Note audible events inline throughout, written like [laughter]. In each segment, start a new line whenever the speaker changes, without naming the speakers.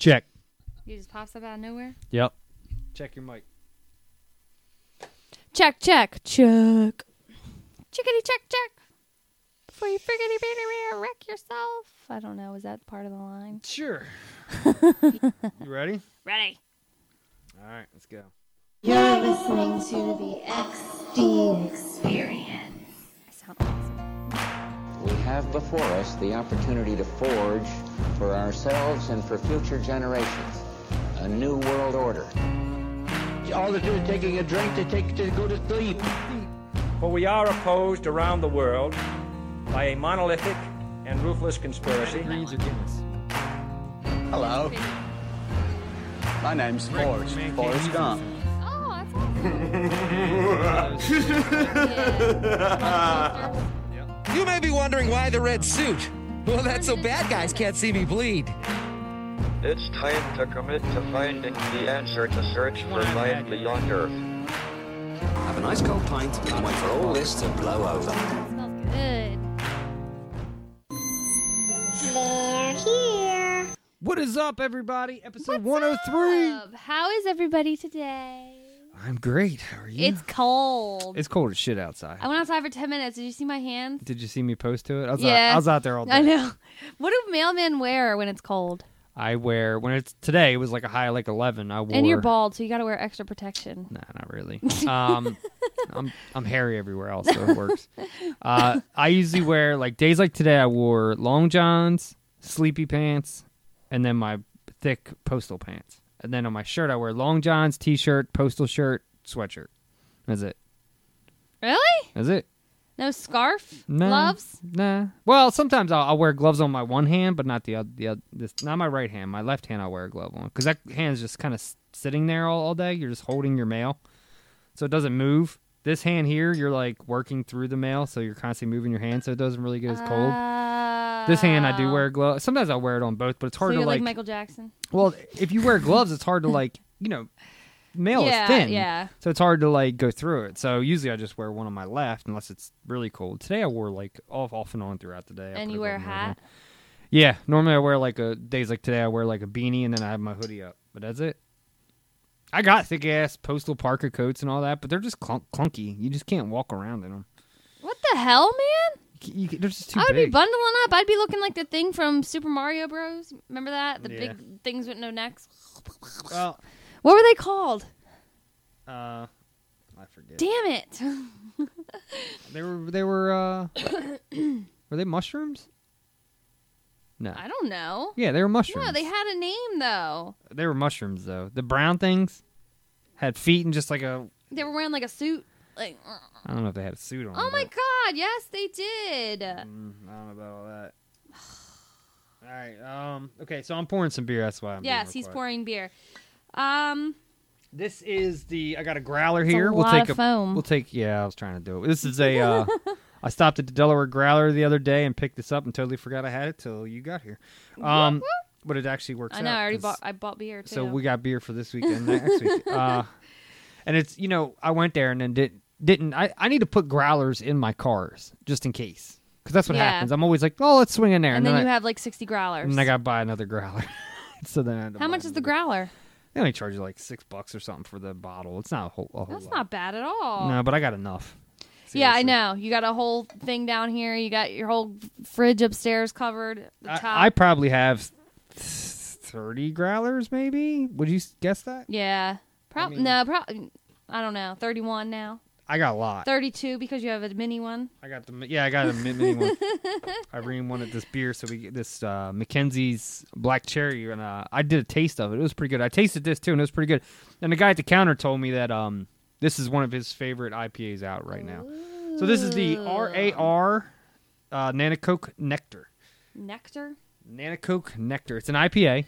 Check.
You just pops up out of nowhere.
Yep. Check your mic.
Check, check, check. Chickity, check, check. Before you friggity bitty wreck yourself. I don't know. Is that part of the line?
Sure.
[laughs]
you ready?
Ready.
All right, let's go.
You're listening to the XD Experience.
I sound awesome.
We have before us the opportunity to forge for ourselves and for future generations a new world order.
All they're doing is taking a drink to take to go to sleep.
For we are opposed around the world by a monolithic and ruthless conspiracy.
Greens or Guinness?
Hello. My name's Forrest. Forrest Gump.
Oh, that's awesome.
[laughs]
You may be wondering why the red suit. Well, that's so bad guys can't see me bleed.
It's time to commit to finding the answer to search for life beyond Earth.
Have an ice cold pint and wait for all this to blow over.
That smells good.
They're here.
What is up, everybody? Episode
What's
103.
up? How is everybody today?
I'm great. How are you?
It's cold.
It's cold as shit outside.
I went outside for 10 minutes. Did you see my hands?
Did you see me post to it? I was,
Yeah.
out, I was out there all
[laughs]
day.
I know. What do mailmen wear when it's cold?
I wear when it's today. It was like a high like eleven. I wore.
And you're bald, so you got to wear extra protection.
Nah, not really. Um, I'm I'm hairy everywhere else, so it works. Uh, I usually wear like days like today. I wore long johns, sleepy pants, and then my thick postal pants. And then on my shirt, I wear long johns, t-shirt, postal shirt, sweatshirt. That's it.
Really?
That's it.
No scarf?
Nah,
Gloves?
Nah. Well, sometimes I'll, I'll wear gloves on my one hand, but not the other. The other this, not my right hand. My left hand, I'll wear a glove on because that hand's just kind of sitting there all, all day. You're just holding your mail, so it doesn't move. This hand here, you're like working through the mail, so you're constantly moving your hand, so it doesn't really get as cold. This hand, I do
Oh.
wear a glove. Sometimes I wear it on both, but it's
So
hard
you're
to
like,
like.
Michael Jackson.
well, if you wear gloves, it's hard to like. You know, mail
Yeah,
is thin,
yeah.
So it's hard to like go through it. So usually I just wear one on my left unless it's really cold. Today I wore like off off and on throughout the day. I
and
put
you
it
wear a
on and on.
hat.
Yeah, normally I wear like a days like today I wear like a beanie and then I have my hoodie up, but that's it. I got thick ass postal parka coats and all that, but they're just clunk, clunky. You just can't walk around in them.
What the hell, man?
You, you, they're just too
I would
big.
be bundling up. I'd be looking like the thing from Super Mario Bros. Remember that? The
Yeah.
big things with no necks.
well,
What were they called?
uh, I forget.
Damn it. [laughs]
They were they
[coughs]
were uh, were they mushrooms? No.
I don't know.
Yeah, they were mushrooms.
No, they had a name though.
they were mushrooms though. The brown things had feet and just like a
They were wearing like a suit. Like,
I don't know if they had a suit on.
oh my
but-
god, yes, they did.
Mm, I don't know about all that. [sighs] All right. Um. Okay. So I'm pouring some beer. That's why. I'm being
yes,
real
he's
quiet.
pouring beer. Um,
This is the. I got a growler
a
here. we'll
lot
take
of
a.
foam.
We'll take. Yeah, I was trying to do it. This is a. Uh, I stopped at the Delaware Growler the other day and picked this up and totally forgot I had it till you got here. Um. but it actually works.
I know.
out
I already
'cause-
bought. I bought beer too.
So we got beer for this week and
[laughs]
next week. Uh, and it's you know I went there and then didn't didn't I, I need to put growlers in my cars just in case because that's what
Yeah.
happens. I'm always like, oh, let's swing in there,
and,
and,
then,
I,
you have like sixty growlers.
and then I got to buy another growler. [laughs] so then I had to
How
buy
much is the
another-
growler?
They only charge you like six bucks or something for the bottle. It's not a whole. A whole
That's
lot.
not bad at all.
No, but I got enough.
Yeah, I
Seriously.
know. You got a whole thing down here. You got your whole fridge upstairs covered. The top.
I, I probably have thirty growlers, maybe. Would you s- guess that?
yeah. Prob-
mean-
no, probably. I don't know. Thirty-one now.
I got a lot.
Thirty-two because you have a mini one.
I got the mi- yeah, I got a mi- mini one. Irene wanted this beer, so we get this uh, Mackenzie's Black Cherry, and uh, I did a taste of it. It was pretty good. I tasted this too, and it was pretty good. And the guy at the counter told me that um, this is one of his favorite IPAs out right now. So this is the RAR uh, Nanacoke Nectar.
Nectar.
Nanacoke Nectar. It's an IPA.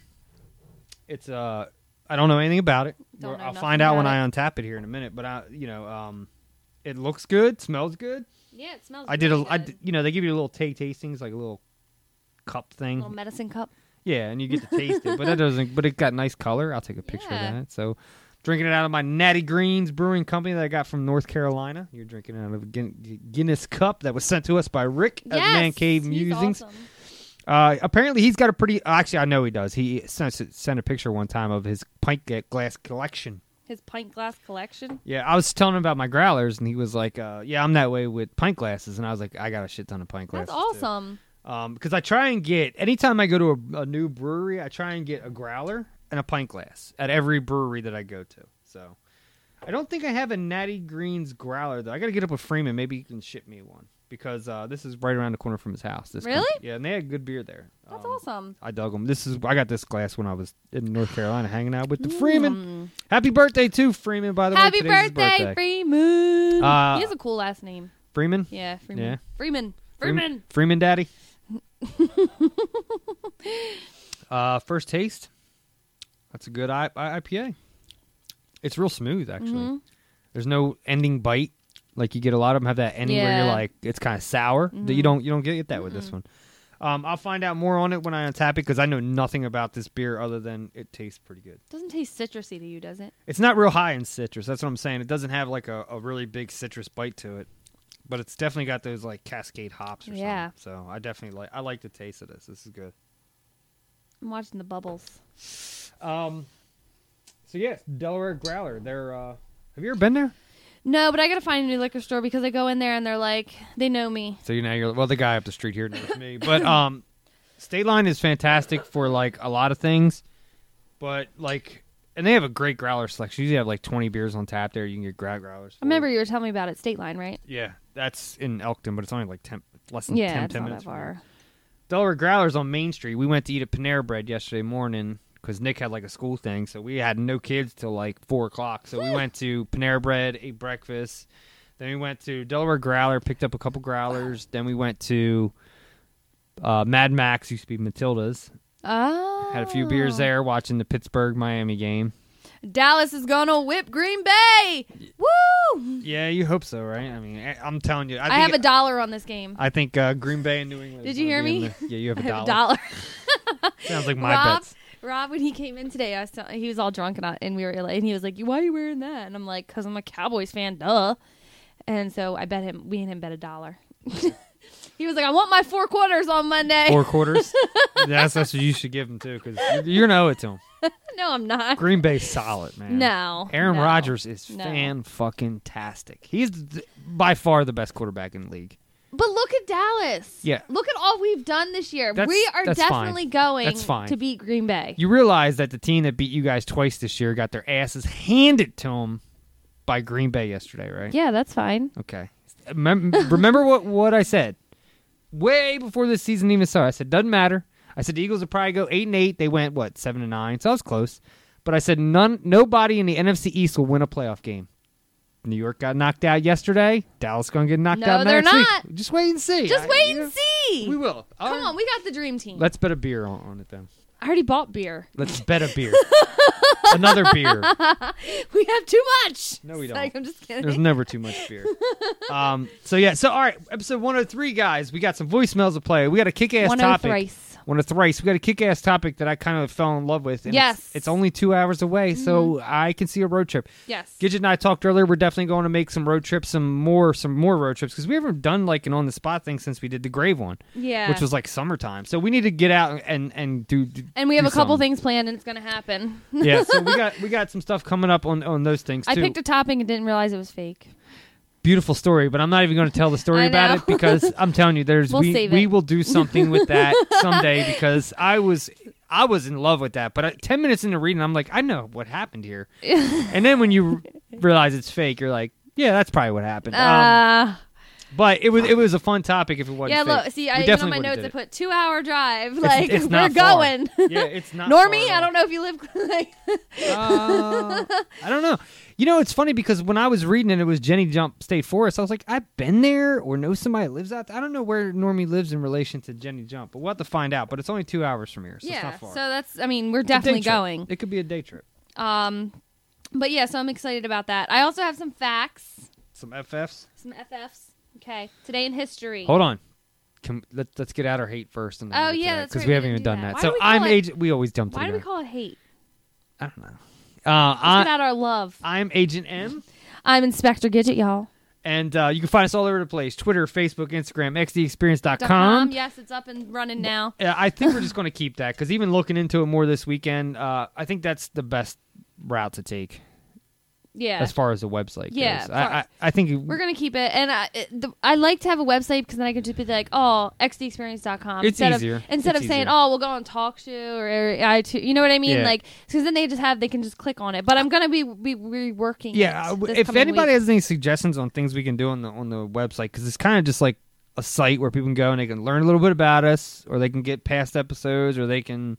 It's uh, I don't know anything about it.
Don't
We're-
know
I'll
nothing
find out when
about
I untap it here in a minute. But I, you know, um, it looks good, smells good.
Yeah, it smells.
I did a,
really
I,
good.
d- you know, they give you little taste tastings, like a little cup thing.
little medicine cup.
Yeah, and you get to taste it,
[laughs]
but that doesn't. But it got nice color. I'll take a picture
Yeah.
of that. So, drinking it out of my Natty Greens Brewing Company that I got from North Carolina. You're drinking it out of a Guin- Guinness cup that was sent to us by Rick at Man
Yes,
Cave
he's
Musings.
awesome.
Uh, apparently, he's got a pretty. Actually, I know he does. He sent sent a picture one time of his pint ga- glass collection.
His pint glass collection.
Yeah, I was telling him about my growlers, and he was like, uh, "Yeah, I'm that way with pint glasses." And I was like, "I got a shit ton of pint glasses."
That's awesome.
Um, because I try and get anytime I go to a, a new brewery, I try and get a growler and a pint glass at every brewery that I go to. So I don't think I have a Natty Greens growler though. I got to get up with Freeman. Maybe he can ship me one because uh, this is right around the corner from his house. This
Really?
company- yeah, and they
[laughs]
had good beer there.
That's awesome.
I dug them. This is I got this glass when I was in North Carolina hanging out with the Freeman. Happy birthday to Freeman, by the
Mm. Happy
way. Today's his
birthday,
birthday.
Freeman.
Uh,
he has a cool last name.
Freeman.
Yeah, Freeman.
Yeah.
Freeman.
Freem-
Freeman. [laughs]
Freeman Daddy. uh, first taste. That's a good I- I- IPA. It's real smooth, actually.
Mhm.
There's no ending bite. Like you get a lot of them have that ending where you're
Yeah.
like it's kind of sour. That you
Mhm.
don't you don't get that with this one. Um, I'll find out more on it when I untap it because I know nothing about this beer other than it tastes pretty good.
Doesn't taste citrusy to you, does it?
It's not real high in citrus. That's what I'm saying. It doesn't have like a, a really big citrus bite to it, but it's definitely got those like cascade hops or
Yeah.
something. So I definitely like. I like the taste of this. This is good.
I'm watching the bubbles.
Um. So yes, Delaware Growler. They're. Uh, have you ever been there?
No, but I gotta find a new liquor store because I go in there and they're like, they know me.
So you now you're well the guy up the street here knows me, but um, State Line is fantastic for like a lot of things, but like. And they have a great growler selection. Usually have like twenty beers on tap there. You can get growl growlers.
I remember you were telling me about it, State Line, right?
Yeah, that's in Elkton, but it's only like ten, less than
Yeah,
10,
it's
10
not
minutes.
that
from here.
far.
Delaware Growlers on Main Street. We went to eat at Panera Bread yesterday morning because Nick had like a school thing, so we had no kids till like four o'clock. So we went to Panera Bread, ate breakfast. Then we went to Delaware Growler, picked up a couple growlers. Then we went to uh, Mad Max, used to be Matilda's.
Oh.
Had a few beers there, watching the Pittsburgh Miami game.
Dallas is gonna whip Green Bay. Woo!
Yeah, you hope so, right? I mean, I- I'm telling you, I,
I,
think,
have a dollar on this game.
I think uh, Green Bay and New England.
Did
is
you
gonna
hear
be in
me?
the- yeah, you
[laughs]
have
I
a
have
dollar.
a dollar.
Sounds like my
Rob,
bets.
Rob, when he came in today, I was tell- he was all drunk and, I, and we were like, and he was like, "Why are you wearing that?" And I'm like, "Cause I'm a Cowboys fan, duh." And so I bet him, we and him bet a dollar. [laughs] he was like, "I want my four quarters on Monday."
[laughs] Four quarters. that's that's what you should give them too, because you're gonna owe it to them.
[laughs] no, I'm [laughs] not.
Green Bay solid, man.
No,
Aaron
no,
Rodgers is
no.
fan fucking tastic. He's th- by far the best quarterback in the league.
But look at Dallas.
Yeah.
Look at all we've done this year.
That's-
we are
that's
definitely
fine.
going
That's fine.
to beat Green Bay.
You realize that the team that beat you guys twice this year got their asses handed to them by Green Bay yesterday, right?
Yeah, that's fine.
Okay. Remem- Remember what what I said way before this season even started. I said doesn't matter. I said the Eagles would probably go eight and eight. They went what seven and nine, so I was close. But I said none, nobody in the NFC East will win a playoff game. New York got knocked out yesterday. Dallas going to get knocked
No,
out
they're
next week.
not.
Just wait and see.
Just
I-
wait
you know,
and see.
We will. Um,
Come on, we got the dream team.
Let's bet a beer on, on it then.
I already bought beer.
Let's bet a
[laughs]
beer. [laughs] Another beer.
we have too much.
No, we
It's
don't.
like, I'm just kidding. [laughs]
There's never too much beer. Um. So yeah. So all right. Episode 103, guys. We got some voicemails to play. We got a kick-ass topic.
103.
One of thrice. We got a kick-ass topic that I kind of fell in love with. and it's-
Yes. Mm-hmm.
It's, only two hours away, so I can see a road trip.
Yes.
Gidget and I talked earlier. We're definitely going to make some road trips, some more, some more road trips because we haven't done like an on-the-spot thing since we did the grave one.
Yeah.
Which was like summertime. So we need to get out and and do.
And we have
do
a couple
something.
things planned, and it's gonna happen.
yeah.
[laughs]
So we got we got some stuff coming up on on those things too.
I picked a topping and didn't realize it was fake.
beautiful story, but I'm not even going to tell the
I
story about it
know. [laughs]
because I'm telling you, there's
We'll
we
save
we
it.
will do
[laughs]
something with that someday because I was I was in love with that, but I, ten minutes into reading, I'm like, I know what
[laughs]
happened here, and then when you r- realize it's fake, you're like, yeah, that's probably what happened. Um,
uh,
But it was it was a fun topic if it wasn't.
yeah,
fake.
look, see,
We
I even on
definitely
my
would've
notes,
did
I
it.
put two hour drive.
It's-
like
it's
we're
not far at
going.
all.
[laughs]
Yeah, it's not far
Normie,
at Uh,
I don't know if you live. [laughs]
[laughs]
Like,
I don't know. You know, it's funny because when I was reading and it was Jenny Jump State Forest, I was like, I've been there or know somebody that lives out. There. I don't know where Normie lives in relation to Jenny Jump, but we'll have to find out. But it's only two hours from here, so it's
yeah,
not far.
so that's. I mean, we're
It's a day
definitely
trip.
going.
It could be a day trip.
Um, but yeah, so I'm excited about that. I also have some facts,
Some FFs.
some FFs. Okay, today in history.
Hold on. Can, let, let's get out our hate first. And then
Oh,
we'll get to
yeah,
that,
that's right,
we
we
haven't
didn't
even
do
done
that. Why
that. So
do we call
I'm
it-
agent. We always jump to
Why
the
do we
back.
call it hate?
I don't know. Uh,
Let's get
I,
out our love.
I'm Agent M.
I'm Inspector Gidget, y'all.
and uh, you can find us all over the place: Twitter, Facebook, Instagram,
Dot
xdexperience.com.
Yes, it's up and running now.
Yeah, I think we're just going to keep that because even looking into it more this weekend, uh, I think that's the best route to take
Yeah.
as far as the website
Yeah,
goes.
of
I, I,
course.
I think
We're gonna keep it, and I it, the, I like to have a website because then I can just be like, oh, xdexperience.com.
It's
instead
easier.
Of, instead
It's
of saying,
easier.
oh, we'll go on TalkShoe or, or iTunes, you know what I mean?
Yeah.
Like, because then they just have they can just click on it. But I'm gonna be be reworking.
yeah.
it
I-
this
if
coming
anybody
week.
has any suggestions on things we can do on the on the website, because it's kind of just like a site where people can go and they can learn a little bit about us, or they can get past episodes, or they can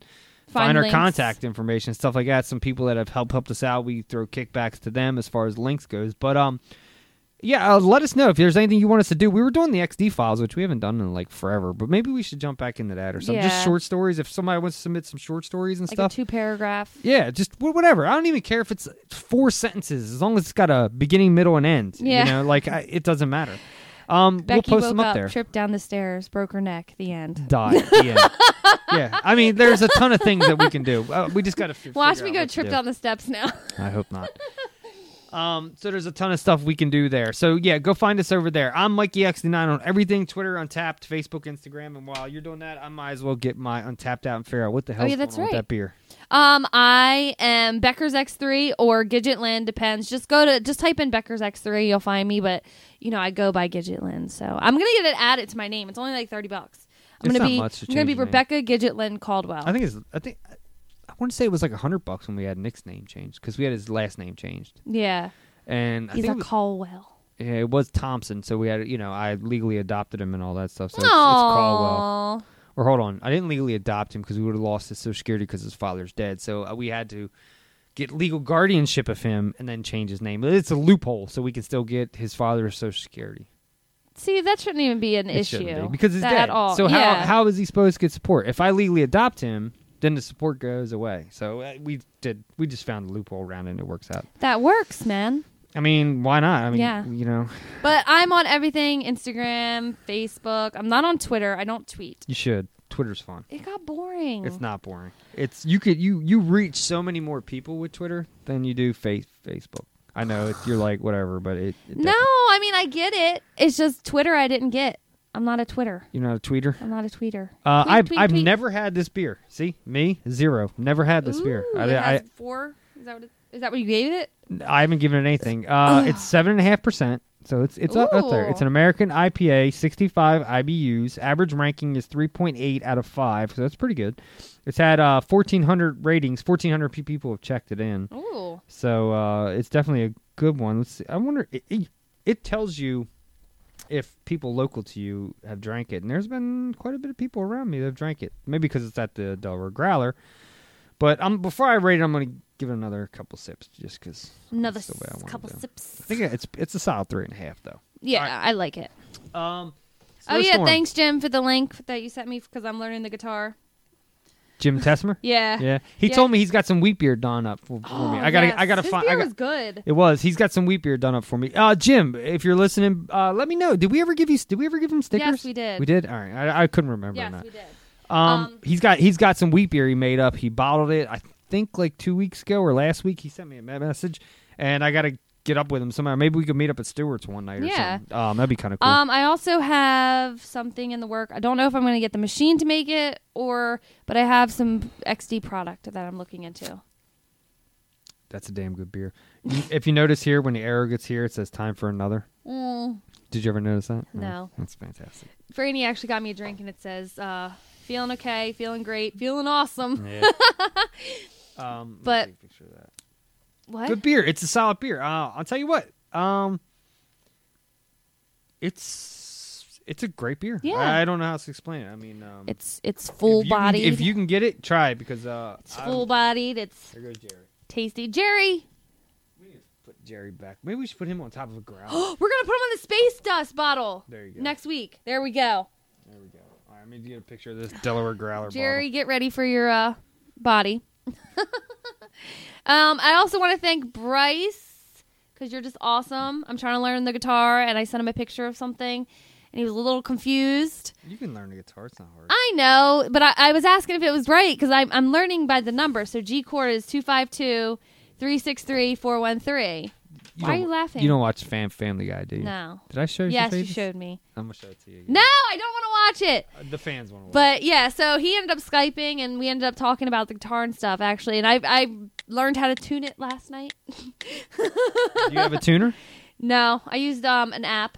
Find
find, our
links.
contact information, stuff like that. Some people that have helped helped us out, we throw kickbacks to them as far as links goes. But um, yeah, uh, let us know if there's anything you want us to do. We were doing the XD files, which we haven't done in like forever, but maybe we should jump back into that or something. Just
Yeah.
short stories. If somebody wants to submit some short stories and
like
stuff,
a two paragraph.
yeah, just wh- whatever. I don't even care if it's four sentences, as long as it's got a beginning, middle, and end.
Yeah.
you know, like I, it doesn't matter. Um,
Becky
we'll post
woke
them up,
up,
there.
tripped down the stairs, broke her neck. The end.
Die. Yeah.
[laughs]
yeah. I mean, there's a ton of things that we can do. Uh, we just got to.
Watch me go
what to
trip
do.
down the steps now. [laughs]
I hope not. Um, so there's a ton of stuff we can do there. So yeah, go find us over there. I'm Mikey XD9 on everything: Twitter, Untapped, Facebook, Instagram. And while you're doing that, I might as well get my Untapped out and figure out what the hell
Oh, yeah, that's
with
right.
that beer.
Um, I am Becker's X3 or Gidgetland depends. Just go to just type in Becker's X3, you'll find me. But you know, I go by Gidgetland, so I'm gonna get it added to my name. It's only like thirty bucks. I'm
It's
gonna
not
be
much to
I'm gonna be
change your name.
Rebecca Gidgetland Caldwell.
I think it's. I think I want to say it was like a hundred bucks when we had Nick's name changed because we had his last name changed,
yeah,
and I
he's a
think it was,
Caldwell.
yeah, it was Thompson. So we had you know I legally adopted him and all that stuff. So it's, it's
Aww.
Caldwell. Or hold on, I didn't legally adopt him because we would have lost his social security because his father's dead. So uh, we had to get legal guardianship of him and then change his name. It's a loophole, so we can still get his father's social security.
See, that shouldn't even be an
It
issue
shouldn't be, because he's
That
dead.
At all.
So
yeah.
how how is he supposed to get support? If I legally adopt him, then the support goes away. So uh, we did we just found a loophole around it and it works out.
that works, man.
I mean, why not? I mean,
Yeah.
you know,
But I'm on everything: Instagram, Facebook. I'm not on Twitter. I don't tweet.
you should. Twitter's fun.
It got boring.
It's not boring. It's you could you you reach so many more people with Twitter than you do face Facebook. I know it's, you're like whatever, but it, it
No, I mean I get it. It's just Twitter I didn't get. I'm not a Twitter.
you're not a tweeter.
I'm not a tweeter.
Uh,
Tweet,
I've
tweet,
I've
tweet.
never had this beer. See me zero. Never had this beer.
Ooh,
I,
it
I,
has four. Is that what it, is that what you gave it?
I haven't given it anything. Uh, it's seven and a half percent, so it's it's up, up there.
Ooh.
It's an American IPA, sixty-five IBUs. Average ranking is three point eight out of five, so that's pretty good. It's had uh, fourteen hundred ratings. Fourteen hundred people have checked it in.
Ooh.
So uh, it's definitely a good one. Let's see. I wonder. It, it, it tells you if people local to you have drank it, and there's been quite a bit of people around me that have drank it. Maybe because it's at the Delaware Growler. But um, before I rate it, I'm going to give it another couple sips just because.
Another
That's the way I
s-
wanna
couple
do it.
sips.
I think it's it's a solid three and a half though.
Yeah, I like it.
Um.
Oh
first
yeah,
one.
thanks Jim for the link that you sent me because I'm learning the guitar.
Jim Tessmer.
[laughs] Yeah.
Yeah. He
Yeah.
told me he's got some wheat beer done up for, for me.
Oh,
I gotta
yes.
I gotta
His
find.
beer
I got-
was good.
It was. He's got some wheat beer done up for me. Uh, Jim, if you're listening, uh, let me know. Did we ever give you? Did we ever give him stickers?
we did.
We did. All right. I, I couldn't remember. or
Yes,
not.
we did.
Um, he's got he's got some wheat beer he made up. He bottled it. I think like two weeks ago or last week. He sent me a me- message, and I gotta get up with him somehow. Maybe we could meet up at Stewart's one night or
Yeah.
something. Um, that'd be kind of cool.
Um, I also have something in the work. I don't know if I'm going to get the machine to make it or, but I have some XD product that I'm looking into.
That's a damn good beer. You- if you notice here, when the arrow gets here, it says time for another.
Mm.
Did you ever notice that?
No.
That's fantastic.
Franny actually got me a drink, and it says, uh, "Feeling okay, feeling great, feeling awesome."
Yeah. Um,
[laughs] but what?
Good beer. It's a solid beer. Uh, I'll tell you what. Um, It's it's a great beer.
Yeah.
I, I don't know how to explain it. I mean, um,
it's it's full bodied.
If you can get it, try it because uh,
it's
I'm-
full bodied. It's
There goes Jerry.
tasty. Jerry,
Put Jerry back. Maybe we should put him on top of
[gasps]
a ground.
we're gonna put him on the space dust bottle.
There you go.
Next week. There we go.
There we go. All right, I need to get a picture of this Delaware Growler.
Jerry, get ready for your uh, body. [laughs] um, I also want to thank Bryce because you're just awesome. I'm trying to learn the guitar, and I sent him a picture of something, and he was a little confused.
bottle. You can learn the guitar. It's not hard.
I know, but I, I was asking if it was right because I'm, I'm learning by the number. So G chord is 252 363 413. Why are
don't-
you laughing?
You don't watch Fam Family Guy, do you?
No.
Did I show you?
Yes,
the
you
pages?
showed me.
I'm gonna show it to you. Again.
No, I don't want to watch it.
Uh, The fans want to.
But yeah, so he ended up skyping, and we ended up talking about the guitar and stuff actually. And I I learned how to tune it last night. [laughs]
Do you have a tuner?
No, I used um an app.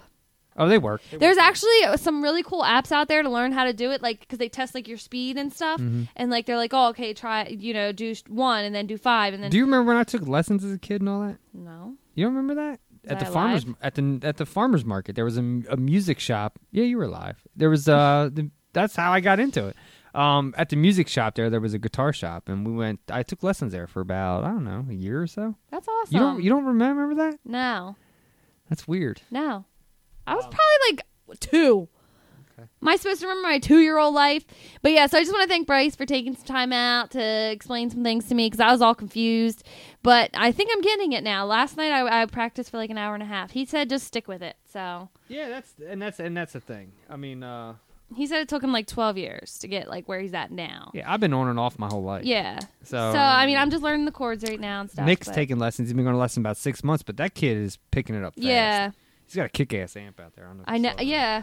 Oh, they work.
[laughs] There's actually some really cool apps out there to learn how to do it, like because they test like your speed and stuff,
Mhm.
and like they're like, oh, okay, try you know do sh- one and then do five and then
Do you remember when I took lessons as a kid and all that?
no.
You don't remember that? At
I
the farmers
alive?
at the at the farmers market, there was a, m- a music shop. Yeah, you were alive. There was uh,
[laughs]
the, that's how I got into it. Um, at the music shop there, there was a guitar shop, and we went. I took lessons there for about I don't know a year or so.
That's awesome.
You don't you don't remember that?
No,
That's weird.
no. I was probably like two. Am I supposed to remember my two year old life? But yeah, so I just want to thank Bryce for taking some time out to explain some things to me because I was all confused. But I think I'm getting it now. Last night I, I practiced for like an hour and a half. He said just stick with it. So
Yeah, that's and that's and that's the thing. I mean, uh,
he said it took him like 12 years to get like where he's at now.
yeah, I've been on and off my whole life.
Yeah.
So, um,
So, I mean, I'm just learning the chords right now and stuff.
Nick's
but-
taking lessons. He's been going to lesson about six months, but that kid is picking it up. Fast.
Yeah.
he's got a kick-ass amp out there. I know. if
I
you
know.
saw that.
Yeah.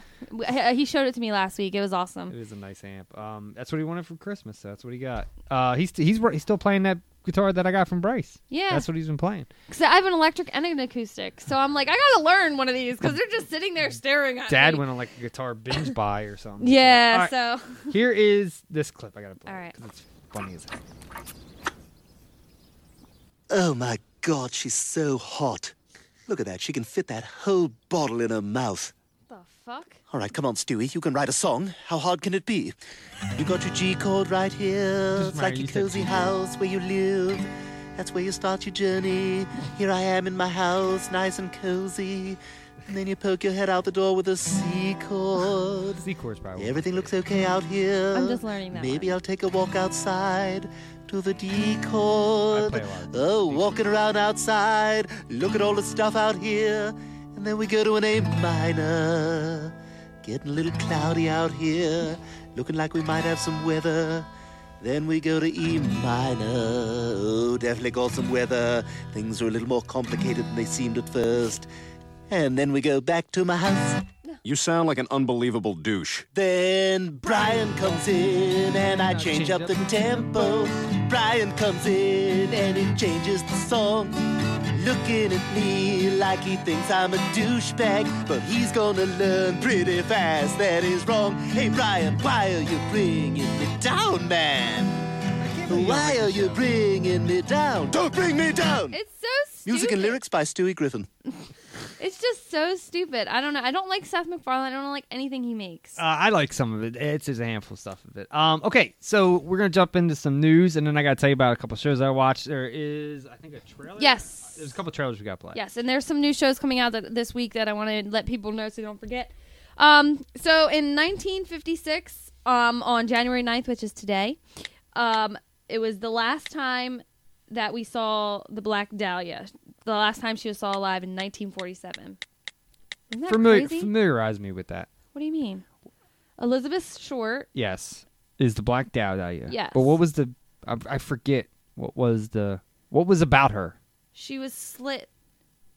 W- He showed it to me last week. It was awesome.
It is a nice amp. Um, that's what he wanted for Christmas. So that's what he got. Uh, he's he's wor- he's still playing that guitar that I got from Bryce.
Yeah.
that's what he's been
[laughs]
playing.
Because I have an electric and an acoustic. So I'm like, I got to learn one of these because they're just sitting there staring at
Dad
me.
went on like a guitar binge buy or something.
Yeah,
All right.
so-
here is this clip I gotta play.
All right.
'cause it's funny as hell.
Oh my god, she's so hot. Look at that, she can fit that whole bottle in her mouth.
The fuck?
All right, come on, Stewie, you can write a song. How hard can it be? You got your G chord right here.
Just
It's like
Mary,
your
you said
cozy
G chord.
house where you live. That's where you start your journey. Here I am in my house, nice and cozy. And then you poke your head out the door with a C chord.
C chord's probably.
Everything looks okay out here.
I'm just learning that
Maybe I'll take a walk outside to the D chord. Oh, walking around outside. Look at all the stuff out here. And then we go to an A minor. Getting a little cloudy out here. Looking like we might have some weather. Then we go to E minor. Oh, definitely got some weather. Things are a little more complicated than they seemed at first. And then we go back to my house.
You sound like an unbelievable douche.
Then Brian comes in and I change up the tempo. Brian comes in and he changes the song. Looking at me like he thinks I'm a douchebag, but he's gonna learn pretty fast that he's wrong. Hey Brian, why are you bringing me down, man? Why are you bringing me down? Don't bring me down!
It's so stupid.
Music and lyrics by Stewie Griffin.
It's just so stupid. I don't know. I don't like Seth MacFarlane. I don't like anything he makes.
Uh, I like some of it. It's just a handful of stuff of it. Um, okay, so we're gonna jump into some news, and then I gotta tell you about a couple shows I watched. There is, I think, a trailer.
Yes.
There's a couple trailers we gotta play.
Yes, and there's some new shows coming out that, this week that I want to let people know so they don't forget. Um, so in 1956, um, on January 9th, which is today, um, it was the last time that we saw the Black Dahlia. The last time she was saw alive in 1947. Isn't that
Famili-
crazy?
familiarize me with that.
what do you mean? Elizabeth Short.
Yes, is the Black Dahlia.
Yes.
But what was the? I, I forget. What was the? What was about her?
She was slit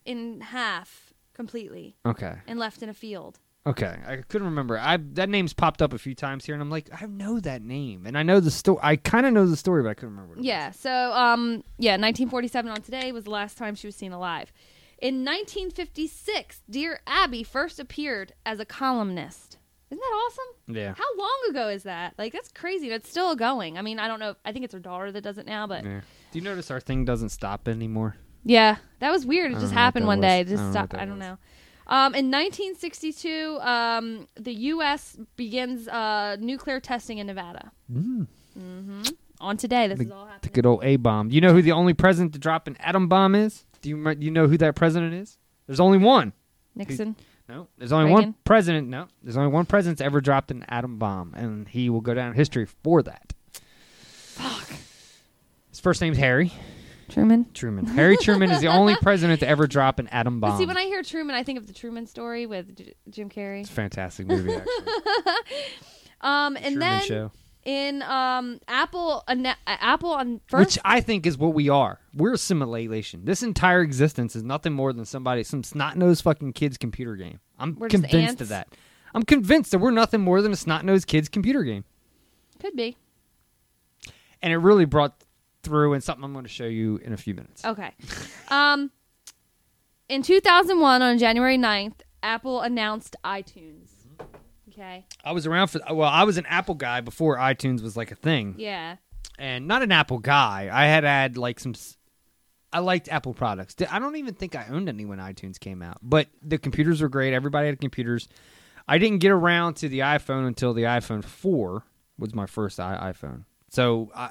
in half completely.
Okay.
And left in a field.
Okay, I couldn't remember. I that name's popped up a few times here, and I'm like, I know that name, and I know the story. I kind of know the story, but I couldn't remember. What it
Yeah. So, um, yeah, 1947 on today was the last time she was seen alive. In 1956, Dear Abby first appeared as a columnist. Isn't that awesome?
was. Yeah.
How long ago is that? Like, that's crazy. That's still going. I mean, I don't know. I think it's her daughter that does it now, but yeah,
Yeah. Do you notice our thing doesn't stop anymore?
that was weird.
I
It
don't
just
know what
happened
that
one day. It just
was. I don't know what
stopped.
that
I don't know. Um, in 1962, um, the U.S. begins uh, nuclear testing in Nevada.
Mm.
hmm On today, this
the,
is all happening.
the good old A bomb. You know who the only president to drop an atom bomb is? Do you remem- you know who that president is? There's only one.
Nixon.
No, There's only
Reagan.
one president. No, there's only one president's ever dropped an atom bomb, and he will go down in history for that.
Fuck.
His first name's Harry
Truman.
Truman. Harry Truman is
[laughs]
the only president to ever drop an atom
But
bomb.
see, when I hear Truman, I think of the Truman Story with J- Jim Carrey.
it's a
[laughs]
fantastic movie. Actually.
um, and
Truman
then
Show.
in um, Apple, anna- uh, Apple on first.
Which I think is what we are. We're assimilation. This entire existence is nothing more than somebody, some snot nosed fucking kid's computer game. I'm
We're just
convinced
ants.
of that. I'm convinced that we're nothing more than a snot nosed kid's computer game.
could be.
And it really brought through in something I'm going to show you in a few minutes. [laughs]
Okay. Um, in 2001, on January 9th, Apple announced iTunes. Okay.
I was around for, well, I was an Apple guy before iTunes was like a thing.
Yeah.
and not an Apple guy. I had had like some. s- I liked Apple products. Di- I don't even think I owned any when iTunes came out, but the computers were great. Everybody had computers. I didn't get around to the iPhone until the iPhone four was my first I- iPhone. So I,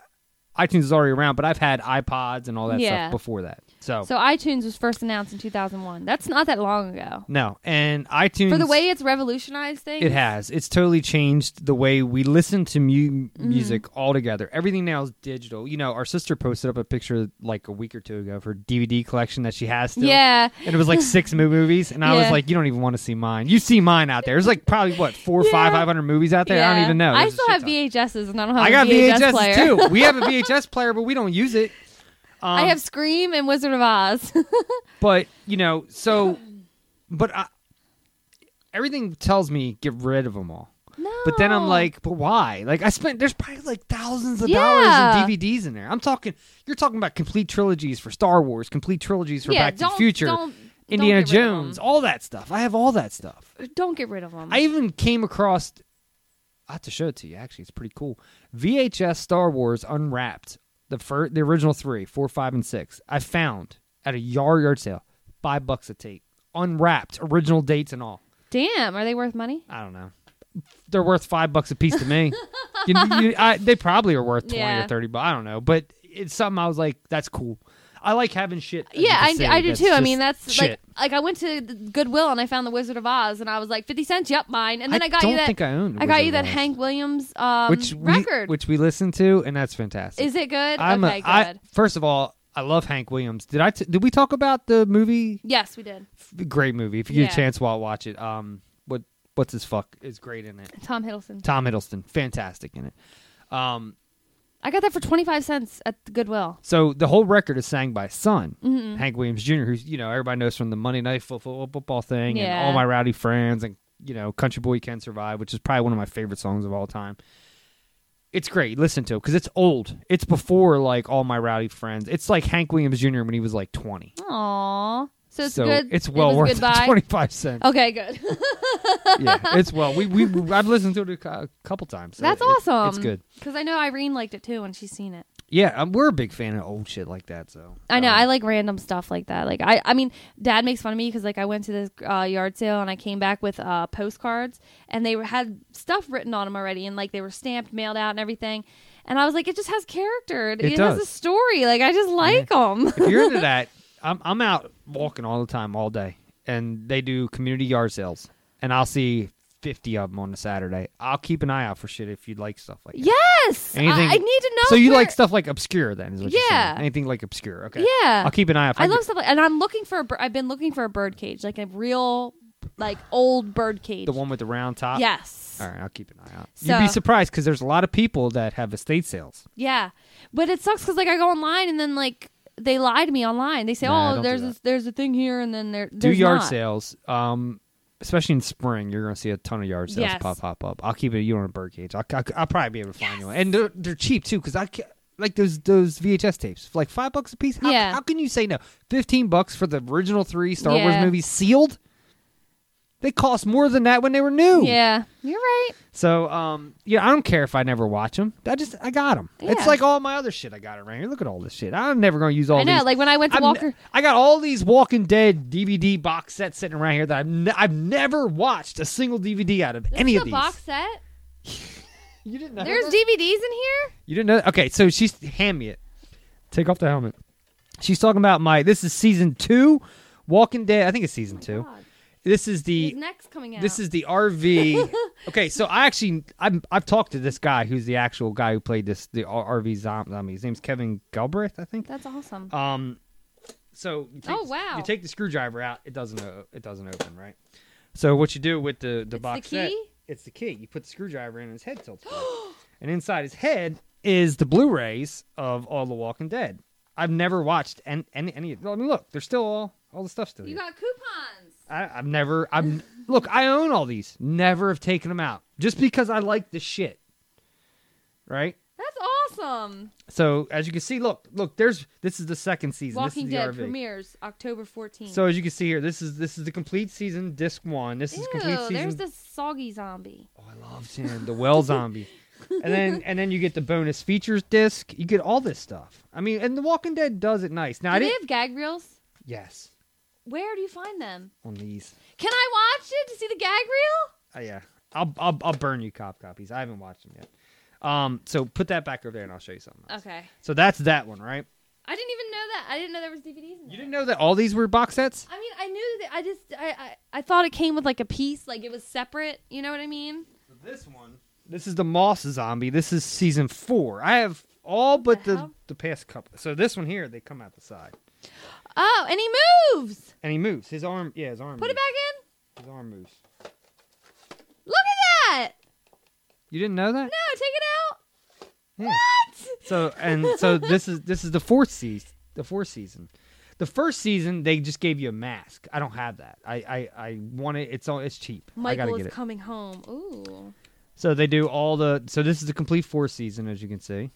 iTunes is already around, but I've had iPods and all that
Yeah.
stuff before that. So,
So iTunes was first announced in 2001. That's not that long ago.
no, and iTunes
For the way it's revolutionized things.
It has. It's totally changed the way we listen to mu-
Mm-hmm.
music altogether. Everything now is digital. You know, our sister posted up a picture like a week or two ago of her DVD collection that she has still.
Yeah.
And it was
[laughs]
like six mo- movies. And I was
Yeah.
like, you don't even want to see mine. You see mine out there. There's like probably, what, four, five, five hundred movies out there? I don't
Yeah.
even know.
I
There's a
still
shit
have
ton.
VHSs and I don't have
I
a
got
VHS,
VHS
player. [laughs]
too. We have a VHS player, but we don't use it. Um,
I have Scream and Wizard of Oz. [laughs]
But you know, so, but I, everything tells me get rid of them all.
No.
But then I'm like, but why? Like I spent there's probably like thousands of
Yeah.
dollars in DVDs in there. I'm talking you're talking about complete trilogies for Star Wars, complete trilogies for
Yeah,
Back to
don't-
the Future,
don't- don't
Indiana
get rid of
Jones, all that stuff. I have all that stuff.
don't get rid of them.
I even came across I have to show it to you actually. It's pretty cool. VHS Star Wars Unwrapped, the fir- the original 3, 4, 5 and 6. I found at a yard yard sale. 5 bucks a tape. Unwrapped, original dates and all.
Damn, are they worth money?
I don't know. They're worth five bucks a piece
[laughs]
to me. you, you- I, they probably are worth twenty
Yeah.
or thirty, but I don't know. But it's something I was like, that's cool. I like having shit. that you
Yeah,
can
I,
save
I do
that's
too. I
just
mean, that's
shit.
like like I went to the Goodwill and I found the Wizard of Oz and I was like fifty cents. Yep, mine. And then I,
I
got you
don't
that.
think I owned
got
Wizard
you
of
that
Oz.
Hank Williams um,
which we,
record.
which we listen to, and that's fantastic.
Is it good?
I'm
okay,
a,
good.
I, first of all, I love Hank Williams. Did I? T- did we talk about the movie?
yes, we did.
F- Great movie. If you get
Yeah.
a chance, while watch it. Um, what what's his fuck is great in it.
Tom Hiddleston.
Tom Hiddleston, fantastic in it. Um,
I got that for twenty five cents at the Goodwill.
So the whole record is sang by his son,
Mhm.
Hank Williams Jr., who's you know everybody knows from the Monday Night Football, football thing,
Yeah.
and all my rowdy friends, and you know Country Boy Can Survive, which is probably one of my favorite songs of all time. It's great. Listen to it because it's old. It's before like all my rowdy friends. It's like Hank Williams Jr. when he was like twenty.
Aww. So it's
so
good.
It's
It
well
was
worth [laughs]
goodbye?
twenty five cents.
Okay, good.
[laughs]
[laughs]
yeah, it's well. We we I've listened to it a cou- couple times. so
That's
it-
awesome.
It's good.
because I know Irene liked it too, and she's seen it.
Yeah, um, we're a big fan of old shit like that. So
I know. I like random stuff like that. Like I, I mean, Dad makes fun of me because like I went to this uh, yard sale and I came back with uh, postcards and they were- had stuff written on them already and like they were stamped, mailed out, and everything. And I was like, it just has character. It,
It
has a
does.
story. Like I just like them.
if
[laughs]
you're into that, I'm I'm out walking all the time, all day, and they do community yard sales, and I'll see fifty of them on a Saturday. I'll keep an eye out for shit if you like stuff like that.
yes, I,
Anything-
I need to know.
So you
where-
like stuff like obscure then? Is what you're
Yeah.
saying. Anything like obscure? Okay.
Yeah,
I'll keep an eye out. If
I,
can-
love stuff like, and I'm looking for. A, bir- I've been looking for a bird cage, like a real, like old bird cage.
the one with the round top.
Yes.
All right, I'll keep an eye out.
So-
You'd be surprised because there's a lot of people that have estate sales.
Yeah, but it sucks because like I go online and then like they lie to me online. They say,
Nah,
"Oh,
don't do
there's
that.
this, there's a thing here," and then there
do
there's
yard
not.
sales, um, especially in spring. You're going to see a ton of yard sales
Yes.
pop pop up. I'll keep it. You on a bird cage. I'll, I'll, I'll probably be able to find you one, and they're they're cheap too. Because I ca- like those those VHS tapes, for like five bucks a piece. How,
Yeah.
how can you say no? Fifteen bucks for the original three Star
Yeah.
Wars movies sealed. They cost more than that when they were new.
Yeah, you're right.
So, um, yeah, I don't care if I never watch them. I just I got them. It's
Yeah.
like all my other shit I got around here. Look at all this shit. I'm never gonna use all.
I know,
these.
like, when I went to
I'm
Walker-
ne- I got all these Walking Dead DVD box sets sitting around here that I've, ne- I've never watched a single DVD out of
This
any
is
of
a
these.
box set.
[laughs] you didn't
know.
Oh,
There's DVDs in here.
You didn't know? Okay, so she's hand me it. Take off the helmet. She's talking about my. This is season two, Walking Dead. I think it's season two.
Oh
This is the
His neck's coming out.
This is the
[laughs]
RV. okay, so I actually I'm, I've talked to this guy who's the actual guy who played this the R- RV zom- zombie. His name's Kevin Galbraith, I think.
That's awesome.
Um, so you take,
Oh, wow.
you take the screwdriver out. It doesn't o- it doesn't open right. So what you do with the the box set?
key?
It's the key. You put the screwdriver in, and his head
[gasps]
tilts. back. and inside his head is the Blu-rays of all the Walking Dead. I've never watched any any. any I mean, look, they're still all all the stuff still.
You
here.
got coupons.
I, I've never. I'm look. I own all these. Never have taken them out just because I like the shit. Right.
That's awesome.
So as you can see, look, look. There's this is the second season.
Walking
this is
Dead
the RV.
premieres October 14th.
So as you can see here, this is this is the complete season, disc one. This is
Ew,
complete season. Oh,
there's
[laughs]
this soggy zombie.
Loves him, the well zombie, and then and then you get the bonus features disc. You get all this stuff. I mean, and The Walking Dead does it nice. Now I
Do they
didn't.
have gag reels?
Yes,
Where do you find them?
on these.
Can I watch it to see the gag reel?
Uh, yeah, I'll, I'll I'll burn you cop copies. I haven't watched them yet. Um, so put that back over there, and I'll show you something.
Okay.
So that's that one, right?
I didn't even know that. I didn't know there was DVDs. In
You didn't know that all these were box sets.
I mean, I knew that. I just, I, I, I thought it came with like a piece, like it was separate. You know what I mean?
This one. This is the Moss Zombie. This is season four. I have all but the
Uh-huh.
the, past couple. So this one here, they come out the side,
Oh, and he moves.
and he moves his arm. Yeah, his arm.
Put it
moves.
back in.
His arm moves.
Look at that.
You didn't know that?
No, take it out.
Yeah. So and
[laughs]
so this is this is the fourth season. The fourth season. The first season they just gave you a mask. I don't have that. I I, I want it. It's all it's cheap. I gotta
Michael
get
is
it.
coming home. Ooh,
so they do all the. So this is the complete fourth season, as you can see.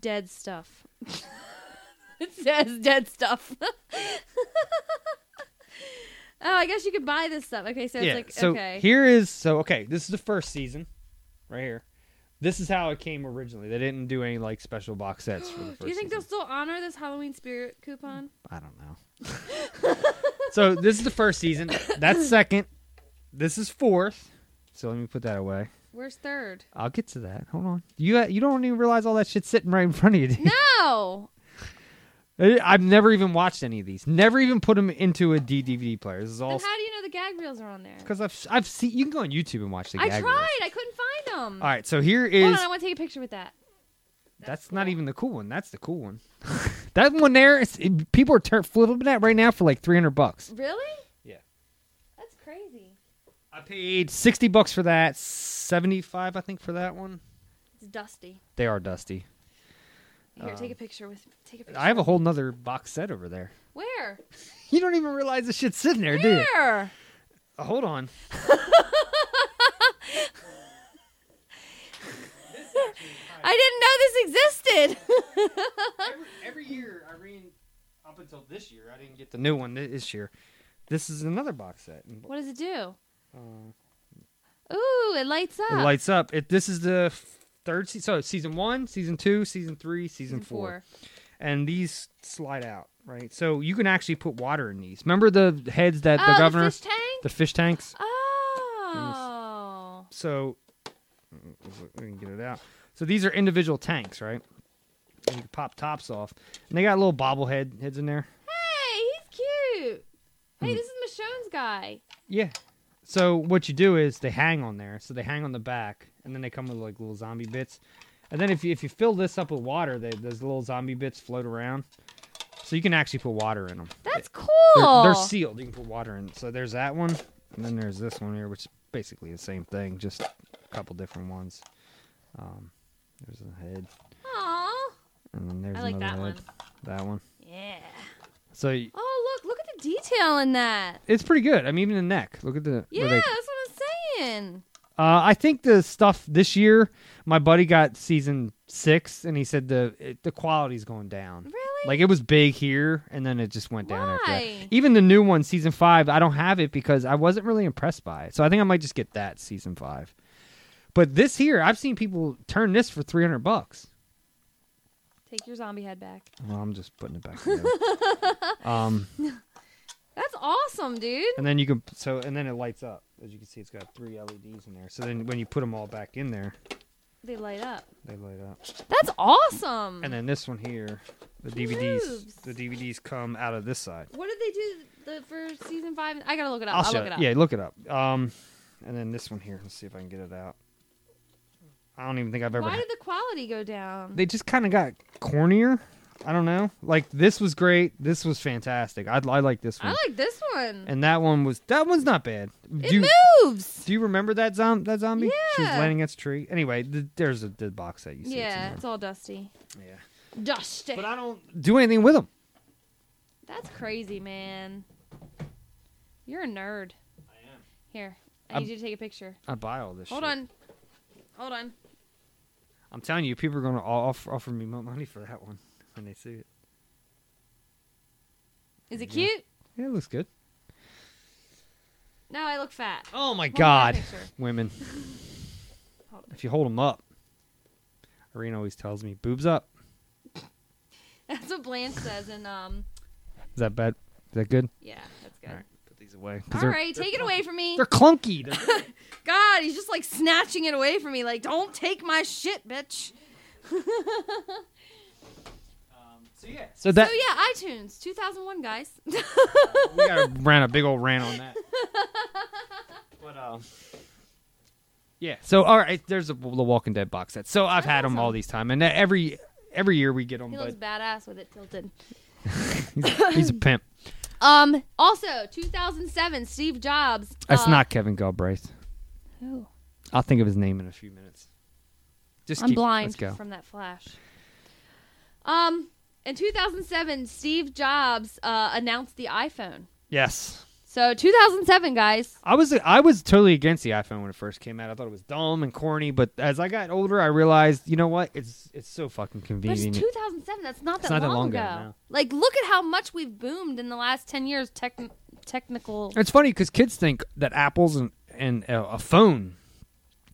dead stuff. [laughs] it says dead stuff. [laughs] oh, I guess you could buy this stuff. Okay, so
yeah.
it's like
so
okay.
here is so okay. This is the first season, right here. This is how it came originally. They didn't do any like special box sets
[gasps]
for the first.
do you think they'll still honor this Halloween spirit coupon?
I don't know. so this is the
[laughs]
first season. That's second. This is fourth. So let me put that away.
Where's third?
I'll get to that. Hold on. You you don't even realize all that shit's sitting right in front of you. do you?
No. [laughs]
I- I've never even watched any of these. Never even put them into a DVD player. This is
Then
all
how do you know the gag reels are on there?
because I've I've seen. You can go on YouTube and watch the.
I
gag
tried.
reels.
I couldn't find them.
All right. So here
Hold
is.
on, I want to take a picture with that.
That's not even the cool one. That's the cool one. [laughs] that one there, it's, it- people are tur flipping that right now for like three hundred bucks.
Really?
Yeah.
That's crazy.
I paid sixty bucks for that, seventy five I think for that one.
It's dusty.
They are dusty.
Here,
Um,
take a picture with. Take a picture.
I have a whole nother box set over there. [laughs]
Where?
You don't even realize the shit's sitting there, do you?
Where?
Uh, Hold on.
[laughs] I didn't know this existed.
every, every year, I read up until this year, I didn't get the new one thi- this year. This is another box set. And,
what does it do?
uh,
Ooh, it lights up.
It lights up. It this is the f- third season. So season one, season two, season three, season,
Season four.
four. and these slide out, right? So you can actually put water in these. Remember the heads that
Oh,
the
the
governor,
fish tank?
the fish tanks.
Oh.
So we can get it out. So these are individual tanks, right? And you can pop tops off, and they got little bobblehead heads in there.
Hey, he's cute.
Hmm.
Hey, this is Michonne's guy.
Yeah. So what you do is they hang on there. So they hang on the back, and then they come with like little zombie bits. And then if you, if you fill this up with water, they, those little zombie bits float around. So you can actually put water in them.
That's
They're-
cool.
They're, sealed. You can put water in. So there's that one, and then there's this one here, which is basically the same thing, just a couple different ones. Um, there's a head,
Aw.
and then there's
I like
another
that
head. That one.
Yeah.
So y-
Oh, look, look at the detail in that.
it's pretty good. I mean, even the neck. Look at the. where
Yeah,
they-
that's what I'm saying.
Uh, I think the stuff this year, my buddy got season six, and he said the it, the quality's going down.
Really?
Like it was big here, and then it just went down after
Why?
that. Even the new one, season five, I don't have it because I wasn't really impressed by it. So I think I might just get that season five. But this here, I've seen people turn this for three hundred bucks.
Take your zombie head
[laughs]
back.
Well, I'm just putting it back. together.
[laughs]
um,
That's awesome, dude.
and then you can so and then it lights up. As you can see, it's got three LEDs in there. So then when you put them all back in there,
They light up.
they light up.
That's awesome.
And then this one here, the DVDs, the DVDs come out of this side.
What did they do the, for season five? I gotta look it up.
I'll
I'll,
show
look
it.
it up.
Yeah, look it up. Um, and then this one here. Let's see if I can get it out. I don't even think I've ever.
Why did the quality go down?
They just kind of got cornier. I don't know. Like this was great. This was fantastic. I, I like this one.
I like this one.
And that one was that one's not bad.
It
do you,
moves.
Do you remember that zom that zombie? She was
Yeah.
laying against a tree. Anyway, th- there's a the box that you see.
yeah, it's all dusty.
Yeah.
Dusty. But I
don't. Do anything with them?
That's crazy, man. You're a nerd. I am. Here, I
I'm-
need you to take a picture.
I buy all this.
Hold
shit.
on. Hold on.
I'm telling you, people are gonna all offer, offer me mo- money for that one when they see it.
Is it
Yeah.
cute?
Yeah, it looks good.
No, I look fat.
Oh my
Hold that
God,
picture. [laughs]
[laughs] women!
Hold
if you hold them up, Irene always tells me, "Boobs up."
That's what Blanche says, and um,
Is that bad? Is that good?
yeah, that's good.
All right, put these away. 'cause
All
they're-
right, take it away from me.
They're clunky. They're-
[laughs] God, he's just like snatching it away from me. Like, don't take my shit, bitch. [laughs]
Um, so yeah. So that-
so yeah, iTunes 2001, guys. [laughs]
we got ran a big old rant on that. But um, yeah. So all right, there's a, the Walking Dead box set. So I've had them all these time, and every every year we get them.
he
But
looks badass with it tilted.
he's a pimp.
[laughs] Um. Also, 2007, Steve Jobs.
That's
uh,
not Kevin Galbraith.
Who?
I'll think of his name in a few minutes. Just
I'm
keep,
blind
Let's go.
from that flash. Um, in 2007, Steve Jobs uh, announced the iPhone.
yes,
So 2007, guys.
I was I was totally against the iPhone when it first came out. I thought it was dumb and corny. But as I got older, I realized you know what? It's it's so fucking
But it's
convenient.
2007. That's not
It's
that,
not that long ago,
ago.
no.
Like, look at how much we've boomed in the last 10 years. Tech- technical.
It's funny because kids think that Apple's an, and uh, a phone.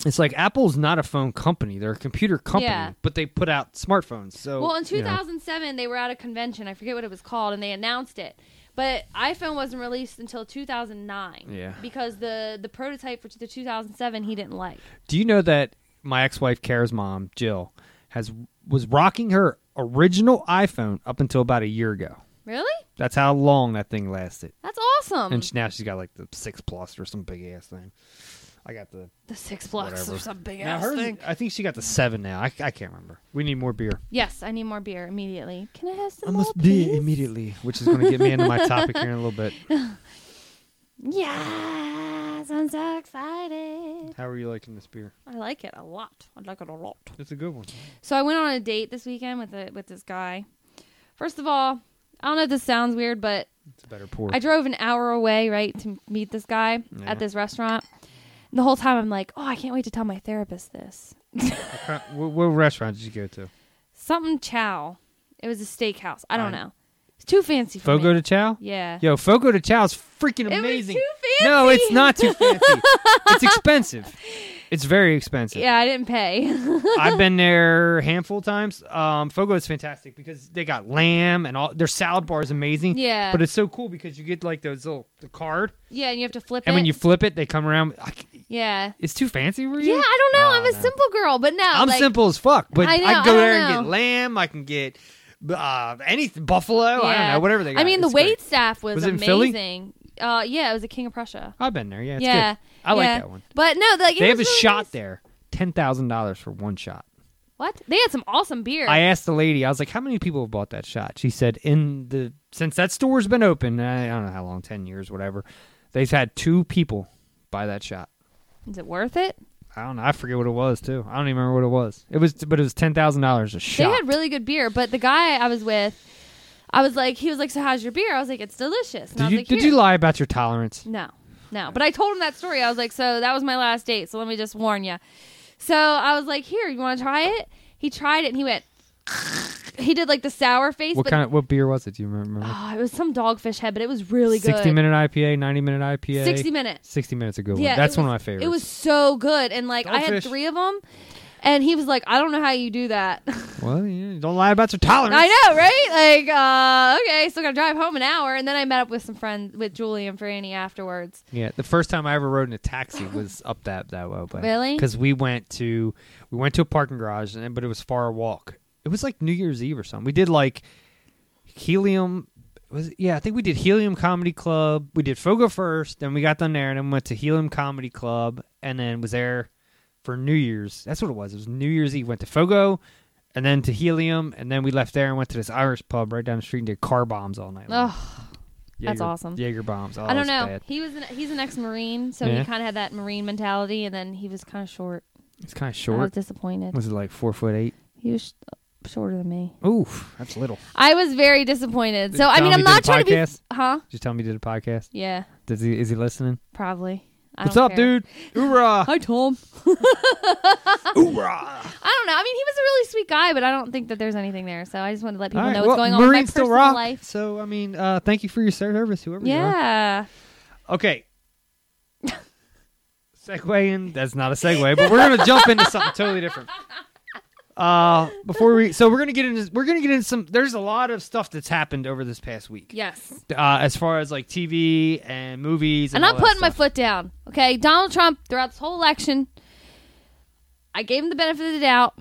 It's like Apple's not a phone company; they're a computer company,
Yeah.
but they put out smartphones. So
well, in
you know.
2007, they were at a convention. I forget what it was called, and they announced it. But iPhone wasn't released until 2009.
Yeah.
Because the the prototype for the 2007 he didn't like.
do you know that my ex-wife Kara's mom, Jill, has was rocking her original iPhone up until about a year ago?
Really?
That's how long that thing lasted.
That's awesome.
And sh- now she's got like the six plus or some big ass thing. I got the
The six plus
whatever.
or some big
Now
ass
hers-
thing.
I think she got the seven now. I, I can't remember. We need more beer.
Yes, I need more beer immediately. Can I have some?
I
more,
must be
please?
immediately, which is going to get me into my topic here in a little bit.
[laughs] Yes, I'm so excited.
How are you liking this beer?
I like it a lot. I like it a lot.
It's a good one.
So I went on a date this weekend with a, with this guy. First of all, I don't know if this sounds weird, but
It's a better pour.
I drove an hour away, right, to meet this guy
Yeah.
at this restaurant. And the whole time I'm like, oh, I can't wait to tell my therapist this.
Uh, wh- what, restaurant did you go to?
Something Chow. It was a steakhouse. I don't
I-
know. It's too fancy for
Fogo
me.
de Chao?
Yeah.
Yo, Fogo de Chao is freaking
It was
amazing.
too
No,
fancy.
it's not too fancy.
[laughs]
it's expensive. It's very expensive.
Yeah, I didn't
[laughs]
pay.
I've been there a handful of times. Um, Fogo is fantastic because they got lamb and all their salad bar is amazing.
Yeah.
But it's so cool because you get like those little the card
yeah, and you have to flip
and
it.
when you flip it, they come around. I c-
yeah.
It's too fancy for you?
Yeah, I don't know.
Oh,
I'm a
no.
simple girl, but no.
I'm
like,
simple as fuck, but
I
I,
know,
can go
I don't
there and
know.
get lamb. I can get uh, anything, buffalo. I don't know, whatever they got.
I mean, the
It's great.
wait staff was,
Was it in Philly?
amazing. Uh, yeah, it was a King of Prussia.
I've been there. Yeah, it's
yeah,
good. I like
yeah.
that one.
But no, like it
They have a
was really
shot
nice.
there, ten thousand dollars for one shot.
What? They had some awesome beer. [laughs]
I asked the lady, I was like, "How many people have bought that shot?" She said, "In the since that store's been open, I don't know how long, ten years, whatever, they've had two people buy that shot.
Is it worth it?
I don't know. I forget what it was too. I don't even remember what it was. It was, but it was ten thousand dollars a shot.
They had really good beer, but the guy I was with, I was like, he was like, "So how's your beer?" I was like, "It's delicious." And I was
did you
like,
did
"Here."
you lie about your tolerance?
No, no. But I told him that story. I was like, so that was my last date. So let me just warn you. So I was like, here, you want to try it? He tried it and he went, [laughs] he did like the sour face.
What
but,
kind of what beer was it? Do you remember?
Oh, it was some dogfish head, but it was really good.
Sixty minute IPA, ninety minute IPA,
60 minute.
Sixty minutes a good
Yeah,
one. That's
it was,
one of my favorites.
It was so good, and like I had
Dogfish.
three of them, and he was like, "I don't know how you do that."
well, yeah, don't lie about your tolerance.
[laughs] I know, right? Like, uh, okay, still gotta drive home an hour, and then I met up with some friends with Julie and Franny afterwards.
Yeah, the first time I ever rode in a taxi
[laughs]
was up that that way. But,
Really?
Because we went to we went to a parking garage, and but it was far walk. It was like New Year's Eve or something. We did like Helium. Was it- yeah, I think we did Helium Comedy Club. We did Fogo first, then we got done there, and then went to Helium Comedy Club, and then was there for New Year's. That's what it was. It was New Year's Eve. Went to Fogo, and then to Helium, and then we left there and went to this Irish pub right down the street and did car bombs all night. long.
Oh, that's
Jaeger-
awesome.
Jaeger bombs. Oh,
I don't
that's
know.
bad.
He was an, he's an ex-marine, so
Yeah.
he kind of had that marine mentality, and then he was kind of short.
It's kind of short.
I was disappointed.
Was it like four foot eight?
He was sh- shorter than me.
Oof, that's little.
I was very disappointed. So I
Tell
mean,
him
I'm
he did
not
a
trying
podcast?
to be, huh?
Did you tell him you did a podcast?
Yeah.
Does he is he listening?
Probably. I
What's
don't [laughs]
up,
care.
dude? Hoorah!
Hi, Tom. I don't know. I mean, he was a really sweet guy, but I don't think that there's anything there. So I just wanted to let people
All right,
know what's
well,
going on in my
Marines still
personal
rock.
life.
So I mean, uh, thank you for your service, whoever.
Yeah.
You are. Okay. Segue in. That's not a segue, but we're gonna jump into something
[laughs]
totally different. Uh, before we, so we're gonna get into we're gonna get into some. There's a lot of stuff that's happened over this past week,
Yes.
uh, as far as like TV and movies. And,
And I'm
all that
putting my
stuff.
foot down. Okay. Donald Trump, throughout this whole election, I gave him the benefit of the doubt,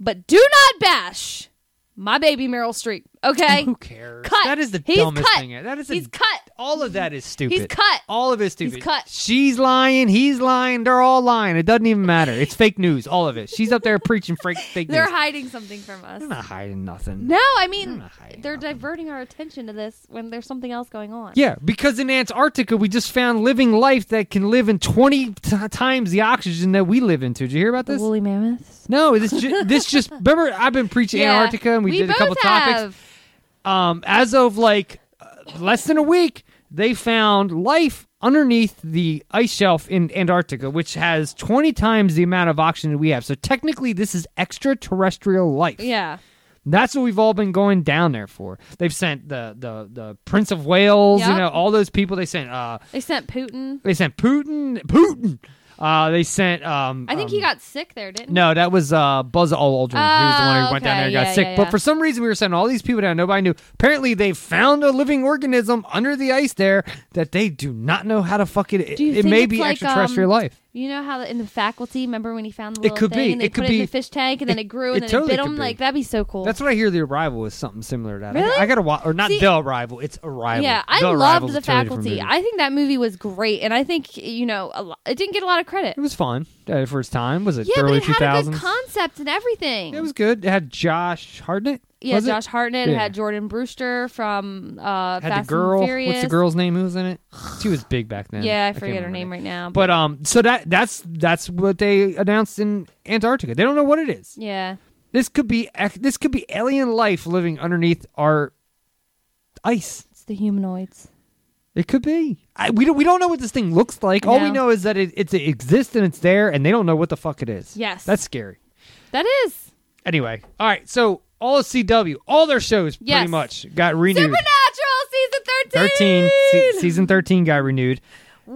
but do not bash my baby Meryl Streep. Okay.
Who cares?
Cut.
That is the
He's
dumbest
cut.
thing. That is a-
He's cut.
All of that is stupid.
He's cut.
All of it's stupid.
cut.
She's lying. He's lying. They're all lying. It doesn't even matter. It's fake news. All of it. She's up there preaching fake fake
They're
news.
hiding something from us.
They're not hiding nothing.
No, I mean they're diverting our attention to this when there's something else going on.
Yeah, because in Antarctica we just found living life that can live in twenty t- times the oxygen that we live into. Did you hear about
The
this?
woolly mammoths.
No, this ju- this
[laughs]
just remember I've been preaching
Yeah,
Antarctica and we,
we
did a
both
couple
have.
topics. Um, as of like uh, less than a week, they found life underneath the ice shelf in Antarctica, which has 20 times the amount of oxygen we have. So technically, this is extraterrestrial life.
Yeah.
That's what we've all been going down there for. They've sent the the the Prince of Wales, you
Yep.
know, all those people. They sent uh,
They sent Putin.
they sent Putin, Putin. Uh, they sent um.
I think
um,
he got sick there, didn't
no, that was uh, Buzz Aldrin. who was the one who
Oh,
went down
okay.
there and got
Yeah,
sick.
yeah,
But
yeah.
for some reason, we were sending all these people down. Nobody knew. Apparently, they found a living organism under the ice there that they do not know how to fuck it.
he?
It,
Do you
it
think
may
it's
be
like,
extraterrestrial
um,
life.
You know how in the faculty, remember when he found the
It
little
could
thing
be.
and they
It
put
could
it in
be-
the fish tank and then it grew
it
and then
totally
it bit
could
him?
be.
Like that'd be so cool.
That's what I hear. The arrival is something similar to that. I-
Really?
I, got to watch, or not
See-
the arrival. It's arrival.
yeah, I
The Arrival
loved
is
the
a totally different
faculty.
movie.
I think that movie was great, and I think you know a lot, it didn't get a lot of credit.
It was fun uh, for its time. Was it
yeah,
early
but it had a
2000s?
good concept and everything.
it was good. It had Josh Hartnett.
Yeah,
was it?
Josh Hartnett it
Yeah.
had Jordan Brewster from uh,
had
Fast
the girl.
and Furious.
What's the girl's name? Who was in it? She was big back
[sighs]
then.
Yeah, I
can't
forget her
remember
name right now,
But um, so that that's that's what they announced in Antarctica. They don't know what it is.
Yeah,
This could be ac- this could be alien life living underneath our ice.
it's the humanoids.
It could be. I, we don't we don't know what this thing looks like. All we
No.
know is that it it's, it exists and it's there, and they don't know what the fuck it is.
Yes.
that's scary.
That is
Anyway, all right. So all of CW, all their shows
Yes.
pretty much got renewed.
Supernatural season thirteen.
13 se- season 13 got renewed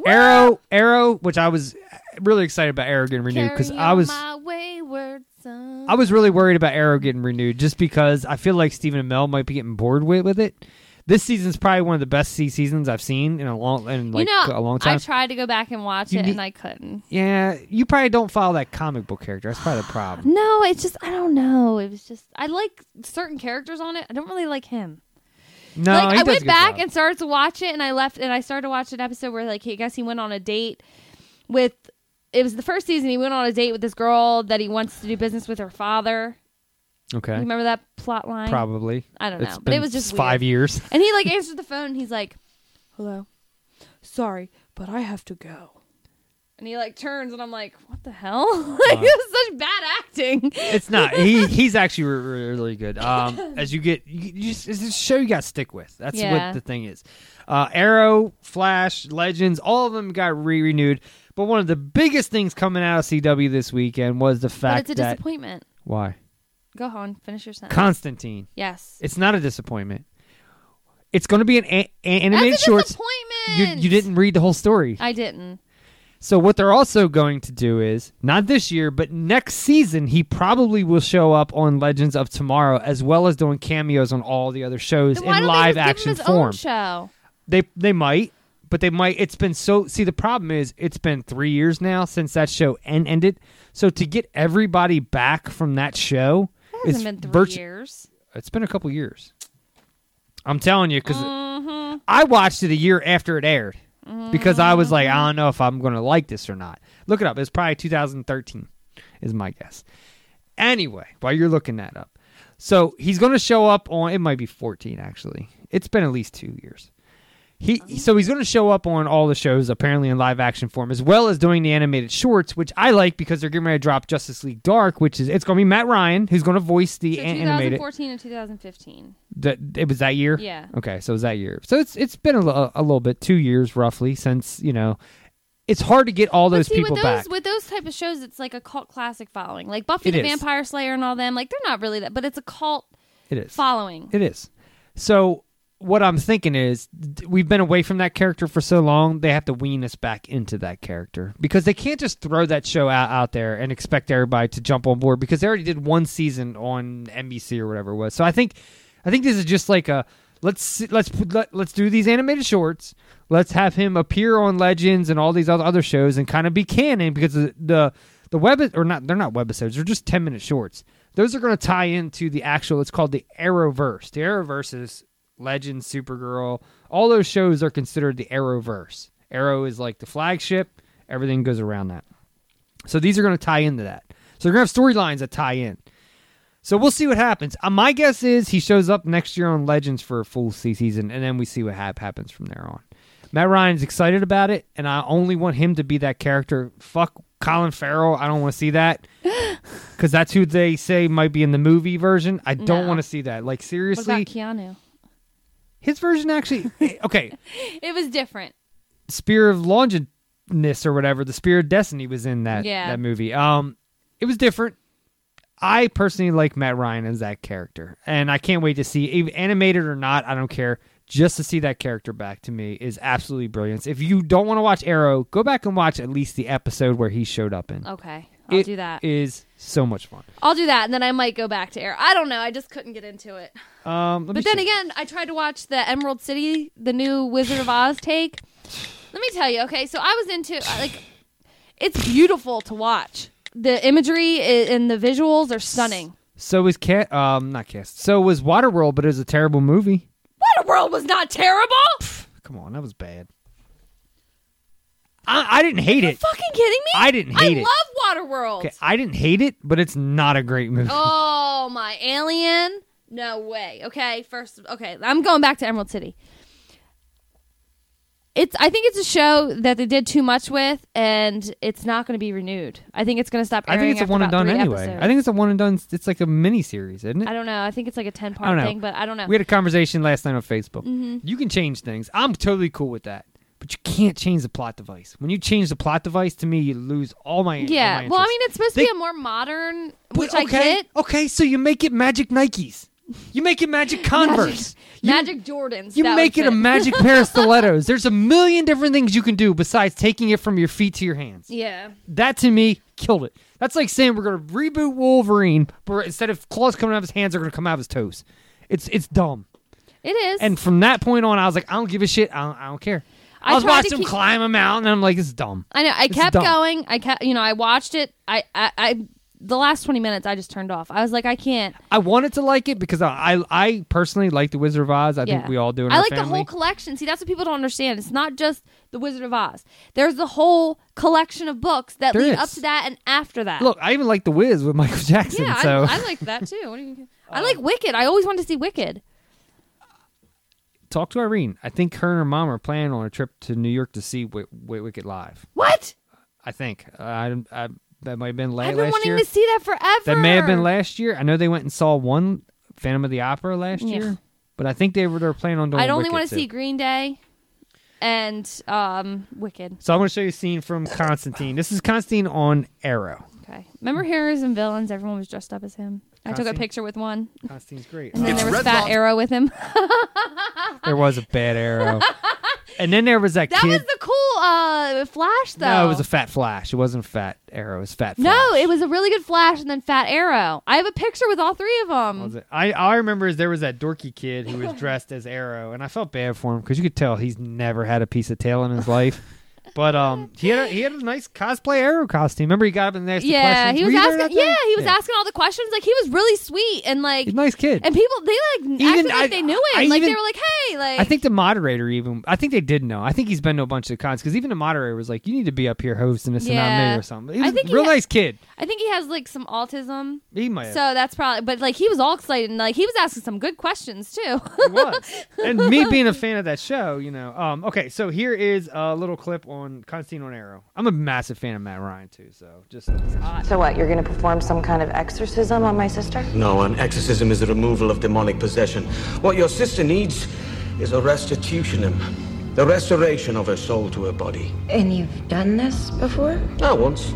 arrow arrow which i was really excited about arrow getting renewed because
Carry
i
on
was
my wayward son.
i was really worried about arrow getting renewed just because i feel like stephen and mel might be getting bored with, with it this season's probably one of the best sea seasons i've seen in a long in like
you know,
a long time
I tried to go back and watch
You
it,
need-
and I couldn't.
yeah you probably don't follow that comic book character that's probably the problem
No, it's just I don't know. It was just I like certain characters on it. I don't really like him.
no
like
he
I
does a
went
good
back
job.
and started to watch it, and I left, and I started to watch an episode where like he, I guess he went on a date with. It was the first season. He went on a date with this girl that he wants to do business with her father. You
okay
remember that plot line?
probably
I don't
It's
know, but it
been
was just
five
weird.
years [laughs]
And he like answered the phone. And he's like, "Hello, sorry, but I have to go." And he like turns, and I'm like, "What the hell?" [laughs] like it was such bad acting.
it's not. He he's actually re- really good.
[laughs]
Um, as you get, you, you just, it's a show you got to stick with. That's
Yeah.
what the thing is. Uh, Arrow, Flash, Legends, all of them got re renewed. But one of the biggest things coming out of CW this weekend was the
But
fact
it's a
that
disappointment.
why
Go on, finish your sentence.
Constantine.
Yes.
It's not a disappointment. It's going to be an a- a- animated
That's a
shorts.
disappointment!
You, you didn't read the whole story.
I didn't.
So what they're also going to do is not this year, but next season he probably will show up on Legends of Tomorrow as well as doing cameos on all the other shows
Then
in
why don't
live
they just
action
give him his
form.
Own show.
They they might, but they might. It's been so. See, the problem is it's been three years now since that show en- ended. So to get everybody back from that show,
It hasn't
it's
been three
virtu-
years.
It's been a couple years. I'm telling you, because
Mhm.
I watched it a year after it aired because I was like,
Mm-hmm.
I don't know if I'm going to like this or not. Look it up. It's probably 2013, is my guess. Anyway, while you're looking that up, so he's going to show up on. It might be 14 actually. It's been at least two years. He
Oh.
so he's going to show up on all the shows apparently in live action form as well as doing the animated shorts, which I like because they're getting ready to drop Justice League Dark, which is it's going to be Matt Ryan who's going to voice the
So
an- animated.
2014 and 2015.
That it was that year.
Yeah.
Okay, so it was that year. So it's it's been a, li- a little bit, two years roughly, since you know, it's hard to get all those
See,
people
with those
back.
with those type of shows, it's like a cult classic following. Like Buffy
It
the
is.
Vampire Slayer and all them. Like they're not really that, but it's a cult
It is.
following.
It is. So what I'm thinking is d- we've been away from that character for so long, they have to wean us back into that character because they can't just throw that show out, out there and expect everybody to jump on board because they already did one season on NBC or whatever it was. So I think I think this is just like a let's see- let's put- let, let's do these animated shorts. Let's have him appear on Legends and all these other other shows and kind of be canon because the the, the web or not they're not webisodes, they're just 10-minute shorts. Those are going to tie into the actual it's called the Arrowverse. The Arrowverse is Legends, Supergirl, all those shows are considered the Arrowverse. Arrow is like the flagship, everything goes around that. So these are going to tie into that. So they're going to have storylines that tie in. So we'll see what happens. Uh, my guess is he shows up next year on Legends for a full se- season, and then we see what hap- happens from there on. Matt Ryan's excited about it, and I only want him to be that character. Fuck Colin Farrell. I don't want to
[laughs]
see that because that's who they say might be in the movie version. I don't
No.
want to see that. Like
What
seriously,
about Keanu?
his version actually okay.
[laughs] It was different.
Spear of Longinus or whatever, the Spear of Destiny was in that
Yeah.
that movie. Um, it was different. I personally like Matt Ryan as that character, and I can't wait to see even animated or not. I don't care. Just to see that character back to me is absolutely brilliant. If you don't want to watch Arrow, go back and watch at least the episode where he showed up in.
Okay, Oh, I'll do that.
It is so much fun.
I'll do that, and then I might go back to air. I don't know. I just couldn't get into it.
Um, let me
But then
see.
again, I tried to watch the Emerald City, the new Wizard of Oz take. Let me tell you, okay, so I was into uh, like it's beautiful to watch. The imagery i- and the visuals are stunning.
so was Cat, um, not Cast. So was Waterworld, but it was a terrible movie.
Waterworld was not terrible.
Come on, that was bad. I, I didn't hate it.
Fucking kidding me?
I didn't hate
I
it.
love Waterworld.
Okay, I didn't hate it, but it's not a great [laughs] movie.
Oh my alien! No way. Okay, first, okay, I'm going back to Emerald City. It's. I think it's a show that they did too much with, and it's not going to be renewed. I think it's going to stop.
I think
airing
it's a
after
one and
about
done
three
anyway.
episodes.
I think it's a one and done. It's like a mini series, isn't it?
I don't know. I think it's like a ten
I don't
part
know.
thing, but I don't know.
We had a conversation last night on Facebook.
Mhm.
You can change things. I'm totally cool with that. But you can't change the plot device. When you change the plot device, to me, you lose all my all
yeah.
my
Well, I
interest.
mean, it's supposed
They-
to be a more modern,
But
which I
okay,
get.
Okay, so you make it Magic Nikes. You make
[laughs]
it Magic Converse.
Magic Jordans.
You
that
make
was
it a
[laughs]
magic pair of stilettos. There's a million different things you can do besides taking it from your feet to your hands.
yeah.
That to me killed it. That's like saying we're gonna reboot Wolverine, but instead of claws coming out of his hands, they're gonna come out of his toes. It's it's dumb.
It is.
And from that point on, I was like, I don't give a shit. I don't, I don't care. I,
I
was
tried to
watching him
keep-
climb a mountain, and I'm like, it's dumb.
I know. I
It's
kept
dumb.
going. I kept, you know, I watched it. I, I, I, the last twenty minutes, I just turned off. I was like, I can't.
I wanted to like it because I I, I personally like the Wizard of Oz. I think
Yeah.
we all do. In
I
our
like the
family.
whole collection. See, that's what people don't understand. It's not just the Wizard of Oz. There's the whole collection of books that
There
lead
is.
up to that and after that.
Look, I even like the Wiz with Michael Jackson.
yeah,
so Uh,
I, I like that too. What do you, I
[laughs]
like Wicked. I always wanted to see Wicked.
talk to Irene. I think her and her mom are planning on a trip to New York to see Wick, Wick, Wicked live.
What?
I think. I, I that might have been la-
I've been
last
wanting
year.
to see that forever.
That may have been last year. I know they went and saw one Phantom of the Opera last
Yeah.
year, but I think they were they were planning on doing.
I'd only
Wicked
want to
too.
see Green Day and um Wicked.
So I'm going to show you a scene from Constantine. This is Constantine on Arrow.
Okay. Remember Heroes and Villains? Everyone was dressed up as him. I took a
Constantine-
picture with one.
Constantine's great.
And then
It's
there was
Red
Fat
Fox.
Arrow with him. [laughs]
There was a bad arrow. and then there was that,
That
kid.
was the cool uh, flash, though.
No, it was a fat flash. It wasn't fat arrow. It was fat. Flash.
No, it was a really good flash, and then Fat Arrow. I have a picture with all three of them.
Was Oh, it- I all I remember is there was that dorky kid who was dressed as Arrow, and I felt bad for him because you could tell he's never had a piece of tail in his life. But um, he had a, he had a nice cosplay Arrow costume. Remember, he got up and asked the
yeah,
questions.
he
Were
was
you there
asking.
that
Yeah,
time?
he was asking all the questions. Like he was really sweet and like
He's a nice kid.
And people, they like
Even
acted
I-
like they knew
I
him. Like they
even-
were like, "Hey, like."
I think the moderator even I think they did know. I think he's been to a bunch of cons because even the moderator was like, "You need to be up here hosting this and not
Yeah.
me or something." He was
I think
a
he
real
ha-
nice kid.
I think he has like some autism.
He might have.
So that's probably, but like he was all excited and like he was asking some good questions too. [laughs]
and me being a fan of that show, you know. Um, okay, so here is a little clip on Constantine on Arrow. I'm a massive fan of Matt Ryan too, so just
So what? You're going to perform some kind of exorcism on my sister?
No, an exorcism is the removal of demonic possession. What your sister needs is a restitutionum, the restoration of her soul to her body.
And you've done this before?
Not once,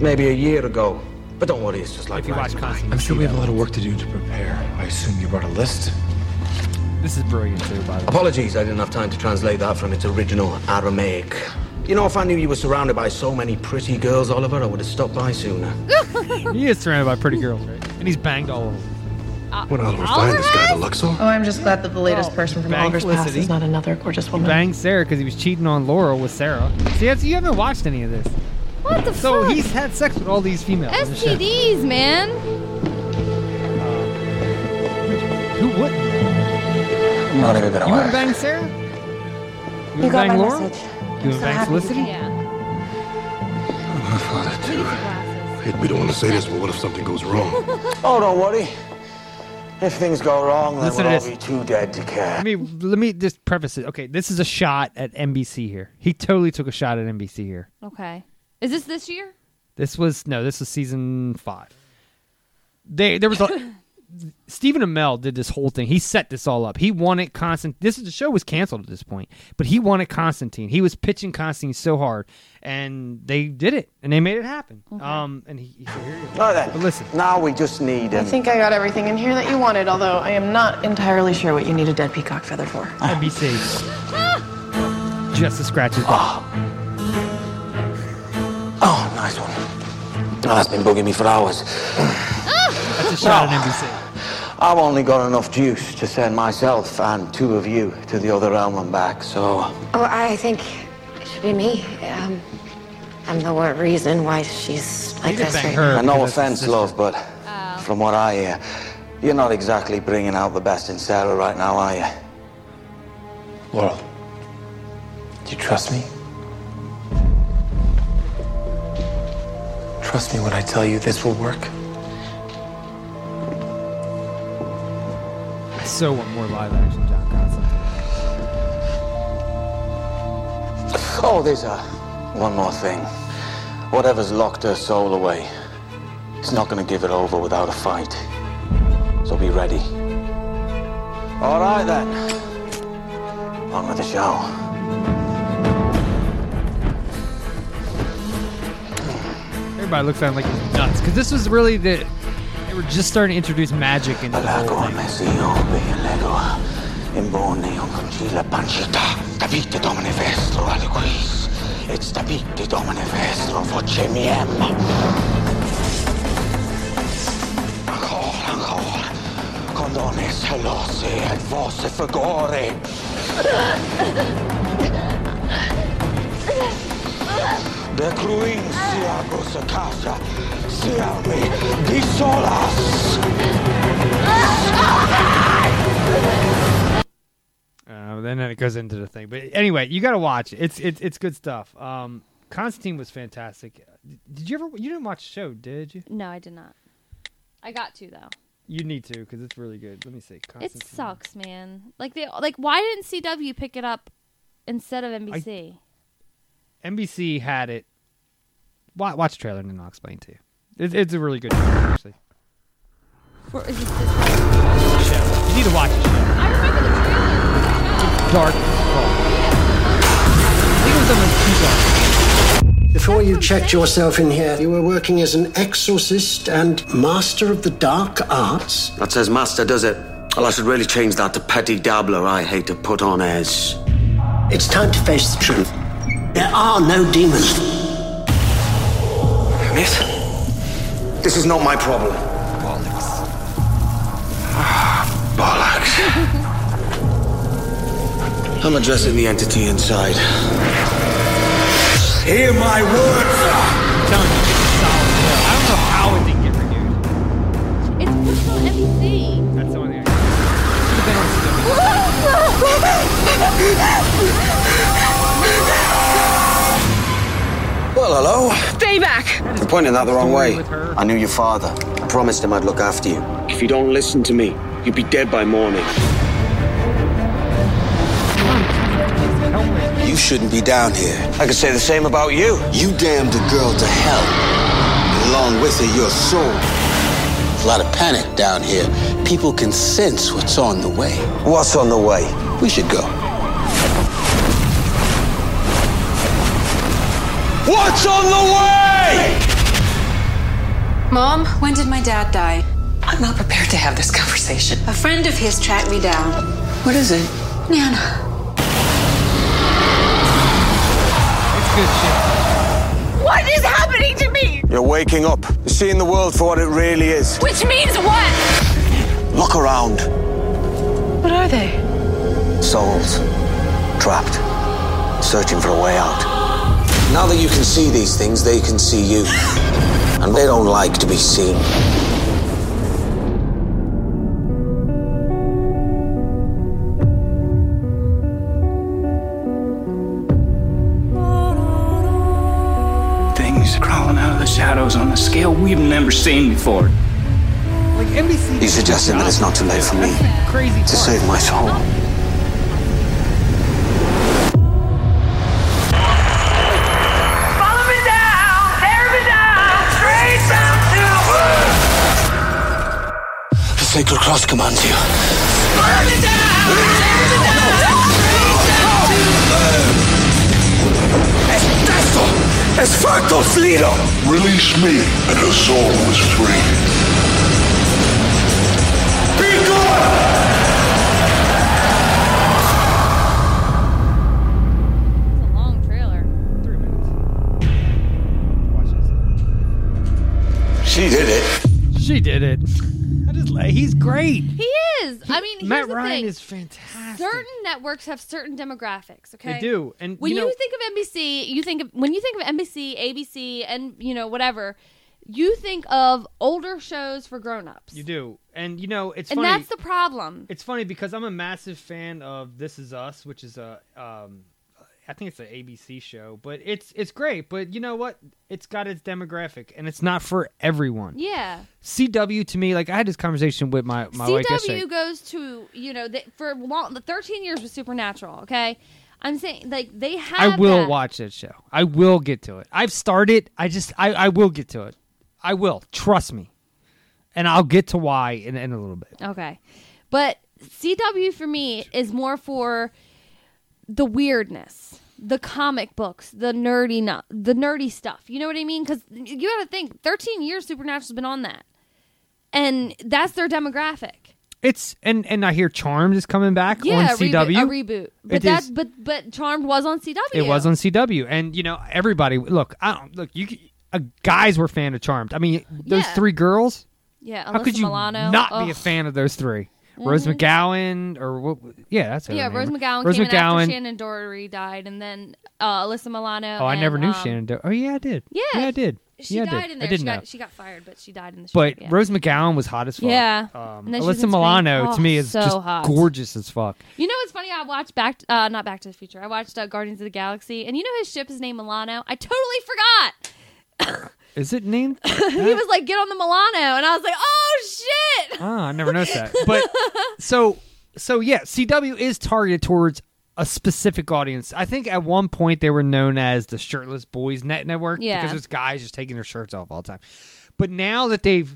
maybe a year ago. But don't worry, it's just like
If you watch
last night.
I'm sure we have a lot of work to do to prepare. I assume you brought a list.
This is brilliant too, by the way.
Apologies, I didn't have time to translate that from its original Aramaic. You know, if I knew you were surrounded by so many pretty girls, Oliver, I would have stopped by
[laughs]
sooner.
he is surrounded by pretty girls, right? And he's banged all over.
Uh,
When Oliver
find this guy, the
Luxor?
Oh, I'm just glad that the latest person from
bang
Oliver's past
Oh, Felicity.
is not another gorgeous
He
woman.
banged Sarah because he was cheating on Laurel with Sarah. See, that's, you haven't watched any of this.
What the
so
fuck?
he's had sex with all these females. on the show.
STDs, man.
Who would?
Not even gonna
You wouldn't
lie.
bang Sarah? You,
You got
wouldn't bang
my
Laurel?
message.
You
so
wouldn't bang
happy you
Felicity?
Yeah.
My father, too. Hey, we don't want to say this, but what if something goes wrong?
Oh, don't worry. If things go wrong, then
Listen
we'll
to this.
all be too dead to care.
Let me let me just preface it. Okay, this is a shot at NBC here. He totally took a shot at NBC here.
Okay. Is this this year?
This was no, this was season five. They there was
[laughs]
a Stephen Amell did this whole thing. He set this all up. He wanted Constant. This is the show was canceled at this point, but he wanted Constantine. He was pitching Constantine so hard, and they did it, and they made it happen. Um, and he, he- so here you go.
Now then, listen. Now we just need
I
him.
think I got everything in here that you wanted, although I am not entirely sure what you need a dead peacock feather for. [gasps]
NBC. Just the scratches.
[gasps]
Oh.
Oh, nice one. Oh, that's been bugging me for hours. [laughs]
That's a shot at NBC.
I've only got enough juice to send myself and two of you to the other realm and back, so.
Oh, I think it should be me. Um, I'm the one reason why she's like this right now.
And no offense, love, but
Oh.
from what I hear, you're not exactly bringing out the best in Sarah right now, are you?
Laurel, do you trust me? Trust me when I tell you this will work.
I so want more live action John Constantine.
Oh, there's a one more thing. Whatever's locked her soul away, it's not going to give it over without a fight. So be ready. All right then. On with the show.
Everybody looks at him like he's nuts because this was really the. They were just starting to introduce magic into the whole thing.
It's Davide Domine Vestro, voce miem. Ancora, ancora. Condone selose et voce fagore. De cruin siagus casa, siami di solas.
Uh, then it goes into the thing. But anyway, you got to watch. it. It's it's it's good stuff. Um, Constantine was fantastic. Did you ever? You didn't watch the show, did you?
No, I did not. I got to though.
You need to because it's really good. Let me see. Constantine.
It sucks, man. Like they like why didn't CW pick it up instead of NBC?
NBC had it. Watch, watch the trailer and then I'll explain to you. It's it's a really good show, actually.
For- is it-
You need to watch the show. Dark. as hell. I think it was almost too dark. It's
before you checked yourself in here, you were working as an exorcist and master of the dark arts?
That says master, does it? Well, I should really change that to petty dabbler I hate to put on airs.
It's time to face the truth. There are no demons.
Miss? This is not my problem. Ah, Bollocks. [laughs] I'm addressing the entity inside. [laughs] Hear my words!
I don't know how it didn't get renewed.
It's personal NBC.
That's the only thing. I
Well, hello.
Stay back.
You're pointing that the wrong way. I knew your father. I promised him I'd look after you. If you don't listen to me, you'll be dead by morning. You shouldn't be down here. I could say the same about you. You damned the girl to hell. Along with her, your soul. There's a lot of panic down here. People can sense what's on the way. What's on the way? We should go. What's on the way?
Mom, when did my dad die? I'm not prepared to have this conversation. A friend of his tracked me down. What is it? Nana.
What is happening to me?
You're waking up. You're seeing the world for what it really is.
Which means what?
Look around.
What are they?
Souls. Trapped. Searching for a way out. Now that you can see these things, they can see you. And they don't like to be seen.
Things crawling out of the shadows on a scale we've never seen before.
Like NBC.
You suggesting that it's not too late for me
Crazy.
to save my soul?
Follow me down! Tear me down! Straight down to
The Sacred Cross commands you.
Follow me down! Tear me down!
Es facto flido!
Release me, and her soul was free.
She did it.
She did it. I just like he's great.
He is. I mean,
Matt
here's the
Ryan
thing.
is fantastic.
Certain networks have certain demographics. Okay,
do, and,
when
you
you,
know-
think of NBC, you think of when you think of NBC, ABC, and you know whatever, you think of older shows for grown-ups,
You do, and you know it's
and
funny.
that's the problem.
It's funny because I'm a massive fan of This Is Us, which is a um, I think it's an ABC show, but it's it's great. But you know what? It's got its demographic, and it's not for everyone.
Yeah,
CW to me, like I had this conversation with my my wife yesterday.
CW goes to you know the, for long, the 13 years was Supernatural. Okay, I'm saying like they have.
I will
that.
watch that show. I will get to it. I've started. I just I I will get to it. I will trust me, and I'll get to why in, in a little bit.
Okay. But CW for me is more for the weirdness, the comic books, the nerdy nu- the nerdy stuff. You know what I mean? Cuz you got to think 13 years Supernatural's been on that. And that's their demographic.
It's and and I hear Charmed is coming back
Yeah,
on
a reboot-
CW.
a reboot. But
It
that
is.
but but Charmed was on CW.
It was on CW, and you know everybody. Look, I don't look. You c- uh, guys were fan of Charmed. I mean, those
Yeah.
three girls.
Yeah,
How could
Alyssa
you
Milano. Oh.
not be a
Ugh.
fan of those 3 Rose
Mhm.
McGowan, or what? Yeah, that's her
Yeah,
name,
Rose
right?
McGowan
Rose
came in
McGowan.
after Shannon Doherty died, and then uh, Alyssa Milano.
oh, I
and,
never knew
um,
Shannon. Do- oh yeah, I did.
Yeah,
I did.
She
yeah, I
died
did.
in
I
there.
didn't
she,
know.
Got, she got fired, but she died in the show.
but
yeah.
Rose McGowan was hot as fuck.
Yeah.
Um,
And then she was in
Alyssa
Scream.
Milano
Oh,
to me is
so
just
hot.
gorgeous as fuck.
You know what's funny? I watched back, uh, not Back to the Future. I watched uh, Guardians of the Galaxy, and you know his ship is named Milano. I totally
Is
[laughs]
it named?
forgot. he was like, "Get on the Milano," and I was like, "Oh shit!"
Ah, I never noticed that. But so so yeah, CW is targeted towards a specific audience. I think at one point they were known as the Shirtless Boys Net Network
Yeah.
because it's guys just taking their shirts off all the time. But now that they've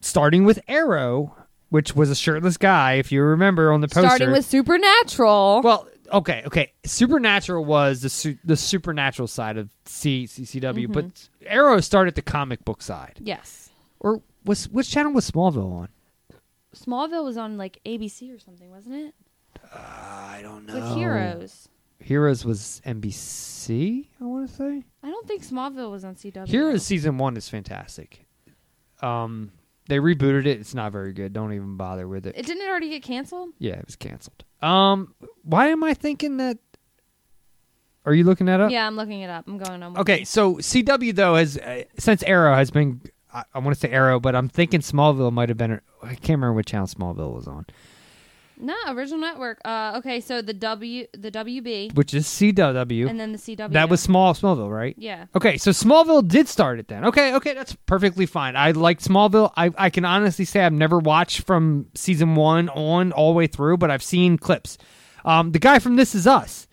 starting with Arrow, which was a shirtless guy, if you remember on the poster,
Starting with Supernatural.
Well, okay, okay. Supernatural was the su- the supernatural side of C- CCW,
Mhm.
but Arrow started the comic book side.
Yes.
Or was which channel was Smallville on?
Smallville was on like ABC or something, wasn't it?
I don't
With Heroes.
Oh. Heroes was NBC. I want to say
I don't think Smallville was on CW.
Heroes season one is fantastic. Um, they rebooted it. It's not very good. Don't even bother with it.
It didn't it already get canceled?
yeah, it was canceled. Um, why am I thinking that? Are you looking that up?
yeah, I'm looking it up. I'm going on. with
Okay,
you.
so CW though has uh, since Arrow has been I, I want to say Arrow, but I'm thinking Smallville might have been I can't remember which channel Smallville was on,
No, original network. Uh, okay, so the W, the WB,
which is CW.
And then the CW.
That was small Smallville, right?
Yeah.
Okay, so Smallville did start it then. Okay, okay, that's perfectly fine. I like Smallville. I I can honestly say I've never watched from season 1 on all the way through, but I've seen clips. Um the guy from This Is Us,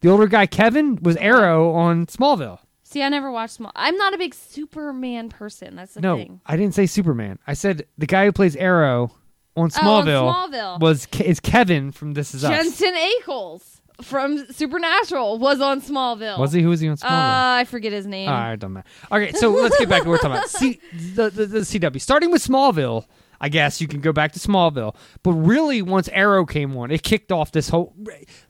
the older guy Kevin was Arrow on Smallville.
See, I never watched Small. I'm not a big Superman person. That's the
no,
thing.
I didn't say Superman. I said the guy who plays Arrow on
Oh, on
Smallville,
Smallville.
was Ke- is Kevin from This Is Us.
Jensen Ackles from Supernatural was on Smallville.
Was he? Who was he on Smallville?
Uh, I forget his name.
All right, don't matter. Okay, so let's get back to what we're talking about. See the, the the CW starting with Smallville. I guess you can go back to Smallville, but really, once Arrow came on, it kicked off this whole.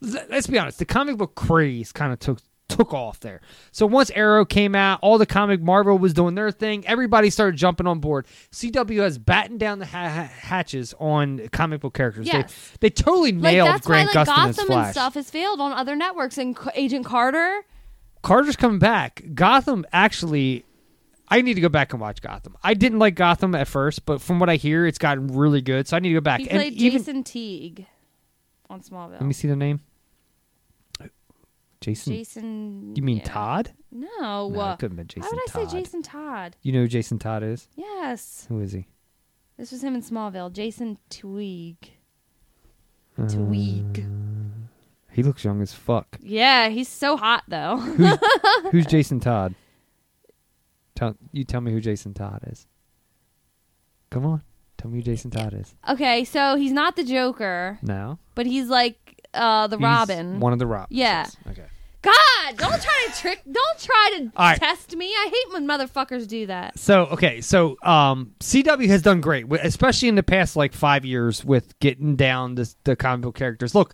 let- Let's be honest, the comic book craze kind of took took off there. So once Arrow came out, all the comic Marvel was doing their thing. Everybody started jumping on board. CW has battened down the ha- ha- hatches on comic book characters.
Yes.
They, they totally
Like
nailed
that's
Grant
why like
Gustin as
Gotham
Flash.
and stuff has failed on other networks and C- Agent Carter.
Carter's coming back. Gotham actually I need to go back and watch Gotham. I didn't like Gotham at first, but from what I hear, it's gotten really good. So I need to go back.
He
and
played
even
Jason Teague on Smallville.
let me see the name. Jason.
Jason.
You mean
yeah.
Todd?
No.
No,
uh,
it couldn't have been
Why would
Jason
I
Todd.
say Jason Todd?
You know who Jason Todd is?
Yes.
Who is he?
This was him in Smallville. Jason Teague.
Tweeg. Uh, he looks young as fuck.
Yeah, he's so hot though. [laughs]
[laughs] Who's, who's Jason Todd? Tell you tell me who Jason Todd is. Come on, tell me who Jason Todd is.
okay, so he's not the Joker,
Now,
but he's like uh the
He's
Robin.
one of the Robins,
Yeah.
yes. Okay.
God, don't try to trick. Don't try to
All right.
test me. I hate when motherfuckers do that.
So okay, so um, CW has done great, wi- especially in the past like five years with getting down this, the comic book characters. Look,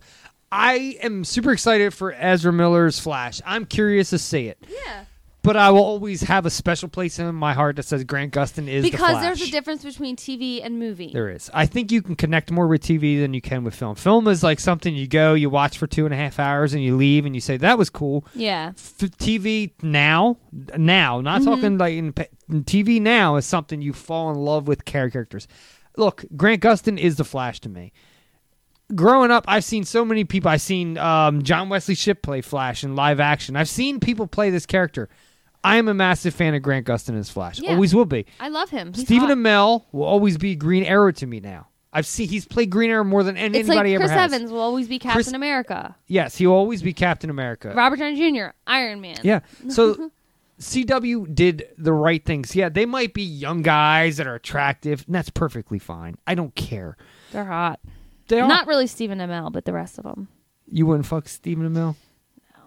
I am super excited for Ezra Miller's Flash. I'm curious to see it.
Yeah.
But I will always have a special place in my heart that says Grant Gustin is the
because
Flash.
there's a difference between TV and movie.
There is. I think you can connect more with TV than you can with film. Film is like something you go, you watch for two and a half hours, and you leave, and you say that was cool.
Yeah.
F- TV now, now, not
Mhm.
talking like in, pa- in TV now is something you fall in love with char- characters. Look, Grant Gustin is the Flash to me. Growing up, I've seen so many people. I've seen um, John Wesley Shipp play Flash in live action. I've seen people play this character. I am a massive fan of Grant Gustin as Flash.
Yeah.
Always will be.
I love him. He's
Stephen
hot.
Amell will always be Green Arrow to me now. I've seen he's played Green Arrow more than an-
It's like
anybody
Chris
ever has.
Evans will always be Captain
Chris-
America.
Yes, he'll always be Captain America.
Robert Downey Jr. Iron Man. [laughs]
Yeah. So CW did the right things. Yeah, they might be young guys that are attractive, and that's perfectly fine. I don't care.
they're hot.
They are-
not really Stephen Amell, but the rest of them.
You wouldn't fuck Stephen Amell?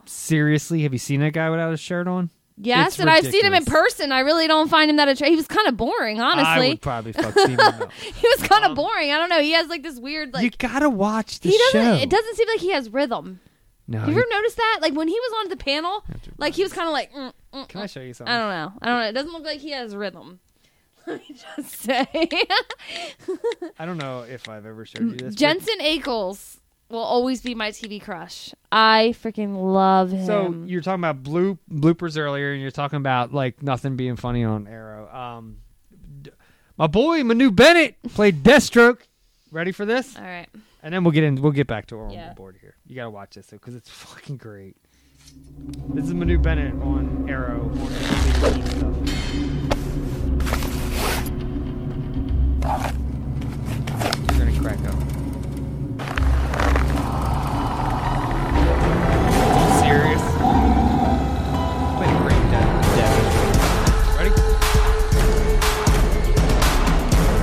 Seriously, have you seen that guy without a shirt on?
Yes,
It's
and I've seen him in
ridiculous.
person. I really don't find him that attractive. He was kind of boring, honestly.
I would probably fuck Stephen
[laughs]
Amell.
he was kind of boring. I don't know. He has like this weird like
you gotta watch the
he doesn't.
show.
It doesn't seem like he has rhythm.
No,
Have you ever noticed that? Like when he was on the panel, like he was kind of like. Mm, mm,
Can I show you
I don't know. I don't know. It doesn't look like he has rhythm. [laughs] Let me just say,
I don't know if I've ever showed you this. but-
Um, Jensen Ackles will always be my TV crush. [laughs] I freaking love him.
So you're talking about blue bloopers earlier, and you're talking about like nothing being funny on Arrow. Um, d- my boy Manu Bennett played Deathstroke. Ready for this? All
right.
And then we'll get in. We'll get back to our
Yeah.
board here. You gotta watch this though, because it's [laughs] fucking great. This is Manu Bennett on Arrow. on the TV stuff. You're gonna crack up. Serious? Play the great death. death. Ready?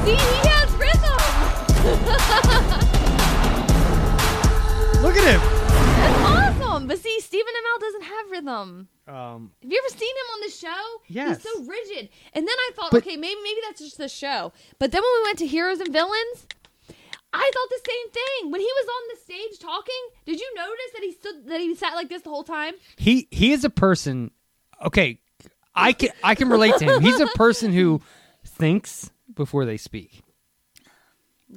See, he has rhythm.
Look at him.
That's awesome. But see, Stephen Amell doesn't have rhythm.
Um,
Have you ever seen him on the show?
Yes.
He's so rigid. And then I thought,
But-
okay, maybe maybe that's just the show. But then when we went to Heroes and Villains, I thought the same thing. When he was on the stage talking, did you notice that he stood that he sat like this the whole time?
he he is a person. Okay, I can I can relate to him. He's a person who thinks before they speak.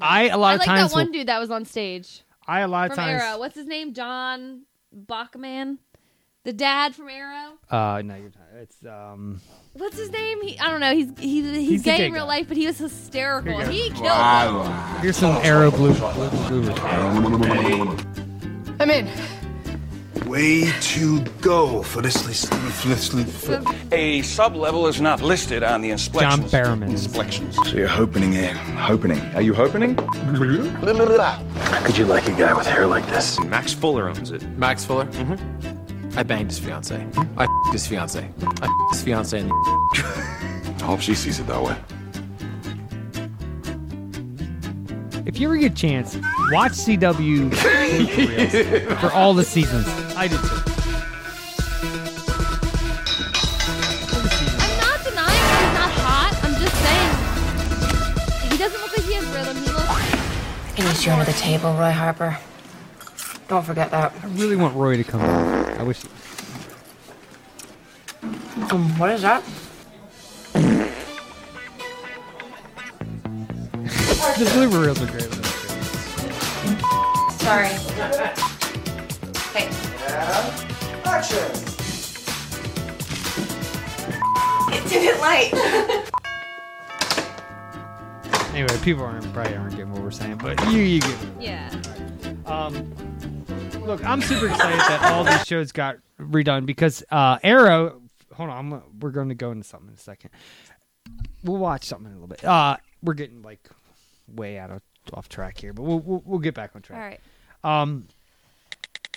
I a lot
I
of
like
times
that one
will-
dude that was on stage
I a lot of
from
times
Arrow. What's his name? John Bachman, the dad from Arrow.
Uh, no, you're not. It's um.
What's his name? He, I don't know. He's he, he's,
He's the
gay
gay
in real
guy.
life, but he was hysterical.
Here you
He
go.
killed.
Here's some arrow blue. blue, blue.
I'm in.
Way to go for this, this, this, this- this-
A sub-level is not listed on the inspections. John Barrowman. Inspections.
So you're opening it. Opening. Are you opening?
Could you like a guy with hair like this? Max Fuller owns it. Max Fuller? Mm-hmm. I banged his fiance. I his fiance. I his fiance and [laughs]
I hope she sees it that way.
If you ever get a chance, watch CW for all the seasons. I did too.
I'm not denying that he's not hot. I'm just saying he doesn't look like he has rhythm. He looks.
I need you under the table, Roy Harper. Don't forget that.
I really want Roy to come. back. I wish.
Um, what is that?
This liver reels are great.
Sorry. Hey. It didn't light. [laughs]
Anyway, people aren't, probably aren't getting what we're saying, but you you get. it.
Yeah.
Um. Look, I'm super excited that all these shows got redone because uh, Arrow. Hold on, I'm gonna- we're going to go into something in a second. We'll watch something in a little bit. Uh, we're getting like way out of off track here, but we'll we'll, we'll get back on
All
track.
right.
Um,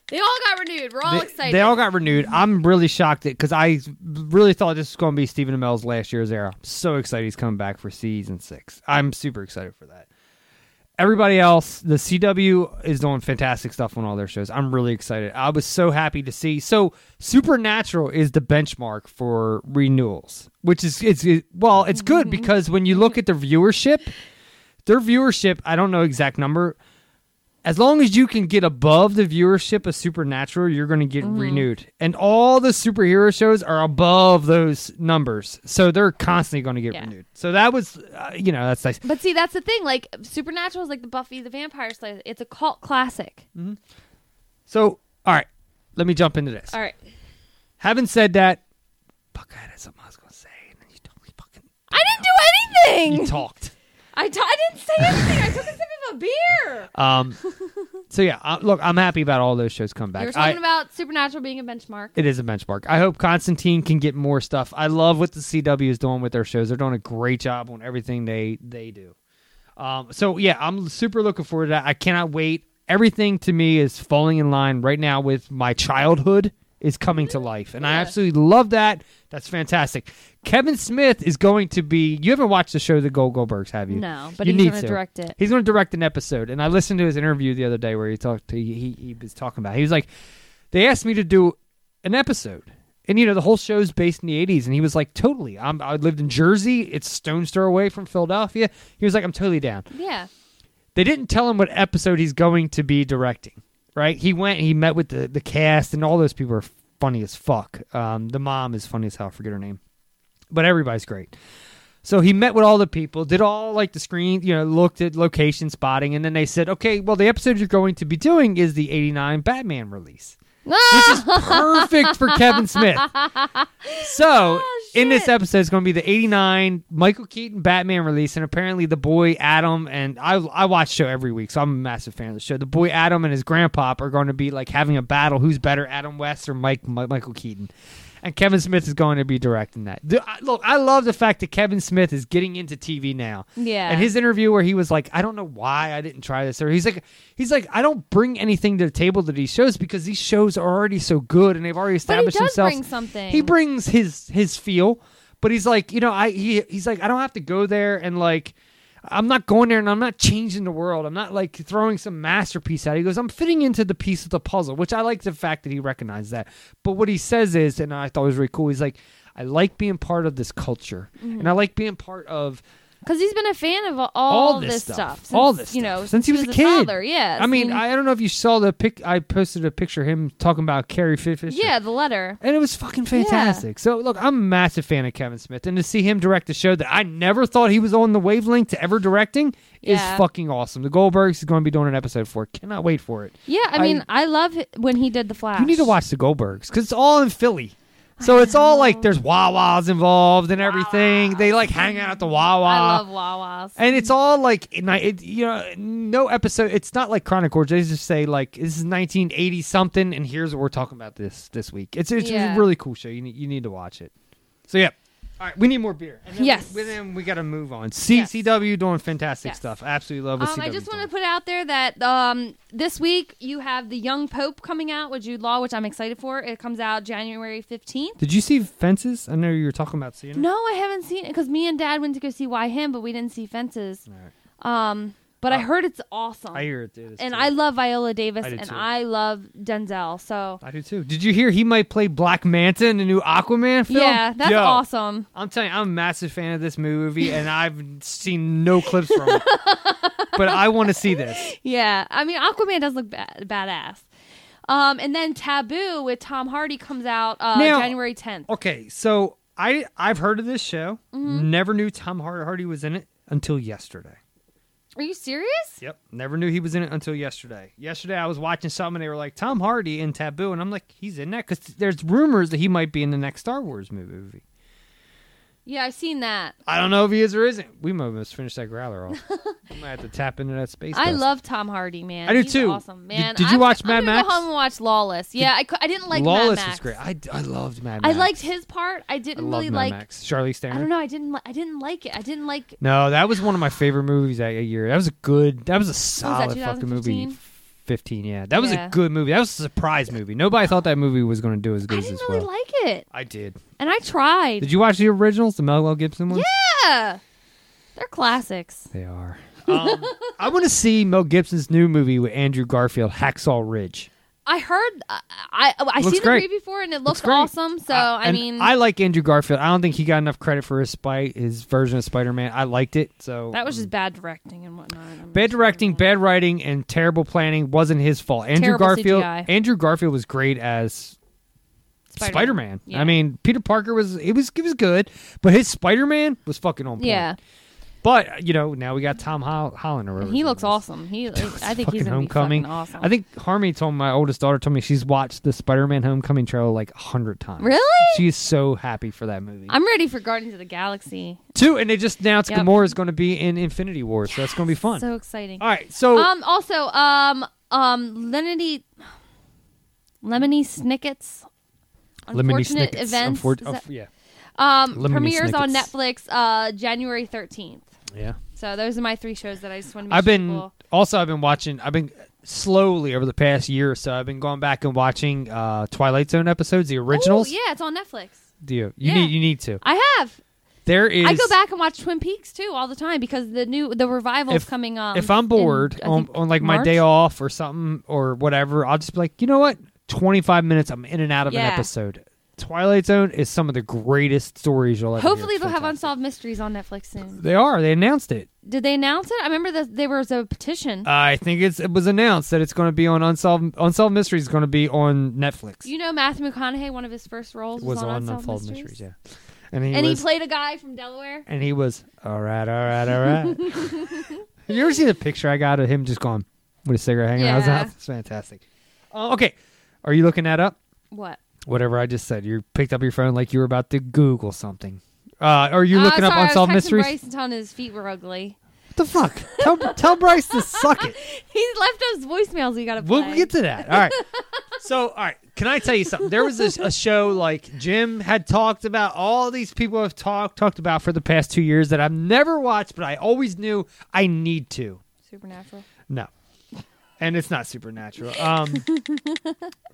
They all got renewed. We're all
they,
excited.
they all got renewed. I'm really shocked because I really thought this was going to be Stephen Amell's last year's era. I'm so excited he's coming back for season six. I'm super excited for that. Everybody else, the CW is doing fantastic stuff on all their shows. I'm really excited. I was so happy to see. So Supernatural is the benchmark for renewals, which is it's it, well, it's good
Mm-hmm.
because when you look at their viewership, their viewership, I don't know exact number, as long as you can get above the viewership of Supernatural, you're going to get
Mm-hmm.
renewed. And all the superhero shows are above those numbers. So they're constantly going to get renewed. So that was, uh, you know, that's nice.
But see, that's the thing. Like Supernatural is like the Buffy the Vampire Slayer. It's a cult classic.
So, all right, let me jump into this.
All right.
Having said that, fuck, I had something I was going to say. And then you totally
I didn't do
fucking
anything. [laughs]
you talked.
I, t- I didn't say anything. I took a sip of a beer.
Um, so, yeah, uh, look, I'm happy about all those shows coming back.
You were
I-
talking about Supernatural being a benchmark.
It is a benchmark. I hope Constantine can get more stuff. I love what the CW is doing with their shows. They're doing a great job on everything they they do. Um, so yeah, I'm super looking forward to that. I cannot wait. Everything to me is falling in line right now with my childhood is coming to life, and I absolutely love that. That's fantastic. Kevin Smith is going to be. You haven't watched the show The Gold Goldbergs, have you?
No, but
You
he's
need
gonna
to.
direct it.
He's going to direct an episode, and I listened to his interview the other day where he talked. To, he he- he was talking about. He was like, they asked me to do an episode, and you know the whole show's based in the '80s, and he was like, totally. I'm I lived in Jersey. It's stone's throw away from Philadelphia. He was like, I'm totally down.
[laughs] Yeah.
They didn't tell him what episode he's going to be directing. Right? He went. and He met with the the cast, and all those people are funny as fuck. Um, the mom is funny as hell. I forget her name, but everybody's great. So he met with all the people, did all like the screen, you know, looked at location spotting, and then they said, okay, well, the episode you're going to be doing is the 89 Batman release.
Which
is perfect for Kevin Smith. So
Oh,
in this episode, it's going to be the 89 Michael Keaton Batman release, and apparently the boy Adam, and I, I watch the show every week, so I'm a massive fan of the show. The boy Adam and his grandpop are going to be like having a battle who's better, Adam West or Mike, Mi- Michael Keaton. And Kevin Smith is going to be directing that. The- I- look, I love the fact that Kevin Smith is getting into TV now.
Yeah.
And his interview where he was like, I don't know why I didn't try this, or he's like, he's like, I don't bring anything to the table to these shows because these shows are already so good and they've
But
already
he
established
does
themselves.
bring something.
He brings his his feel, but he's like, you know, I he he's like, I don't have to go there and like. I'm not going there and I'm not changing the world. I'm not like throwing some masterpiece out. He goes, I'm fitting into the piece of the puzzle, which I like the fact that he recognized that. But what he says is, and I thought was really cool, he's like, I like being part of this culture
Mhm.
and I like being part of
Because he's been a fan of all,
all
this, stuff. since,
all this,
you
stuff.
know,
since he was, a kid.
Father. Yeah,
I mean, I, I don't know if you saw the pic. I posted a picture of him talking about Carrie Fisher.
yeah, the letter.
And it was fucking fantastic. So look, I'm a massive fan of Kevin Smith, and to see him direct a show that I never thought he was on the wavelength to ever directing
Yeah.
is fucking awesome. The Goldbergs is going to be doing an episode for. it. Cannot wait for it.
Yeah, I
I-
mean, I, love it when he did the Flash.
You need to watch the Goldbergs because it's all in Philly. So it's all like there's Wawas involved and everything. They like hang out at the Wawa.
I love Wawas.
And it's all like, and I- it, you know, no episode. It's not like Chronic Orge. They just say like, this is 1980 something, and here's what we're talking about this this week. It's it's
Yeah.
a really cool show. You need, you need to watch it. So yeah, all right. We need more beer. And then
Yes.
We, then we got to move on. CCW doing fantastic stuff. Absolutely love what
Um,
CW.
I just want to put out there that um, this week you have the Young Pope coming out with Jude Law, which I'm excited for. It comes out January 15th.
Did you see Fences? I know you were talking about seeing. it.
No, I haven't seen it because me and Dad went to go see Why Him, but we didn't see Fences. Um, but I
Uh,
heard it's awesome.
I hear it did.
and I love Viola Davis,
I do
and
too.
I love Denzel. So
I do too. Did you hear he might play Black Manta in the new Aquaman film?
yeah, that's
Yo,
awesome.
I'm telling you, I'm a massive fan of this movie, and I've seen no clips
[laughs]
from it. but I want to see this.
Yeah, I mean Aquaman does look bad- badass. Um, and then Taboo with Tom Hardy comes out uh,
Now-
January 10th.
Okay, so I I've heard of this show.
Mm-hmm.
Never knew Tom Har- Hardy was in it until yesterday.
Are you serious?
Yep. Never knew he was in it until yesterday. Yesterday I was watching something and they were like Tom Hardy in Taboo, and I'm like, he's in that because there's rumors that he might be in the next Star Wars movie.
Yeah, I've seen that.
I don't know if he is or isn't. We might almost finish that
[laughs]
growler off. I might have to tap into that space.
I
dust.
love Tom Hardy, man.
I do
He's
too.
Awesome,
Did-
man.
did you
I'm-
watch
I'm
Mad
gonna
Max?
Go home and watch Lawless. Yeah, I cou- I, didn't like
Lawless
Mad Max.
was great. I, I loved Mad
I
Max.
liked his part. I didn't
loved
really
Mad
like.
Max. Charlize Theron.
I don't know. I didn't. Li- I didn't like it. I didn't like.
No, that was one of my favorite movies that year. That was a good. That was a solid fucking movie.
2015?
Fifteen, yeah, that was
Yeah.
a good movie. That was a surprise movie. Nobody thought that movie was going to do as good
I
as
didn't
this
really
was.
like it.
I did.
And I tried.
Did you watch the originals, the Mel Gibson ones?
Yeah, they're classics. [laughs]
They are. Um, I want to see Mel Gibson's new movie with Andrew Garfield, Hacksaw Ridge.
I heard. I I, I
Looks
seen
great.
the preview for it, and it
Looks
looked
great. Uh,
awesome. So I
And
mean,
I like Andrew Garfield. I don't think he got enough credit for his spite, his version of Spider Man. I liked it. So
that was just bad directing and whatnot.
Bad directing, bad writing, and terrible planning wasn't his fault. Andrew
Terrible
Garfield.
CGI.
Andrew Garfield was great as
Spider-Man.
Spider Man.
Yeah.
I mean, Peter Parker was it was it was good, but his Spider Man was fucking on point.
Yeah,
But you know, now we got Tom Hol- Holland or whatever.
he looks awesome.
[laughs]
He, I think he's
Fucking
gonna
homecoming.
Be fucking awesome.
I think Harmony told my oldest daughter told me she's watched the Spider Man Homecoming trailer like a hundred times.
Really?
She's so happy for that movie.
I'm ready for Guardians of the Galaxy.
Too, and they just announced
Yep.
Gamora is going to be in Infinity War, so that's going to be fun.
So exciting.
All right, so
um, also, um, um, Lenity, Lemony Snicket's
Lemony
unfortunate
Snicket's
events.
Unfor-
is
oh,
that-
yeah.
Um,
Lemony
premieres on
Snicket's.
Netflix uh, January thirteenth.
Yeah.
So those are my three shows that I just want to. Make
I've
sure
been
people-
also I've been watching I've been slowly over the past year or so I've been going back and watching uh Twilight Zone episodes, the originals.
Ooh, yeah, it's on Netflix.
Do you you
Yeah.
need you need to.
I have.
there is
I go back and watch Twin Peaks too all the time because the new the revival is
if,
coming. Um,
if I'm
in,
bored
I
on,
think,
on like my day
March.
off or something or whatever, I'll just be like, you know what? Twenty five minutes I'm in and out of
Yeah.
an episode. Twilight Zone is some of the greatest stories you'll ever hear.
Hopefully they'll have Unsolved Mysteries on Netflix soon.
They are. They announced it.
Did they announce it? I remember that there was a petition.
I think it's it was announced that it's going to be on Unsolved Unsolved Mysteries is going to be on Netflix.
You know, Matthew McConaughey, one of his first roles was, on, Unsolved, Mysteries,
yeah. And he
and
was,
he played a guy from Delaware.
and he was all right, all right, all
[laughs]
right. you ever see the picture I got of him just going with a cigarette hanging out his
Yeah.
mouth? It's fantastic. Uh, okay, are you looking that up?
What?
Whatever I just said, you picked up your phone like you were about to Google something. Uh, are you
Oh,
looking
sorry,
up Unsolved
I was texting
Mysteries?
Bryce and telling his feet were ugly. [laughs]
What the fuck? tell, tell Bryce to suck it.
He left us voicemails. We got to play.
We'll get to
[laughs]
that. All right. So, all right. Can I tell you something? There was this, a show like Jim had talked about. All these people have talked talked about for the past two years that I've never watched, but I always knew I need to.
Supernatural.
No, and it's not supernatural. Um,
[laughs]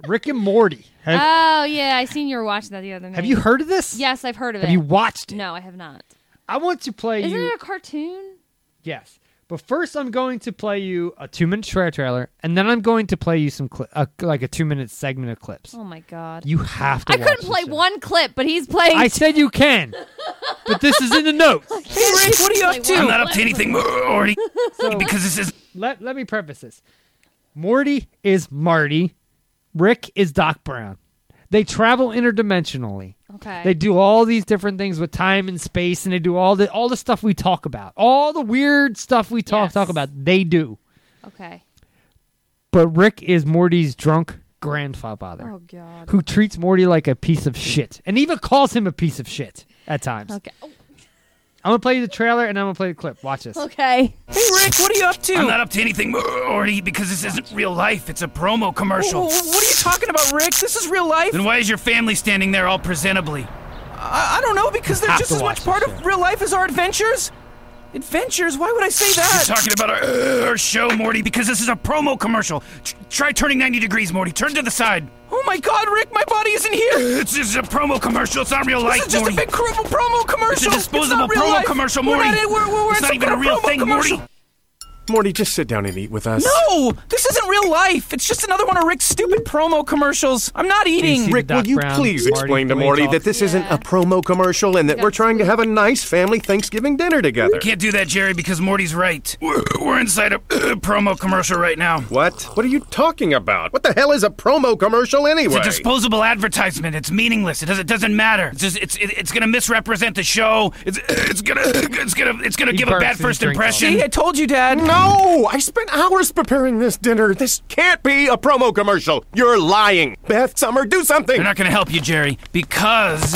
Rick and Morty. Have,
oh yeah, I seen you were watching that the other night.
have you heard of this?
Yes, I've heard of
Have
it.
you watched it?
No, I have not.
I want to play
Isn't
you.
it a cartoon?
Yes. But first, I'm going to play you a two minute trailer trailer, and then I'm going to play you some cli- uh, like a two minute segment of clips.
Oh my god.
You have to.
I
watch
couldn't
this
play
show.
one clip, but he's playing.
I said you can, but this is in the notes. hey, Rafe, what are you up to?
I'm not up to anything, [laughs] Morty.
because this is. Let Let me preface this. Morty is Marty. Rick is Doc Brown. They travel interdimensionally.
Okay.
They do all these different things with time and space, and they do all the all the stuff we talk about, all the weird stuff we talk talk about. They do.
Okay.
But Rick is Morty's drunk grandfather.
Oh, God.
Who treats Morty like a piece of shit and even calls him a piece of shit at times.
Okay.
I'm going to play you the trailer and I'm going to play the clip. Watch this.
Okay.
Hey, Rick, what are you up to?
I'm not
up to anything,
e,
Morty, because this isn't real life. It's a promo
commercial.
what are you talking about, Rick? This is real life.
Then why is your family standing there all presentably?
I, I don't know, because they're
Have
just
to
as much
watch
part
this
of real life as our adventures. Adventures? Why would I say that?
You're talking about our, uh, our
[laughs]
show, Morty, because this is a promo commercial. Tr- try turning 90 degrees, Morty. Turn to the side.
Oh my god, Rick, my body isn't here!
It's just a promo commercial. It's not real life,
This is just
Morty.
a big cr- promo commercial!
It's a disposable
not real
promo
life.
commercial,
We're
Morty.
not in- we're- we're- we're
It's
in
not
some
even
kind
a
of
real
promo
thing,
commercial.
Morty.
Morty, just sit down and eat with us.
No! This isn't real life! It's just another one of Rick's stupid promo commercials! I'm not eating!
Rick, will you please explain to Morty that this isn't a promo commercial and that we're trying to have a nice family Thanksgiving dinner together?
You can't do that, Jerry, because Morty's right. We're, we're inside a [clears throat] uh, promo commercial right now.
What? What are you talking about? What the hell is a promo commercial
It's
anyway?
a disposable advertisement. It's meaningless. It doesn't doesn't matter. It's just, it's it, it's gonna misrepresent the show. It's it's gonna it's gonna it's gonna
He
give a
burps
bad
and
first
drinks all
impression.
day.
told you, Dad.
No! I spent hours preparing this dinner. This can't be a promo commercial. You're lying. Beth, Summer, do something. They're
not going to help you, Jerry, because.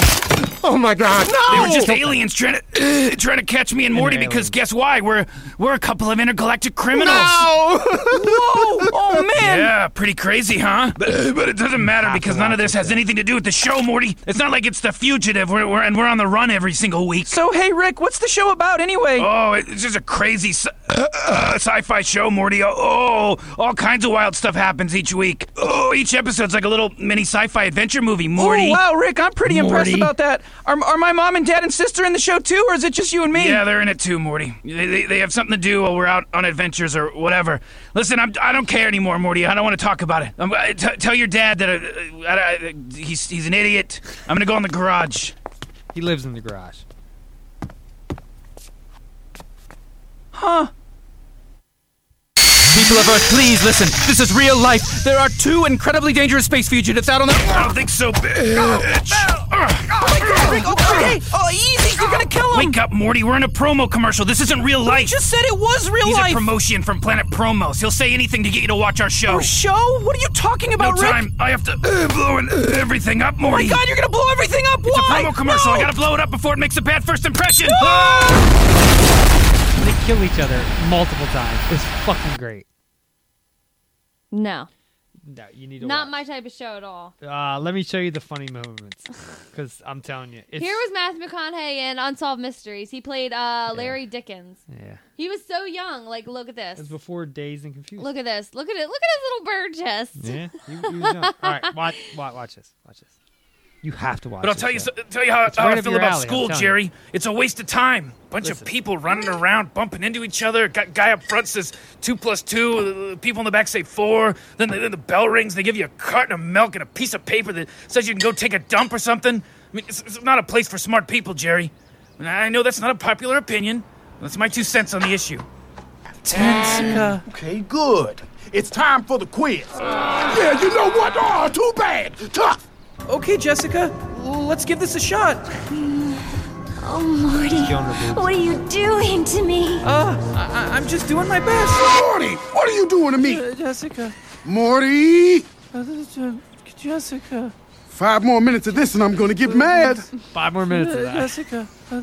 Oh my God! No!
They were just aliens trying to [clears throat] uh, trying to catch me and Morty because guess why? We're we're a couple of intergalactic criminals.
Oh.
Whoa! Oh man!
Yeah, pretty crazy, huh? [laughs] But, but it doesn't matter because none of this has anything to do with the show, Morty. It's not like it's the fugitive we're, we're, and we're on the run every single week.
So, hey, Rick, what's the show about anyway?
Oh, it- it's just a crazy sci- sci-fi show, Morty. Oh, oh, all kinds of wild stuff happens each week. Oh, each episode's like a little mini sci-fi adventure movie, Morty.
Oh, wow, Rick, I'm pretty impressed
Morty.
about that. Are, are my mom and dad and sister in the show too, or is it just you and me?
Yeah, they're in it too, Morty. They, they, they have something to do while we're out on adventures or whatever. Listen, I'm, I don't care anymore, Morty. I don't want to talk about it. I'm, I, t- tell your dad that uh, I, I, he's, he's an idiot. I'm going to go in the garage.
He lives in the garage.
Huh. People of Earth, please listen. This is real life. There are two incredibly dangerous space fugitives out on the. I
don't think so, bitch.
Oh my god, Rick, okay, okay. Oh, easy, you're gonna kill him.
Wake up, Morty. We're in a promo commercial. This isn't real life.
You just said it was real
he's
life.
a promotion from Planet Promos. He'll say anything to get you to watch our show.
Our show? What are you talking about,
no
Rick?
time. I have to uh, blow an, uh, everything up,
Oh my
Morty.
god, you're gonna blow everything up!
It's
Why?
a promo commercial.
No!
I gotta blow it up before it makes a bad first impression. Ah!
They kill each other multiple times. It's fucking great.
[laughs] No.
No, you need to
Not my type of show at all.
Uh, let me show you the funny moments, because I'm telling you, it's,
Here was Matthew McConaughey in Unsolved Mysteries. He played uh, Larry Dickens.
yeah,
He was so young. Like, look at
it's
this.
before Days and Confusion.
Look at this. Look at it. Look at his little bird chest.
Yeah, you, you was young. all
[laughs]
right, watch, watch, watch this, watch this. You have to watch.
But I'll
this
tell you,
show.
so, tell you how,
It's
how
right
I
up
feel
your
about
alley, I'm
school,
telling you.
Jerry. It's a waste of time. Bunch of people running around, bumping into each other. Gu- guy up front says two plus two. uh, People in the back say four. Then the, then the bell rings. They give you a carton of milk and a piece of paper that says you can go take a dump or something. I mean, it's, it's not a place for smart people, Jerry. And I know that's not a popular opinion. That's my two cents on the issue.
Okay, good. It's time for the quiz. Yeah, you know what? Oh, too bad. Tough.
Okay, Jessica, l- let's give this a shot.
Oh, Morty. What are you doing to me?
Uh, I- I- I'm just doing my best.
Morty, what are you doing to me?
Uh, Jessica.
Morty,
Uh, Je- Jessica.
five more minutes of this and I'm gonna get mad.
Five more
Uh,
[laughs]
Jessica. Uh,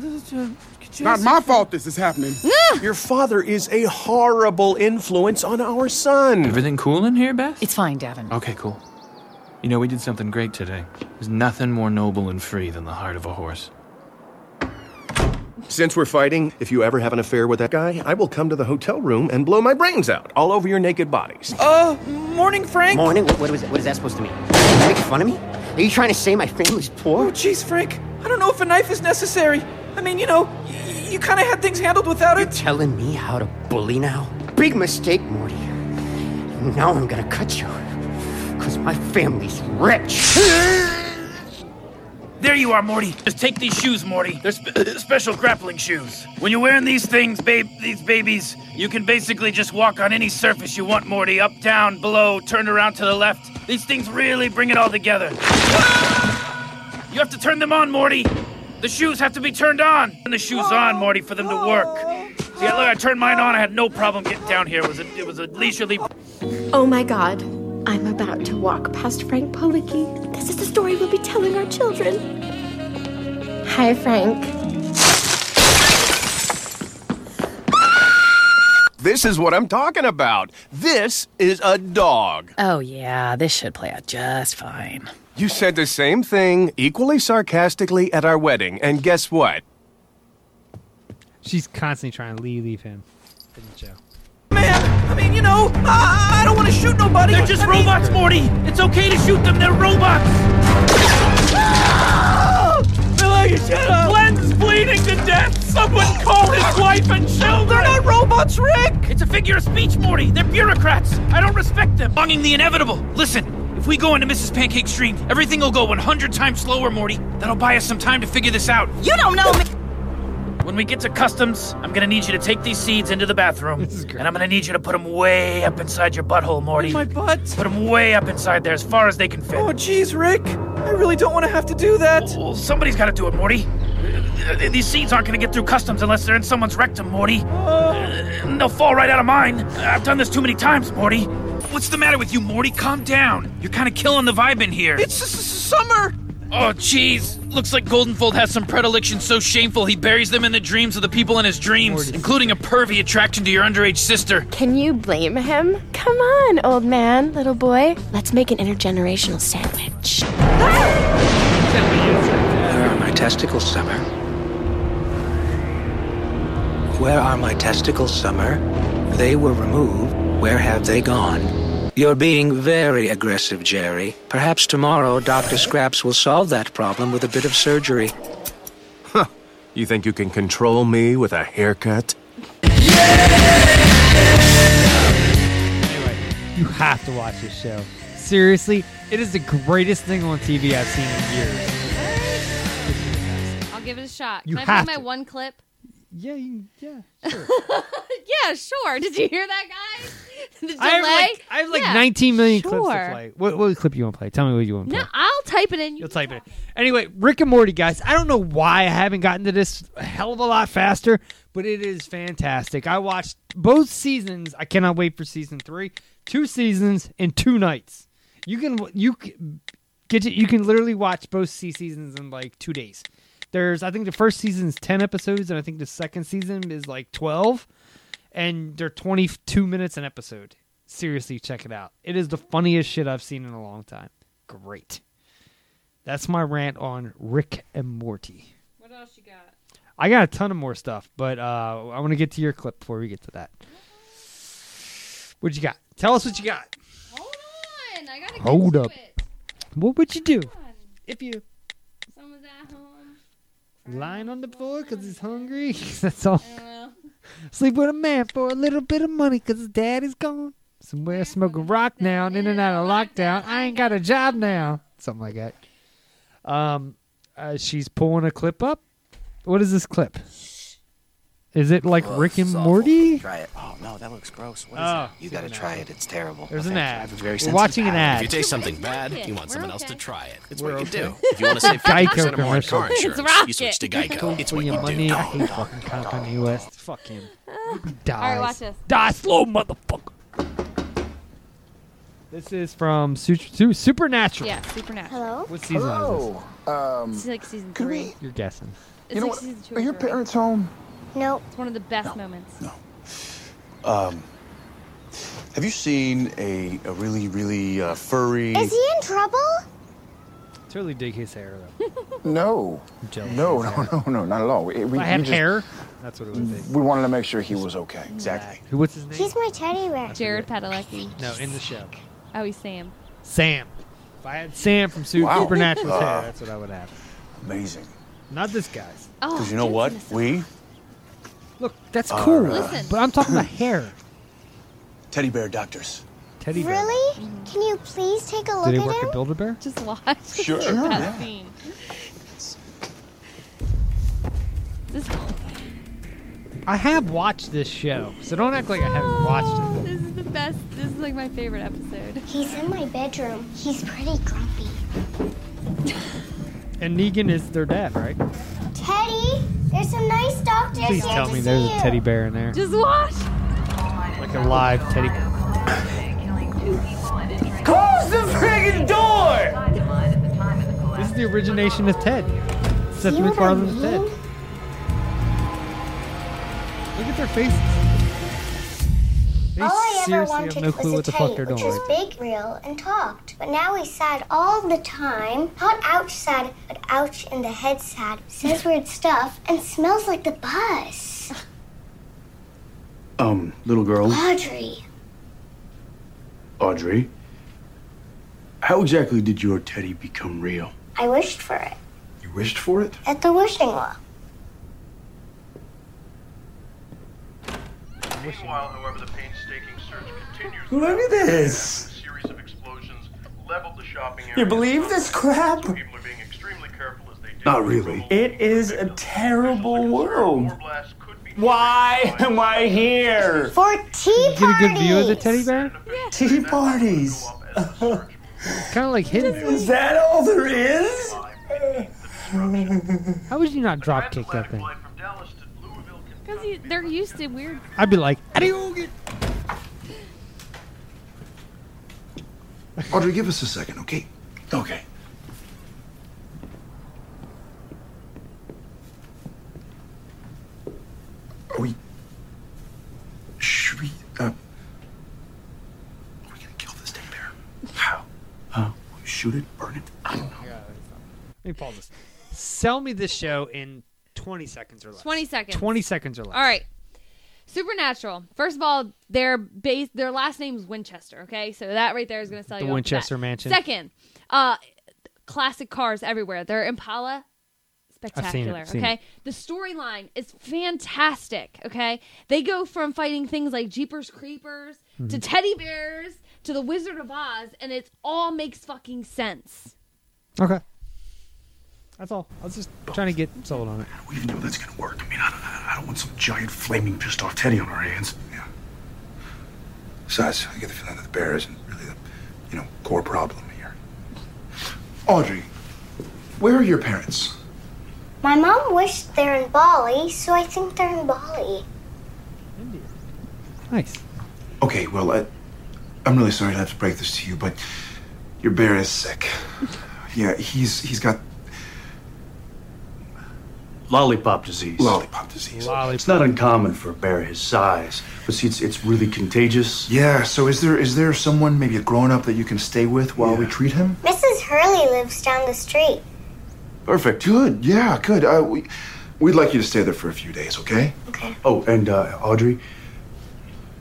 Je-
Not my fault this is happening.
Your father is a horrible influence on our son.
Everything cool in here, Beth?
It's fine, Davin.
Okay, cool. You know, we did something great today. There's nothing more noble and free than the heart of a horse.
Since we're fighting, if you ever have an affair with that guy, I will come to the hotel room and blow my brains out all over your naked bodies.
Uh, morning, Frank.
Morning? What, what, was, what is that supposed to mean? Are you making fun of me? Are you trying to say my family's poor?
Oh, jeez, Frank. I don't know if a knife is necessary. I mean, you know, y-
you kind of had things handled without it.
Telling me how to bully now? Big mistake, Morty. Now I'm gonna cut you. Cause my family's rich.
There you are, Morty. Just take these shoes, Morty. They're sp- [clears throat] special grappling shoes. When you're wearing these things, babe, these babies, you can basically just walk on any surface you want, Morty. Up, down, below, turned around to the left. These things really bring it all together. You have to turn them on, Morty. The shoes have to be turned on. Turn the shoes on, Morty, for them to work. See, look, I turned mine on. I had no problem getting down here. It was a, it was a leisurely.
Oh my god. I'm about to walk past Frank Policki. This is the story we'll be telling our children. Hi, Frank.
This is what I'm talking about. This is a dog.
Oh, yeah, this should play out just fine.
You said the same thing equally sarcastically at our wedding, and guess what?
She's constantly trying to leave, leave him. Didn't show.
I mean, you know, I, I don't want to shoot nobody.
They're just robots, Morty. It's okay to shoot them. They're robots.
Ah!
Glenn's bleeding to death. Someone call his wife and children. They're not robots, Rick. It's a figure of speech, Morty. They're bureaucrats. I don't respect them. Longing the inevitable. Listen, if we go into Mrs. Pancake's dream, everything will go 100 times slower, Morty. That'll buy us some time to figure this out.
You don't know me.
When we get to customs, I'm gonna need you to take these seeds into the bathroom, and I'm gonna need you to put them way up inside your butthole, Morty. my butt. Put them way up inside there, as far as they can fit. Oh, jeez, Rick, I really don't want to have to do that. Well, somebody's got to do it, Morty. Uh, These seeds aren't gonna get through customs unless they're in someone's rectum, Morty. Uh, and they'll fall right out of mine. I've done this too many times, Morty. What's the matter with you, Morty? Calm down. You're kind of killing the vibe in here.
It's s- s- summer.
Oh, jeez. Looks like Goldenfold has some predilections so shameful he buries them in the dreams of the people in his dreams, including a pervy attraction to your underage sister.
Can you blame him? Come on, old man, little boy. Let's make an intergenerational sandwich.
Where are my testicles, Summer? Where are my testicles, Summer? They were removed. Where have they gone? You're being very aggressive, Jerry. Perhaps tomorrow Dr. Scraps will solve that problem with a bit of surgery.
You think you can control me with a haircut?
You have to watch this show. Seriously, it is the greatest thing on TV I've seen in years.
I'll give it a shot.
You
Can I
have
play my
to.
one clip?
Yeah, you,
[laughs]
yeah.
yeah, sure. Did you hear that, guys? [laughs] the delay.
I have like, I have like
Yeah,
19 million clips
sure.
to play. What, what clip you want to play? Tell me what you want to
No,
play.
I'll type it in.
You'll type it. Anyway, Rick and Morty, guys. I don't know why I haven't gotten to this a hell of a lot faster, but it is fantastic. I watched both seasons. I cannot wait for season three. Two seasons in two nights. You can you can- get to, you can literally watch both sea seasons in like two days. There's I think the first season is ten episodes, and I think the second season is like twelve, and they're twenty two minutes an episode. Seriously, check it out. It is the funniest shit I've seen in a long time. Great. That's my rant on Rick and Morty.
What else you got?
I got a ton of more stuff, but uh, I want to get to your clip before we get to that. What you got? Tell us what you got.
Fine, I gotta
Hold
get
up. What would you do? If you.
Someone's at home.
Lying on the floor because he's hungry. [laughs] [laughs] That's all.
Uh.
Sleep with a man for a little bit of money because his daddy's gone. Somewhere smoking rock now, and in and out of lockdown. I ain't got a job now. Something like that. Um, uh, she's pulling a clip up. What is this clip? Is it like Rick and Morty?
Try it. Oh no, that looks gross. What
is Oh, that?
You gotta try it. It's terrible.
There's an ad. We're watching an ad.
If you taste something bad,
it.
you want
We're
someone else
okay.
to try it. It's
We're
what you
okay.
do. If you
[laughs]
want to save
Geico
50% or more on car
commercials. It's
insurance, you
rocket.
switch to
Go
[laughs]
Geico. It's
for
what you
your
do.
money. I hate fucking Kanye West. Fuck him. He dies.
All right, watch this.
Die slow, motherfucker. This is from Su- Su- Supernatural.
Yeah, supernatural.
Hello?
What season is this?
Um,
It's like season three.
You're guessing.
It's like season two. Are your
parents home?
Nope. It's one of the best moments. No.
Um, have you seen a, a really, really uh, furry?
Is he in trouble?
Totally dig his hair though.
[laughs]
No. No, no, no, no, not at all. We, we,
If I had
we just-
hair. That's what it would be.
We wanted to make sure he was okay. Exactly.
Who? What's his name?
He's my teddy bear.
Jared Padalecki.
[laughs] No, in the show.
Oh, he's Sam.
Sam. If I had Sam from Su-
Wow.
Supernatural's hair,
Uh,
that's what I would have.
Amazing. Oh,
Not this guy's.
Because you know what? We
Look, that's
Are,
cool.
uh, Listen.
But I'm
[clears throat]
talking about hair.
Teddy bear doctors.
Teddy bear.
Really? Can you please take a look
Did he
at
work
him?
at Build a Bear?
[laughs] Just watch. [laughs]
Sure.
That
Sure.
scene. This
I have watched this show, so don't act like I haven't watched it.
Oh, This is the best. This is like my favorite episode.
He's in my bedroom. He's pretty grumpy.
And Negan is their dad, right?
Teddy, there's some nice doctors
Please
here
tell
to
me
see
there's
you.
a teddy bear in there.
Just watch.
Like a live teddy bear.
Close the friggin' door!
This is the origination of Ted. Seth
See what I
MacFarlane's Ted.
mean?
Look at their faces. They
All I ever
seriously have
wanted
no clue
was
what
a
the fuck
teddy,
they're
which
doing.
was big, real, and talked. But now he's sad all the time. Not ouch sad, but ouch in the head sad.
[laughs]
Says weird stuff and smells like the bus.
Um, little girl,
Audrey,
Audrey. How exactly did your teddy become real?
I wished for it
You wished for it?
at the wishing well.
Meanwhile, however, the painstaking search continues.
Look at this.
A series of explosions leveled the shopping area.
You believe this crap?
So people are being extremely careful as they
Not really.
It is a terrible world.
Why am I here?
For tea
Get a good view of the teddy bear?
[laughs] Tea parties.
kind of like hidden.
[laughs] Is that all there is?
How would you not drop kick that thing?
Because they're used to weird.
I'd be like,
Audrey, give us a second, okay?
Okay. Are we. Should we. Uh, are we gonna kill this teddy bear? How? Huh? Shoot it? Burn it? I don't know.
Let me pause this. Sell me this show in 20 seconds or less.
20 seconds.
20 seconds or less.
All right. Supernatural. First of all, their base, their last name's Winchester. Okay, so that right there is going to sell
The
you off
Winchester
bat.
Mansion.
Second, uh, classic cars everywhere. Their Impala,
seen it,
spectacular.
seen
okay,
it.
the storyline is fantastic. Okay, they go from fighting things like Jeepers Creepers to
Mhm.
teddy bears to the Wizard of Oz, and it all makes fucking sense.
Okay. That's all. I was just trying to get sold on it.
We even know that's gonna work. I mean, I don't, I don't want some giant flaming pissed off teddy on our hands.
Yeah. Besides, I get the feeling that the bear isn't really the, you know, core problem here. Audrey, where are your parents?
My mom wished they're in Bali, so I think they're in Bali.
Nice.
Okay, well, I, I'm really sorry to have to break this to you, but your bear is sick. Yeah, he's he's got
Lollipop disease.
Lollipop disease.
It's not uncommon for a bear his size, but see, it's, it's really contagious.
Yeah. So is there is there someone maybe a grown up that you can stay with while we treat him?
Mrs. Hurley lives down the street.
Perfect. Good. Yeah. Good. Uh, we we'd like you to stay there for a few days. Okay.
Okay.
Oh, and uh, Audrey,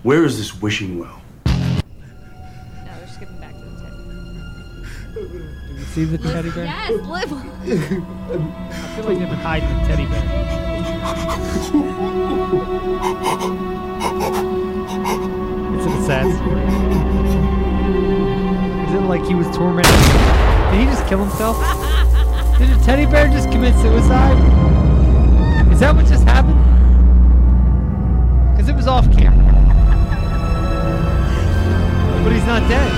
where is this wishing well?
No, they're skipping back to the teddy.
Did you see the teddy bear?
Yes, live.
[laughs]
I feel like they've been hiding the teddy bear. It's an assassin. Is it like he was tormented? Did he just kill himself? Did a teddy bear just commit suicide? Is that what just happened? Because it was off camera. But he's not dead.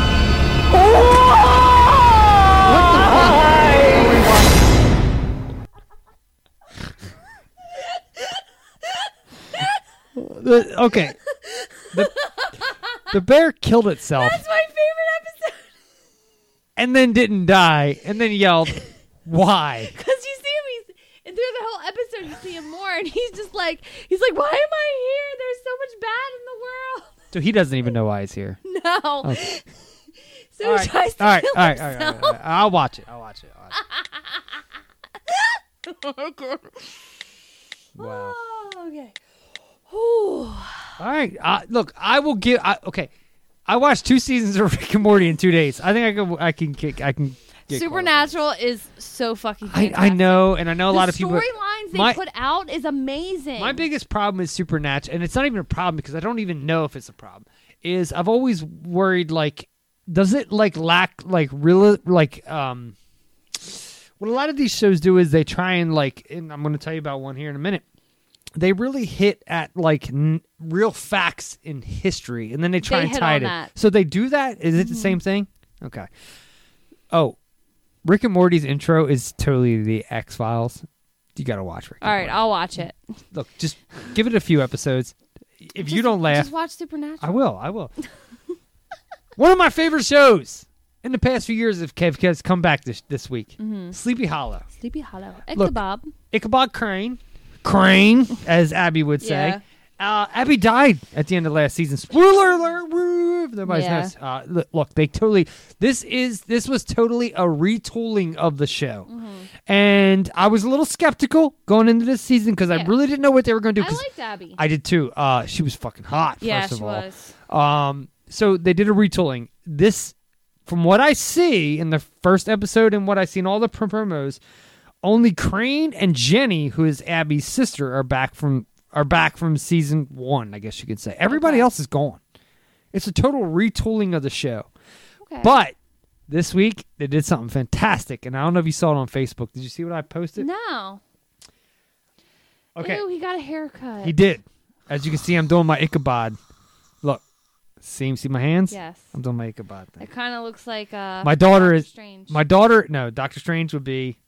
What the fuck? The- okay. The, the bear killed itself
That's my favorite episode.
and then didn't die and then yelled, Why?
Because you see him, he's and through the whole episode, you see him more, and he's just like, he's like, why am I
So he doesn't even know why he's here.
here? There's so much bad in the world. [laughs] No.
Okay.
So he tries to kill himself. [laughs]
I'll watch it. I'll watch it. I'll watch it. Wow.
Oh, okay. Whew.
All right. I, look, I will give. I, okay. I watched two seasons of Rick and Morty in two days. I think I can. I can kick. I can. get
Supernatural is so fucking.
I, I know, and I know a lot of people.
storylines they
my,
put out is amazing.
my biggest problem is Supernatural, and it's not even a problem because I don't even know if it's a problem. Is I've always worried like, does it like lack like real like um. What a lot of these shows do is they try and like, and I'm going to tell you about one here in a minute. They really hit at like n- real facts in history, and then they try
They
and
hit
tie
on
it. in.
that.
So they do that. Is it the
Mhm.
same thing? Okay. Oh, Rick and Morty's intro is totally the X Files. You got to watch Rick.
All right, I'll watch it.
Look, just give it a few episodes. If you don't laugh,
Just watch Supernatural.
I will. I will. [laughs] One of my favorite shows in the past few years of Kev has come back this this week.
Mhm.
Sleepy Hollow.
Sleepy Hollow.
Look,
Ichabod.
Ichabod Crane. Crane, as Abby would say.
Yeah.
Uh, Abby died at the end of last season. Spoiler alert! woo, if Nobody's
Yeah.
noticed. Uh, look, look, they totally. This is this was totally a retooling of the show,
Mm-hmm.
and I was a little skeptical going into this season because I really didn't know what they were going to do.
I
'cause
liked Abby.
I did too. Uh, she was fucking hot.
Yeah,
first of
she
all.
was.
Um, so they did a retooling. This, from what I see in the first episode and what I see in all the prom- promos, only Crane and Jenny, who is Abby's sister, are back from are back from season one. I guess you could say everybody else is gone. It's a total retooling of the show. But this week they did something fantastic, and I don't know if you saw it on Facebook. Did you see what I posted?
No.
Okay.
Ew, he got a haircut.
He did. As you can see, I'm doing my Ichabod. Look, see, see my hands?
Yes.
I'm doing my Ichabod thing.
It kind of looks like uh.
my daughter
Doctor
is
Strange.
my daughter. No, Doctor Strange would be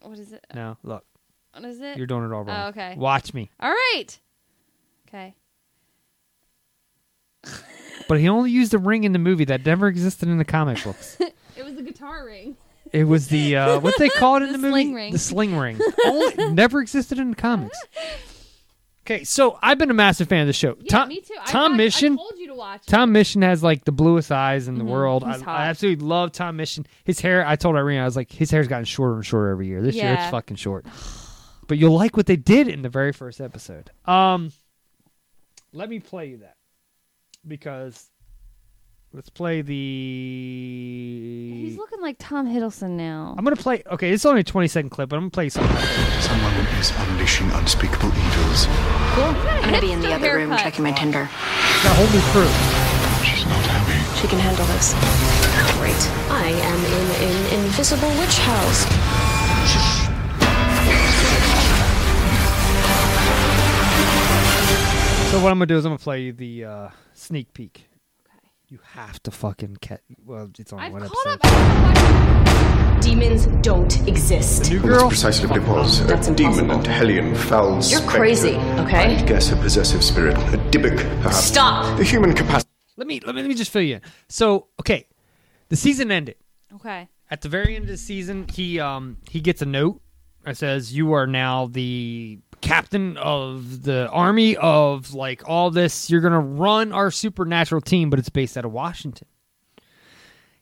What is it?
no. Look,
What is it?
you're doing it all wrong.
Oh, okay.
Watch me.
All right. Okay. [laughs]
But he only used a ring in the movie that never existed in the comic books.
It was the guitar ring.
it was the uh, what they call it
[laughs]
in the, movie,
sling ring.
the sling
[laughs]
ring. only, never existed in the comics. Okay, so I've been a massive fan of the show.
Yeah,
Tom,
me too. I
Tom
watched- I
Mission.
told you to watch it.
Tom Mission has like the bluest eyes in the
Mhm,
world. I,
he's hot.
I absolutely love Tom Mission. His hair. I told Irene, I was like, his hair's gotten shorter and shorter every year. This year, it's
Yeah.
fucking short. But you'll like what they did in the very first episode. Um, let me play you that because let's play the.
He's looking like Tom Hiddleston now.
I'm gonna play. Okay, it's only a 20 second clip, but I'm gonna play some.
Someone is unleashing unspeakable evils.
I'm
gonna be in the other room
haircut.
checking my Tinder.
Got a whole new crew.
She's not happy.
She can handle this. Great. I am in an invisible witch house.
So what I'm gonna do is I'm gonna play you the uh, sneak peek. You have to fucking uh, catch. Well, it's only one episode.
Demons don't exist.
new
girl?
That's precisely what it was.
That's
a demon and hellion foul
You're
spectre.
crazy, okay?
I'd guess a possessive spirit. A dibbick, perhaps.
Stop.
The human capacity.
Let me let me let me just fill you in. So okay, the season ended.
Okay.
At the very end of the season, he um he gets a note that says you are now the captain of the army of like all this. You're gonna run our supernatural team, but it's based out of Washington.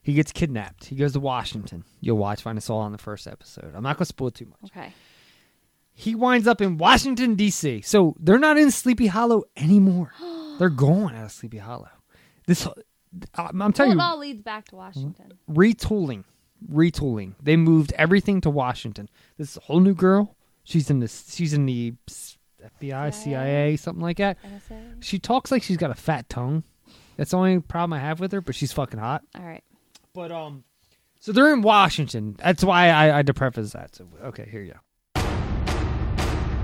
He gets kidnapped. He goes to Washington. You'll watch Find Us All on the first episode. I'm not gonna spoil too much.
Okay.
He winds up in Washington D.C. So they're not in Sleepy Hollow anymore. they're gone out of Sleepy Hollow. This uh, I'm, I'm telling
well,
you,
it all leads back to Washington.
retooling, retooling. They moved everything to Washington. This is a whole new girl. She's in this. She's in the s- FBI, CIA, something like that. She talks like she's got a fat tongue. That's the only problem I have with her, but she's fucking hot.
All right.
But um, So they're in Washington. That's why I, I had to preface that. So okay, here you go.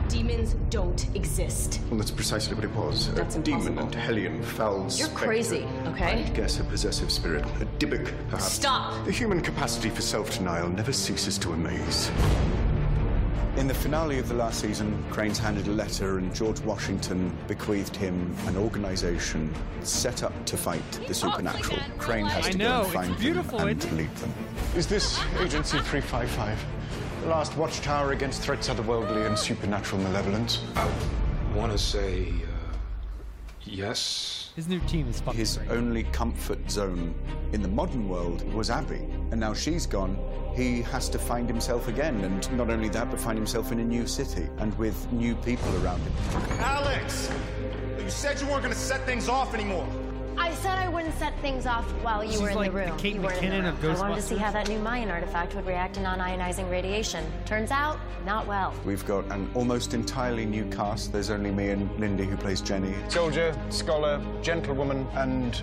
Demons don't exist.
Well, that's precisely what it was. A demon and hellion foul
You're
spectre.
crazy, okay?
I'd guess a possessive spirit. A dibbick, perhaps.
Stop.
The human capacity for self-denial never ceases to amaze.
In the finale of the last season, Crane's handed a letter and George Washington bequeathed him an organization set up to fight the supernatural. Crane has
I
to
know,
go and
it's
find
beautiful,
them and
isn't
delete them.
Is this Agency 355? The last watchtower against threats otherworldly and supernatural malevolence? I want to say, uh, yes.
His new team is fucking
His only comfort zone in the modern world was Abby, and now she's gone. He has to find himself again, and not only that, but find himself in a new city and with new people around him.
Alex! You said you weren't gonna set things off anymore.
I said I wouldn't set things off while you
She's
were in
like
the
the
room.
Kate
you weren't in
McKinnon
the
of
room. I wanted to see
Ghostbusters.
how that new Mayan artifact would react to non-ionizing radiation. Turns out, not well.
We've got an almost entirely new cast. There's only me and Lindy who plays Jenny.
Soldier, scholar, gentlewoman, and.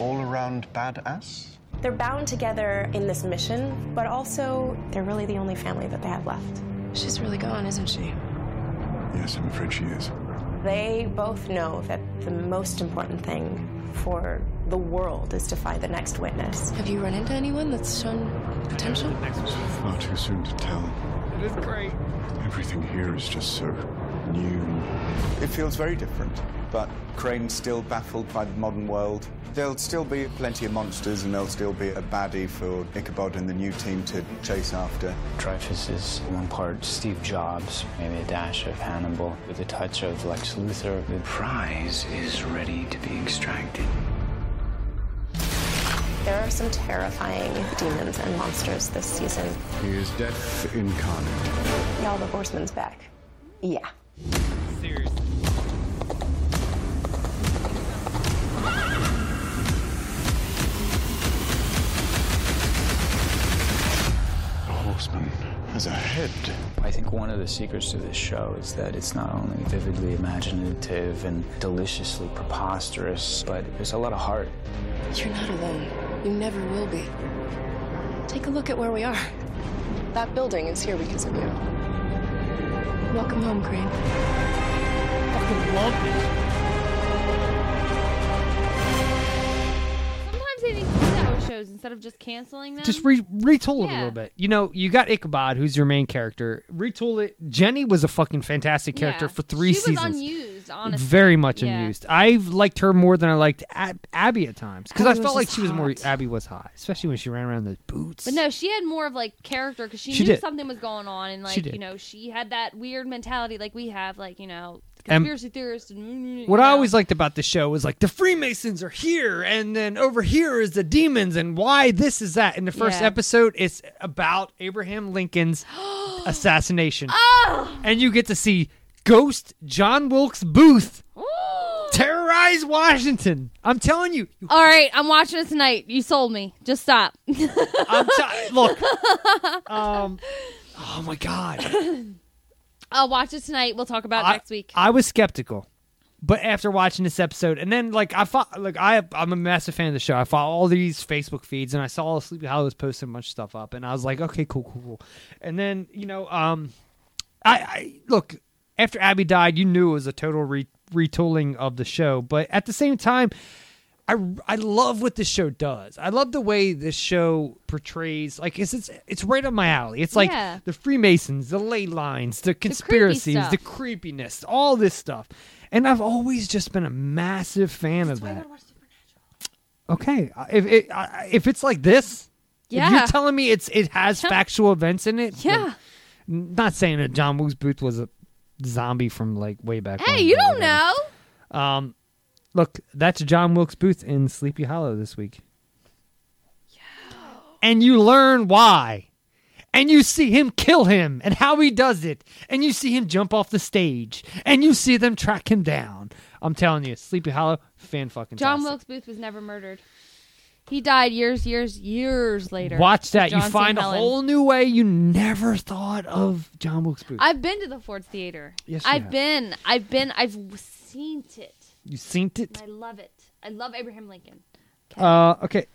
all around badass?
They're bound together in this mission, but also they're really the only family that they have left.
She's really gone, isn't she?
Yes, I'm afraid she is.
They both know that the most important thing for the world is to find the next witness.
Have you run into anyone that's shown potential?
Far too soon to tell.
It is great.
Everything here is just so.
New. It feels very different, but Crane's still baffled by the modern world. There'll still be plenty of monsters, and there'll still be a baddie for Ichabod and the new team to chase after.
Dreyfus is one part Steve Jobs, maybe a dash of Hannibal, with a touch of Lex Luthor. The prize is ready to be extracted.
There are some terrifying demons and monsters this season.
He is death incarnate.
Y'all, the horseman's back. Yeah.
Seriously.
The horseman has a head.
I think one of the secrets to this show is that it's not only vividly imaginative and deliciously preposterous, but there's a lot of heart.
You're not alone. You never will be. Take a look at where we are. That building is here because of you. Welcome home, Crane.
Sometimes they need to do that with shows instead of just canceling them.
Just re- retool it a
Yeah.
little bit. You know, you got Ichabod, who's your main character. Retool it. Jenny was a fucking fantastic character
Yeah.
for three
she
seasons.
was unused, honestly.
Very much
Yeah.
unused. I've liked her more than I liked Ab- Abby at times because I
Abby Oh, was
felt like
just
she was more. Abby was hot, especially when she ran around in those boots.
But no, she had more of like character because she,
She
knew
did.
something was going on, and
She
like you
did.
know, she had that weird mentality like we have, like you know,
Em-
conspiracy theorists. And, [laughs]
What I always liked about the show was like the Freemasons are here, and then over here is the demons, and why this is that. In the first
Yeah.
episode, it's about Abraham Lincoln's assassination, and you get to see Ghost John Wilkes Booth terrorize Washington. I'm telling you,
[gasps] All right, I'm watching it tonight. You sold me. Just stop.
I'm t- look.
[laughs]
Um, oh my god,
I'll watch it tonight. We'll talk about it
I-
next week.
I was skeptical, but after watching this episode, and then like I fo- like I I'm a massive fan of the show. I follow all these Facebook feeds, and I saw Sleepy Hollow was posting a bunch of stuff up, and I was like, okay, cool, cool, cool. And then you know, um, I, I look after Abby died, you knew it was a total re- retooling of the show, but at the same time. I, I love what this show does. I love the way this show portrays like it's it's, it's right up my alley. It's like
Yeah.
the Freemasons, the ley lines, the conspiracies,
stuff.
the creepiness, all this stuff. And I've always just been a massive fan of that. Okay, I- if it, I- if it's like this, if
Yeah.
you're telling me it's it has factual events in it, then-
Yeah.
n- not saying that John Woo's Booth was a zombie from like way back.
Hey,
when,
you
but
don't
whatever.
know.
Um, look, that's John Wilkes Booth in Sleepy Hollow this week. And you learn why. And you see him kill him and how he does it. And you see him jump off the stage. And you see them track him down. I'm telling you, Sleepy Hollow, fan fucking
John Wilkes Booth was never murdered. He died years, years, years later.
Watch that.
John
you
C.
find a
Helen.
whole new way you never thought of John Wilkes Booth.
I've been to the Ford Theater.
Yes, you
I've
have.
been. I've been. I've seen it.
you seen it?
And I love it. I love Abraham Lincoln.
Uh, okay.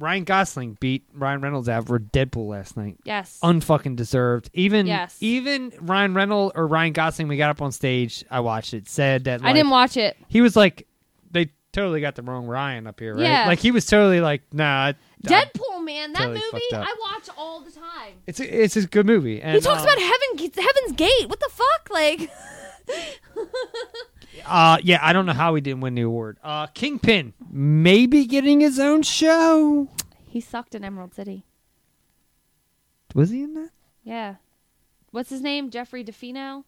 Ryan Gosling beat Ryan Reynolds out for Deadpool last night.
Yes.
Unfucking deserved. Even
Yes.
even Ryan Reynolds or Ryan Gosling, we got up on stage, I watched it, said that
I
like,
didn't watch it.
He was like they totally got the wrong Ryan up here, right?
Yeah.
Like he was totally like, nah. I- I-
Deadpool, man, that
totally
movie
fucked up.
I watch all the time.
it's a, it's a good movie. And,
he talks
um,
about heaven, Heaven's Gate. What the fuck, like? [laughs]
Uh, yeah, I don't know how he didn't win the award. Uh, Kingpin maybe getting his own show.
He sucked in Emerald City.
Was he in that?
Yeah. What's his name? Jeffrey DeFino?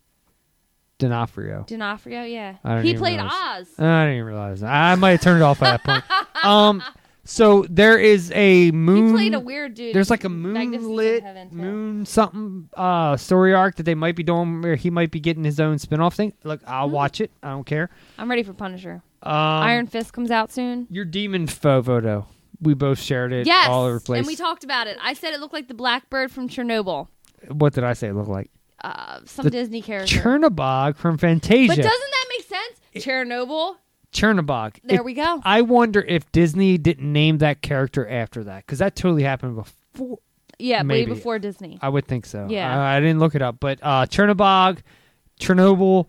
D'Onofrio.
D'Onofrio, yeah.
I don't
He
even
played
realize.
Oz. [laughs]
I didn't even realize that. I might have turned it off at that point. Um, So there is a moon.
played a weird dude
There's like a
in
moonlit
Magnificent
moon something uh, story arc that they might be doing where he might be getting his own spin off thing. Look, I'll watch it. I don't care.
I'm ready for Punisher.
Um,
Hmm. Iron Fist comes out soon.
Your demon foe photo. We both shared it
yes,
all over the place.
and we talked about it. I said it looked like the Blackbird from Chernobyl,
what did I say it looked like?
uh, some
The
Disney character.
Chernobog from Fantasia.
but doesn't that make sense? Chernobyl.
Chernobog.
There
If-
we go.
I wonder if Disney didn't name that character after that because that totally happened before.
Yeah,
maybe.
way before Disney.
I would think so.
Yeah.
I, I didn't look it up, but uh, Chernobog, Chernobyl.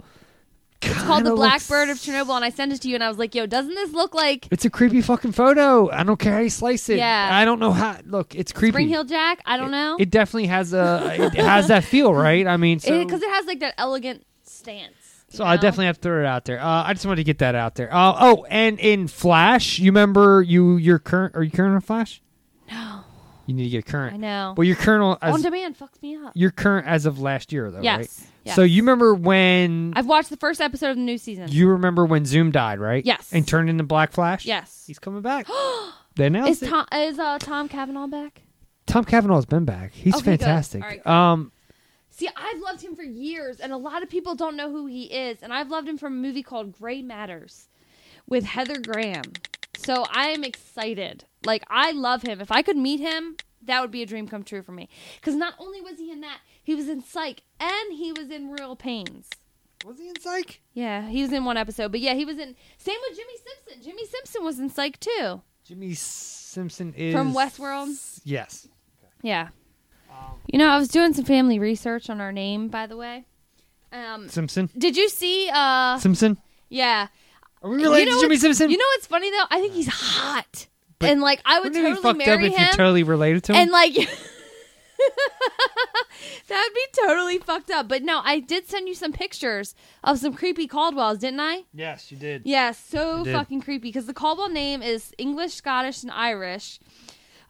It's called the Blackbird of Chernobyl, and I sent it to you, and I was like, "Yo, doesn't this look like
It's a creepy fucking photo. I don't care how you slice it.
Yeah.
I don't know how. Look, it's creepy.
Spring Hill Jack? I don't know."
It definitely has a. It has that feel, right? I mean, so
because it has like that elegant stance.
So I definitely have to throw it out there. Uh, I just wanted to get that out there. Uh, oh, and in Flash, you remember you your current are you current on Flash?
No.
You need to get current.
I know.
Well, your current
On
as
demand fucks me up.
your current as of last year though,
Yes,
right?
yes.
So you remember when
I've watched the first episode of the new season.
you remember when Zoom died, right?
Yes.
And turned into Black Flash.
Yes,
he's
[gasps]
coming back. They announced
is
it.
Tom is uh, Tom Cavanaugh back?
Tom Cavanaugh's been back. He's
Okay, good.
fantastic.
All right,
um,
See, I've loved him for years, and a lot of people don't know who he is. And I've loved him from a movie called Gray Matters with Heather Graham. So I am excited. Like, I love him. If I could meet him, that would be a dream come true for me. Because not only was he in that, he was in Psych and he was in Real Pains.
Was he in Psych?
Yeah, he was in one episode. But yeah, he was in. Same with Jimmy Simpson. Jimmy Simpson was in Psych too.
Jimmy Simpson is
From Westworld?
Yes.
Yeah. You know, I was doing some family research on our name, by the way. Um,
Simpson.
Did you see uh
Simpson.
Yeah.
Are we related to Jimmy Simpson?
You know what's funny though? I think he's hot. and like I would
Wouldn't it be
totally
fucked up
marry
if
him.
you're totally related to him.
and like [laughs] that'd be totally fucked up. But no, I did send you some pictures of some creepy Caldwells, didn't I?
yes, you did.
Yeah, so
I did.
fucking creepy because the Caldwell name is English, Scottish, and Irish.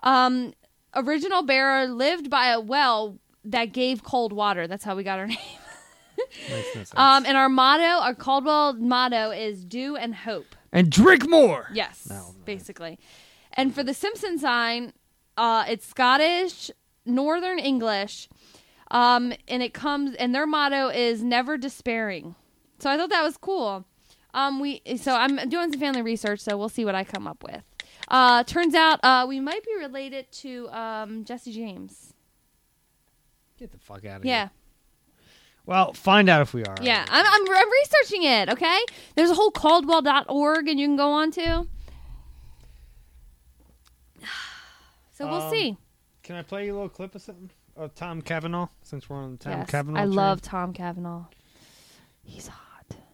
Um, original bearer lived by a well that gave cold water. That's how we got our [laughs] name. Um, and our motto, our Caldwell motto is "Do and hope."
and drink more.
Yes, basically. And for the Simpson sign, uh, it's Scottish, Northern English, um, and it comes and their motto is never despairing. So I thought that was cool. Um, we so I'm doing some family research, so we'll see what I come up with. Uh, turns out uh, we might be related to um, Jesse James.
Get the fuck out of
Yeah,
Well, find out if we are.
yeah. I'm, I'm I'm researching it. Okay, there's a whole Caldwell.org, and you can go on to. [sighs] So we'll
Um,
see.
Can I play you a little clip of something of Tom Cavanaugh? Since we're on the Tom
Yes,
Cavanaugh.
I
train?
love Tom Cavanaugh. He's hot.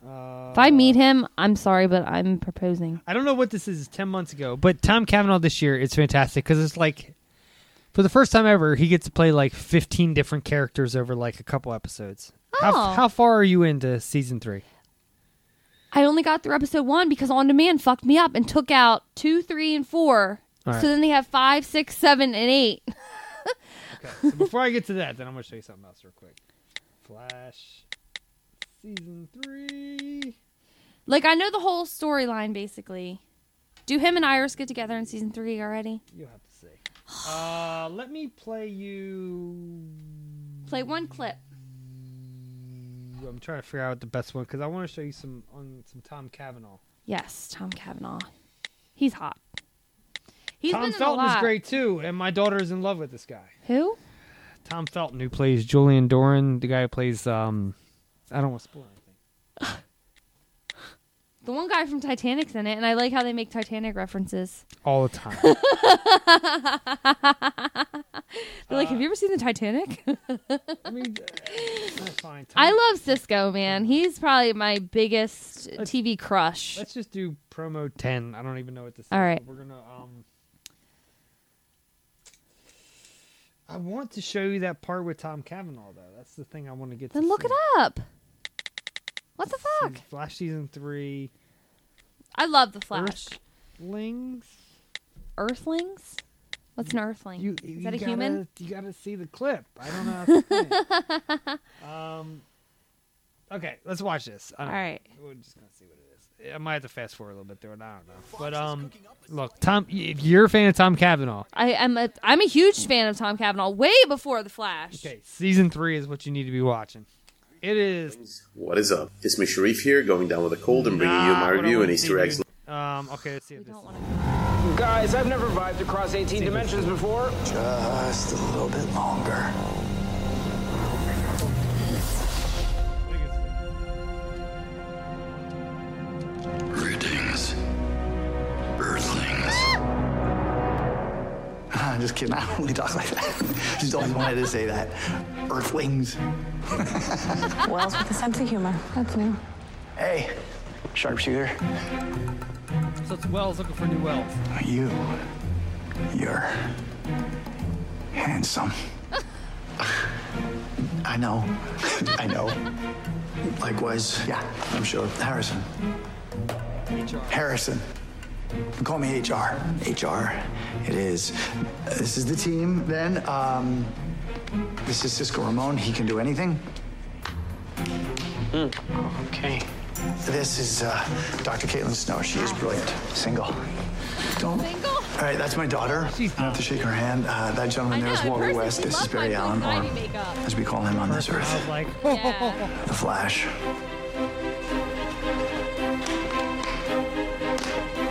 Uh,
if I meet him, I'm sorry, but I'm proposing.
I don't know what this is. Ten months ago, but Tom Cavanaugh this year is fantastic because it's like, for the first time ever, he gets to play like 15 different characters over like a couple episodes. How,
Oh.
how far are you into season three?
I only got through episode one because On Demand fucked me up and took out two, three, and four.
All right.
So then they have five, six, seven, and eight. [laughs]
So before I get to that, then I'm gonna show you something else real quick. Flash, season three.
Like I know the whole storyline basically. Do him and Iris get together in season three already?
You'll have to see. Uh, let me play you.
Play one clip.
I'm trying to figure out the best one because I want to show you some on some Tom Cavanaugh.
Yes, Tom Cavanaugh. He's hot. He's
Tom
been in a
Felton is
lot.
great too, and my daughter is in love with
[laughs]
this guy.
Who?
Tom Felton, who plays Julian Doran, the guy who plays um, I don't want to spoil anything.
The one guy from Titanic's in it, and I like how they make Titanic references.
all the time.
They're like, have
Uh,
you ever seen the Titanic?
I mean, that's fine.
I love Cisco, man. He's probably my biggest TV crush.
Let's just do promo ten. I don't even know what this is.
All right.
but We're gonna um. I want to show you that part with Tom Cavanaugh though. That's the thing I want to get.
Then
to
look
see.
it up. What the fuck?
Flash season three.
I love the Flash.
Earthlings.
Earthlings? What's an earthling? Is that a human?
You gotta see the clip. I don't know. How to
[laughs]
explain it. um. Okay, let's watch this. I don't
All right.
Know. We're just gonna see what it is. I might have to fast forward a little bit through it. I don't know. But um,
[laughs]
look, Tom, if you're a fan of Tom Cavanaugh,
I am a I'm a huge fan of Tom Cavanaugh way before The Flash. Okay.
season three is what you need to be watching. It is.
What is up? It's me Sharif here, going down with a cold and bringing you
Nah,
my
what I
review and
wanna
Easter
see,
eggs.
Um. Okay. Let's see if this.
Guys, I've never vibed across 18 dimensions before.
Just a little bit longer.
Greetings, Earthlings. [laughs] I'm just kidding. I don't really talk like that. [laughs] Just always wanted to say that. Earthlings.
Wells with a sense of humor. That's new.
Hey, sharpshooter.
So it's Wells looking for new Wells.
You. You're. handsome. [laughs] I know. I know. Likewise. Yeah, I'm sure. Harrison. Harrison. Call me HR. HR. It is. This is the team then. Um, this is Cisco Ramon. He can do anything. Okay. This is uh, Dr. Caitlin Snow. She is brilliant. Single. Don't. Single? All right, that's my daughter. I have to shake her hand. Uh, that gentleman there is Walter West. This is Barry Allen, or as we call him on this earth,
Like.
the Flash.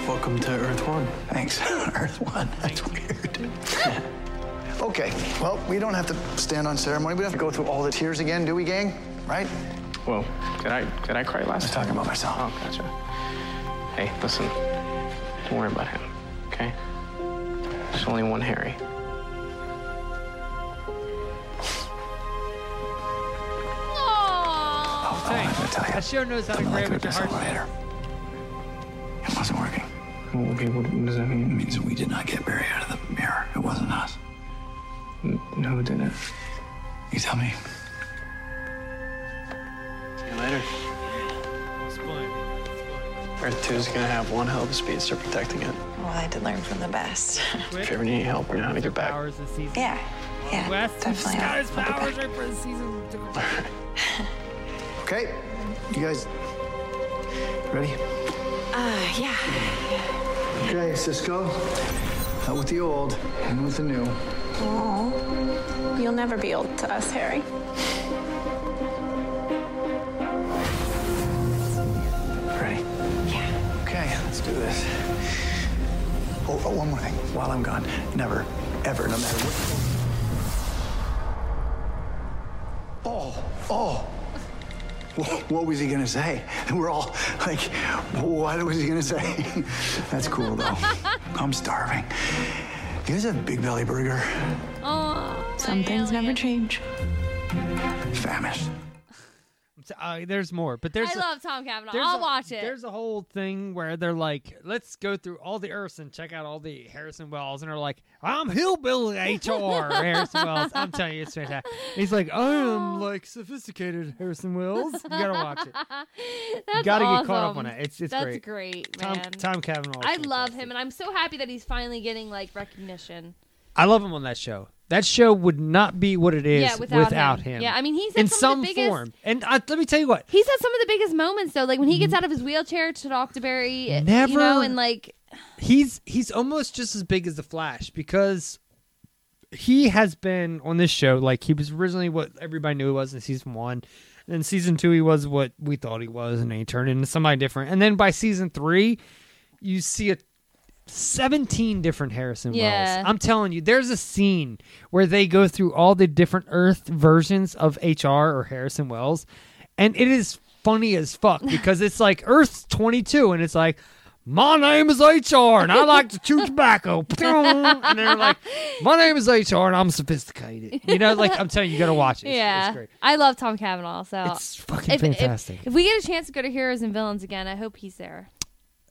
Welcome to Earth One. Thanks, [laughs] Earth One. That's weird. [laughs] okay, well, we don't have to stand on ceremony. We don't have to go through all the tears again, do we, gang? Right?
Whoa, did I did I cry last time?
talking about myself.
Oh, gotcha. Hey, listen. Don't worry about him, okay? There's only one Harry.
Oh, I'm gonna tell you.
That sure knows how to grab at your heart.
It wasn't working. okay, what does that mean? It means we did not get Barry out of the mirror. It wasn't us. No, it didn't. You tell me.
See you later. Earth 2 is gonna have one hell of a speedster protecting it.
Well, I did learn from the best.
If you ever need any help or know how to get back,
Yeah. Yeah. definitely.
Sky's
I'll be back.
powers right for the season. [laughs]
Okay, you guys ready?
Uh, yeah.
Okay, Cisco. Out with the old, in with the new.
Aw. You'll never be old to us, Harry.
Ready? Yeah. Okay, let's do this. Oh, oh, one more thing. While I'm gone, never, ever, no matter what. Oh, oh. Wh- What was he gonna say? [laughs] And we're all like, what was he gonna say? [laughs] That's cool though. I'm starving. You guys have Big Belly Burger?
Oh,
Some things never change.
Famished.
Uh, there's more, but there's
I
a-
love Tom Cavanaugh.
there's
I'll
a-
watch it.
There's
[laughs]
a whole thing where they're like, let's go through all the Earths and check out all the Harrison Wells, and they're like,
[laughs]
I'm hillbilly HR Harrison Wells. I'm telling you, it's fantastic. He's like, I
Oh.
am like sophisticated Harrison Wells. You gotta
[laughs]
watch it.
That's
you gotta
awesome.
get caught up on it. It's it's
That's
great. Tom
man.
Tom Cavanaugh. is
I
fantastic.
love him, and I'm so happy that he's finally getting like recognition.
I love him on that show. That show would not be what it is
Yeah, without him.
him.
Yeah, I mean, he said
in
some
some
of the biggest-
form. And I, let me tell you what,
He's had some of the biggest moments though, like when he gets out of his wheelchair to talk to Barry. you know,
Never-
and
[laughs]
like
he's he's almost just as big as the Flash because he has been on this show like he was originally what everybody knew he was in season one. And then season two he was what we thought he was, and then he turned into somebody different. And then by season three, you see a seventeen different Harrison
Yeah.
Wells. I'm telling you, there's a scene where they go through all the different Earth versions of HR or Harrison Wells, and it is funny
[laughs]
as fuck because it's like Earth 22, and it's like, my name is HR, and I like to
[laughs]
chew tobacco. [laughs] and they're like, my name is HR, and I'm sophisticated. You know, like I'm telling you, you gotta watch it. It's-
yeah,
it's great.
I love Tom Cavanaugh. So
It's fucking
If- if-
fantastic.
If, we get a chance to go to Heroes and Villains again, I hope he's there.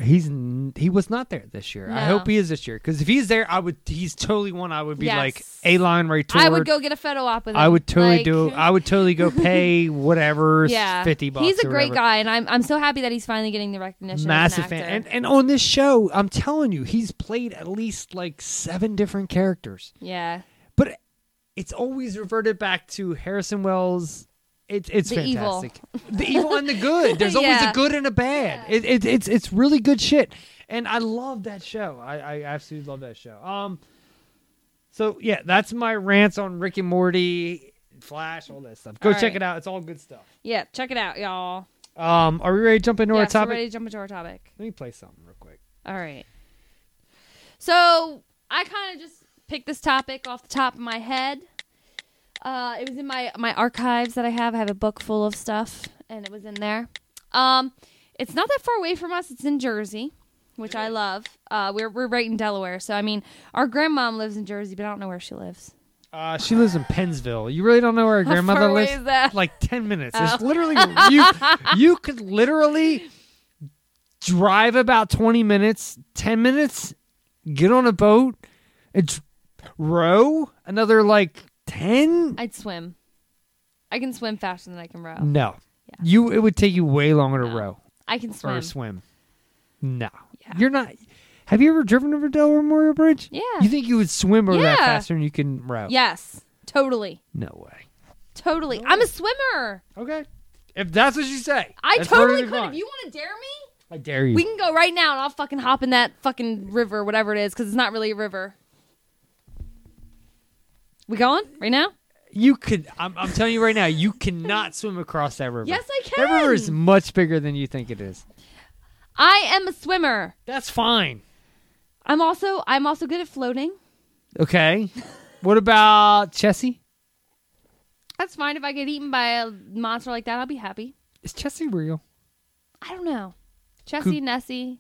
He's n- he was not there this year. I
No.
hope he is this year because if he's there, I would. He's totally one I would be like
Yes.
a line right
I would go get a photo op with him.
I would totally
Like,
do. I would
[laughs]
totally go pay whatever
Yeah,
fifty bucks.
He's a
or
great
whatever.
guy, and I'm I'm so happy that he's finally getting the recognition.
Massive
as an
fan,
actor.
and and on this show, I'm telling you, he's played at least like seven different characters.
yeah,
But it's always reverted back to Harrison Wells, It's it's
The evil.
fantastic. The evil and the
[laughs]
good. There's always
Yeah.
a good and a bad. It, it, it's it's really good shit, and I love that show. I, I absolutely love that show. Um, so yeah, that's my rants on Rick and Morty, Flash, all that stuff. Go
All
check
right.
it out. It's all good stuff.
Yeah, check it out, y'all.
Um, are we ready to jump into
yeah,
our
so
topic?
ready to jump into our topic.
Let me play something real quick.
All right. So I kind of just picked this topic off the top of my head. Uh, it was in my my archives that I have. I have a book full of stuff, and it was in there. Um, it's not that far away from us. It's in Jersey, which I love. Uh, we're we're right in Delaware, so I mean, our grandmom lives in Jersey, but I don't know where she lives.
Uh, she lives in Pennsville. You really don't know where
[laughs]
her
How
grandmother
far away
lives?
is that?
Like ten minutes. It's
Oh. [laughs]
literally you. You could literally drive about twenty minutes, ten minutes, get on a boat, and tr- row another like ten.
I'd swim. I can swim faster than I can row.
No, you. It would take you way longer to row
Oh. I can swim.
or swim. No, you're not. Have you ever driven over Delaware Memorial Bridge?
Yeah.
You think you would swim over that
Yeah.
faster than you can row?
Yes, totally,
No way.
totally. I'm a swimmer.
Okay. If that's what you say,
I
that's
totally
perfectly
could. If
fine.
you want to dare me,
I dare you.
we can go right now, and I'll fucking hop in that fucking river, whatever it is, because it's not really a river. We going right now?
You could. I'm, I'm telling you right now, you cannot swim across that river.
Yes, I
That river is
can.
much bigger than you think it is.
I am a swimmer.
That's fine.
I'm also I'm also good at floating. [laughs]
Okay. What about Chessie?
That's fine. If I get eaten by a monster like that, I'll be happy.
Is Chessie real?
I don't know. Chessie,
Could-
Nessie.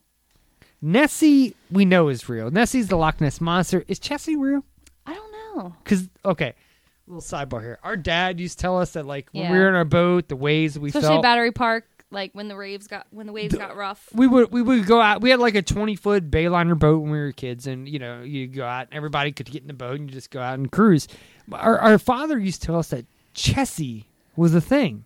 Nessie, we know is real. Nessie's the Loch Ness monster. Is Chessie real?
I don't know.
Because okay, little sidebar here. Our dad used to tell us that like when we
Yeah.
were in our boat, the waves we
Especially
felt.
Battery Park, like when the waves got when the waves got rough.
we would we would go out. We had like a twenty foot Bayliner boat when we were kids, and you know you go out. and Everybody could get in the boat and you just go out and cruise. Our our father used to tell us that Chessie was a thing.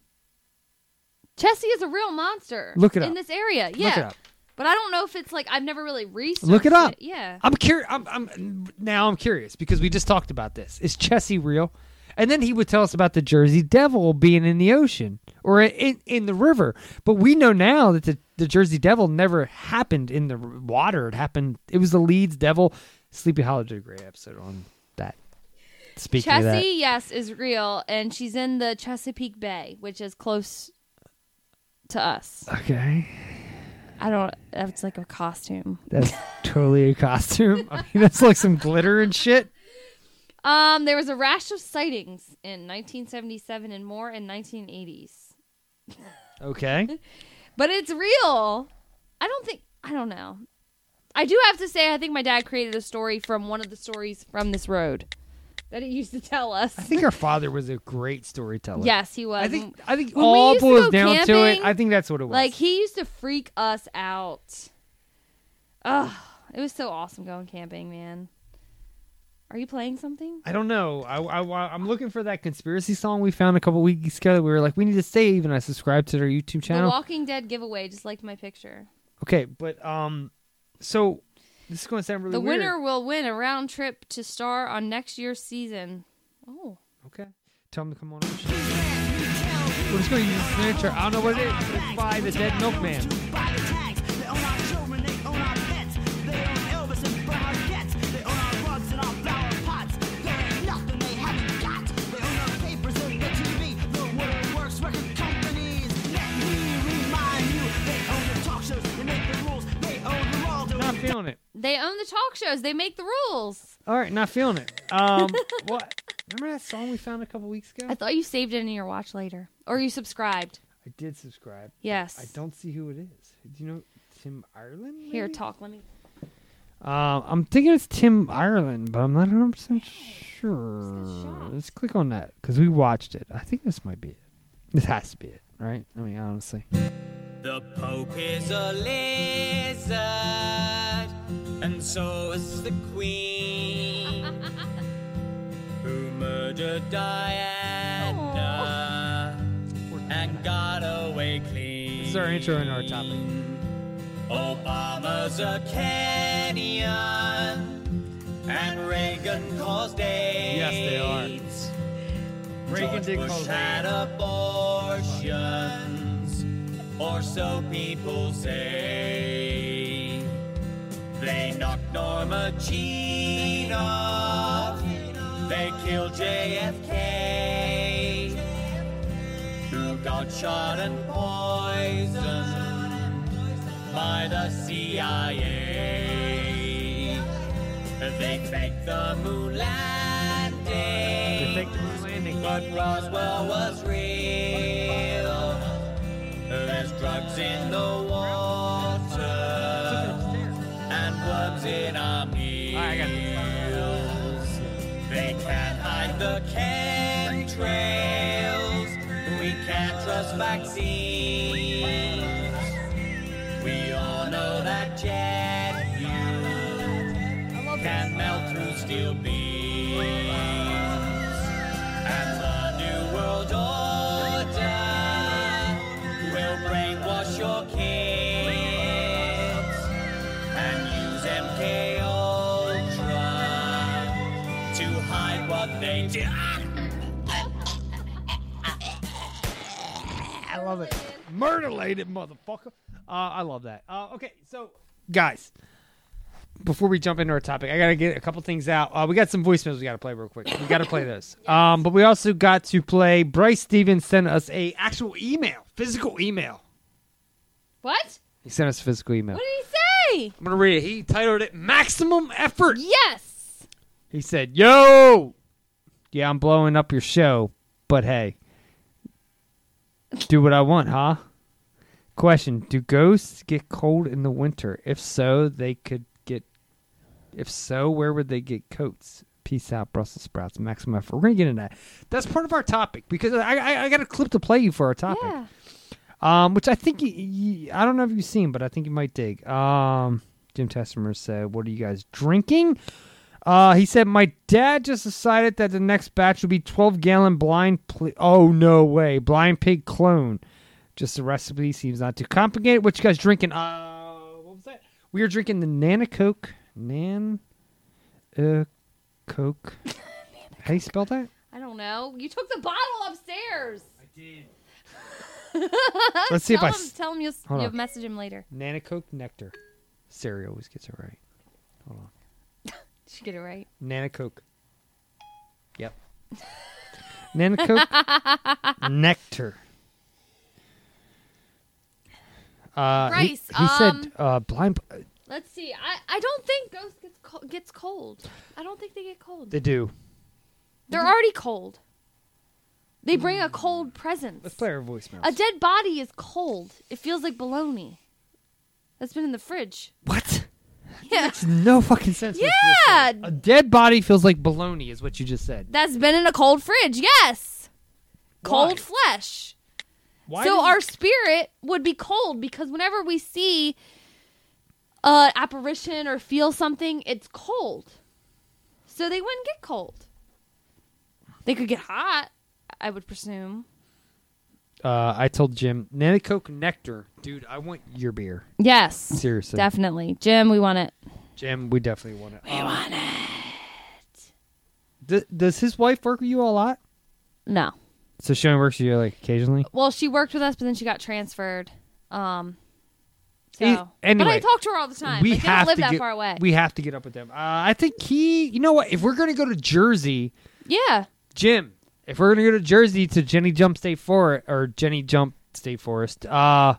Chessie is a real monster.
Look it
in
up.
this area.
Look
Yeah.
it up.
But I don't know if it's like I've never really researched.
Look it up.
Yeah.
I'm curious. I'm, I'm now I'm curious because we just talked about this. Is Chessie real? And then he would tell us about the Jersey Devil being in the ocean or in in the river. But we know now that the, the Jersey Devil never happened in the r- water. It happened. It was the Leeds Devil. Sleepy Hollow did a great episode on that. Speaking of that,
Chessie, yes, is real, and she's in the Chesapeake Bay, which is close to us.
okay,
I don't. That's like a costume.
that's totally a costume. I mean, that's like some glitter and shit.
Um, there was a rash of sightings in 1977 and more in 1980s,
Okay,
but it's real. I don't think. I don't know. I do have to say, I think my dad created a story from one of the stories from this road that he used to tell us.
I think our father was a great storyteller.
Yes, he was.
I think I think
When we
all
used to
boils
go
down to it.
camping,
I think that's what it was.
Like he used to freak us out. Ugh, it was so awesome going camping, man. Are you playing something?
I don't know. I, I am looking for that conspiracy song we found a couple weeks ago. That we were like, we need to save, and I subscribed to their YouTube
The
channel.
Walking Dead giveaway just liked my picture.
okay, but um, so this is going to sound really
the
weird.
winner will win a round trip to star on next year's season. Oh.
Okay. Tell them to come on. Over. We're just going to use the snare track. I don't know what it is. but It's by the Dead Milkman. Not feeling it.
They own the talk shows. They make the rules.
All right, not feeling it.
[laughs]
Um, what? Remember that song we found a couple weeks ago?
I thought you saved it in your watch later, or you subscribed.
[laughs] I did subscribe. but
Yes.
I don't see who it is. Do you know Tim Ireland?
Here,
maybe?
talk. Let me.
Um, I'm thinking it's Tim Ireland, but I'm not 100 percent sure. Let's click on that because we watched it. I think this might be it. This has to be it, right? I mean, honestly.
The Pope is a lizard, and so is the
[laughs]
Queen, who murdered Diana and got away clean.
This is our intro and our topic.
Obama's a Kenyan, and Reagan caused AIDS.
Yes, they are.
George
Dick
Bush
Cheney.
had abortions, or so people say. They knocked Norma Jean off. They killed JFK, who got shot and poisoned by the CIA. They faked the moon landing. They faked the moon landing. But Roswell was real. There's drugs in the water and worms in our meals. They can't hide the chemtrails. We can't trust vaccines. We all know that jet fuel can melt through steel beams. And the New World Order will brainwash your kids and use MK Ultra to hide what they do.
I love it. Murderlated motherfucker. Uh, I love that. Uh, okay, so guys, before we jump into our topic, I gotta get a couple things out. Uh, we got some voicemails we gotta play real quick. We gotta play those. Um, but we also got to play. Bryce Stevens sent us a actual email, physical email.
What?
He sent us a physical email.
What did he say?
I'm gonna read it. He titled it "Maximum Effort."
Yes.
He said, "Yo, yeah, I'm blowing up your show, but hey, do what I want, huh?" Question: Do ghosts get cold in the winter? If so, they could get. If so, where would they get coats? Peace out, Brussels sprouts. Maximum effort. We're gonna get into that. That's part of our topic because I I, I got a clip to play you for our topic, um, which I think you, you, I don't know if you've seen, but I think you might dig. Um, Jim Testimer said, "What are you guys drinking?" Uh, he said, "My dad just decided that the next batch would be 12 gallon blind. Pl- oh no way, blind pig clone. Just the recipe seems not too complicated. What you guys drinking? Uh, what was that? We are drinking the Nana Coke. Nan, uh, Coke. How you spell that?
I don't know. You took the bottle upstairs. I did. [laughs]
Let's see if
tell
I
him,
s-
tell him you'll, s-
Hold
you'll
on.
message him later.
Nana Coke nectar. Siri always gets it right. Hold on.
Did you get it right?
Nana Coke. Yep.
[laughs]
Nana Coke nectar. Uh, he-
Bryce,
he, said
um,
uh, blind.
Let's see. I, I don't think ghosts gets co- gets cold. I don't think they get cold.
They do.
They're already cold. They bring a cold presence.
Let's play our voicemail.
A dead body is cold. It feels like bologna. That's been in the fridge.
What?
[laughs] Yeah.
It's no fucking sense. what you just
Yeah.
said. A dead body feels like baloney, is what you just said.
That's been in a cold fridge. Yes. Cold flesh.
Why
so
does-
our spirit would be cold because whenever we see an apparition or feel something, it's cold. So they wouldn't get cold. They could get hot, I would presume.
Uh, I told Jim, Nana Coke nectar, dude. I want your beer.
Yes.
Seriously.
Definitely. Jim, we want it.
Jim, we definitely want it. We want it. does his wife work with you a lot?
No.
So she only works with you like occasionally.
Well, she worked with us, but then she got transferred. Um, so.
E- anyway,
but I talk to her all the time.
We
like, they
have
don't live
to
that
get,
far away.
We have to get up with them. Uh, I think he. You know what? If we're gonna go to Jersey,
yeah.
Jim. If we're gonna go to Jersey to Jenny Jump State Forest or Jenny Jump State Forest, uh,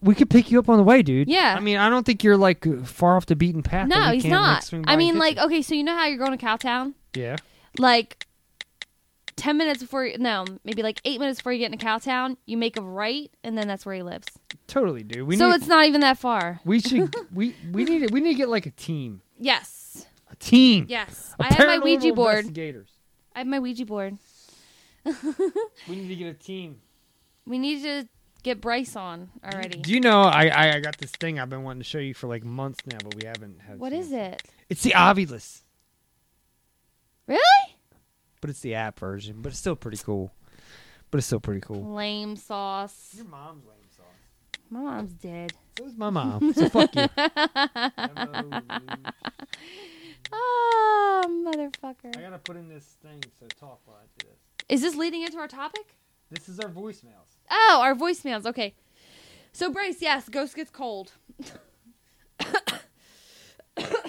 we could pick you up on the way, dude.
Yeah.
I mean, I don't think you're like far off the beaten path. that
No,
we
he's
can't, Like,
not.
swing by
I
and
mean,
get
like, okay, so you know how you're going to Cowtown?
you. yeah.
Like, 10 minutes before, you, no, maybe like 8 minutes before you get into Cowtown, you make a right, and then that's where he lives.
Totally, dude. We
so
need,
it's not even that far. [laughs]
We should. we we need. We need to get like a team.
Yes.
A team.
Yes.
A
I have my Ouija
paranormal
board.
investigators.
I have my Ouija board.
We need to get a team.
We need to get Bryce on already.
Do you know I, I I got this thing I've been wanting to show you for like months now, but we haven't had.
What is it?
It's the Ovulus,
Really?
but it's the app version. But it's still pretty cool. But it's still pretty cool.
Lame sauce. Your
mom's lame sauce.
My mom's dead.
So is
[laughs]
my mom. So fuck you.
oh, motherfucker.
I gotta put in this thing, so talk while I do this.
Is this leading into our topic?
This is our voicemails.
Oh, our voicemails. Okay. So Bryce, yes, Ghost gets cold. [coughs]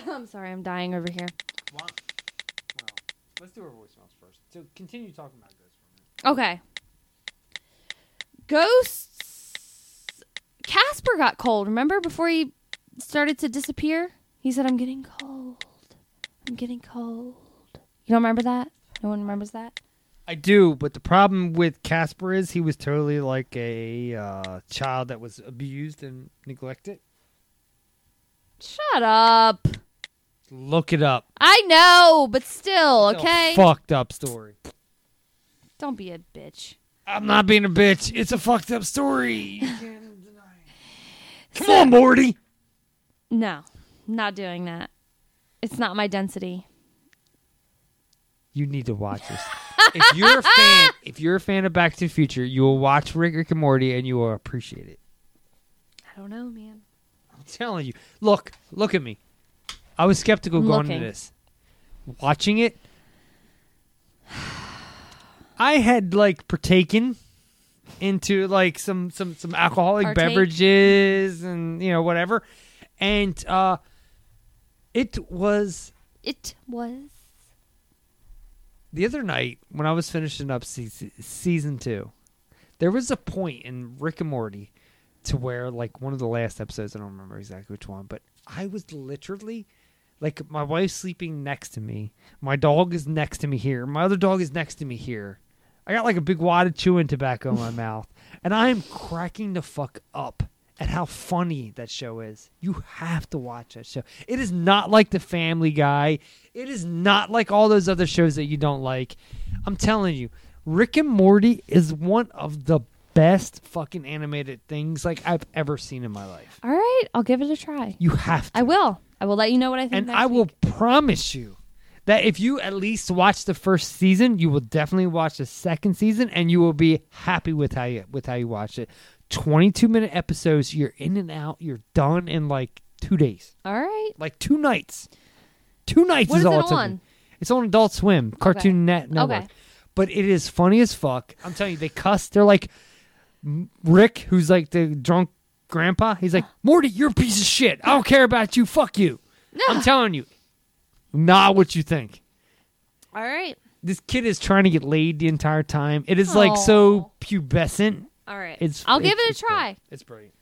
I'm sorry, I'm dying over here.
Well, well, let's do our voicemails first. So continue talking about this.
Okay. Ghosts. Casper got cold. Remember before he started to disappear? He said, "I'm getting cold. I'm getting cold." You don't remember that? No one remembers that.
I do, but the problem with Casper is he was totally like a uh, child that was abused and neglected.
Shut up.
Look it up.
I know, but still,
It's a
okay.
fucked up story.
Don't be a bitch.
I'm not being a bitch. It's a fucked up story. Come on, Morty.
No, not doing that. It's not my density.
You need to watch
[laughs]
this. if you're a fan, if you're a fan of Back to the Future, you will watch Rick, Rick and Morty, and you will appreciate it.
I don't know, man.
I'm telling you. Look, look at me. I was skeptical
I'm
going
looking.
into this. Watching it, [sighs] I had like partaken into like some some some alcoholic
Partake?
beverages and you know whatever, and uh, it was
It was.
the other night when I was finishing up season, season two, there was a point in Rick and Morty to where like one of the last episodes, I don't remember exactly which one, but I was literally like my wife's sleeping next to me, my dog is next to me here, my other dog is next to me here. I got like a big wad of chewing tobacco in my [laughs] mouth, and I am cracking the fuck up at how funny that show is. You have to watch that show. It is not like The Family Guy. It is not like all those other shows that you don't like. I'm telling you, Rick and Morty is one of the best fucking animated things like I've ever seen in my life.
All right, I'll give it a try.
You have to.
I will. I will let you know what I think.
And
next
I will promise you that if you at least watch the first season, you will definitely watch the second season, and you will be happy with how you with how you watch it. Twenty-two minute episodes. You're in and out. You're done in like two days.
All right.
Like two nights. Two nights
What
is
is
all
it
it took me.
on?
It's on Adult Swim, Cartoon Net Network.
Okay.
But it is funny as fuck. I'm telling you, they cuss. They're like M- Rick, who's like the drunk grandpa. He's like Morty, you're a piece of shit. I don't care about you. Fuck you. I'm telling you, not what you think.
All right.
This kid is trying to get laid the entire time. It is like so pubescent.
All right.
It's-
I'll give
it's-
it a
it's
try.
It's brilliant.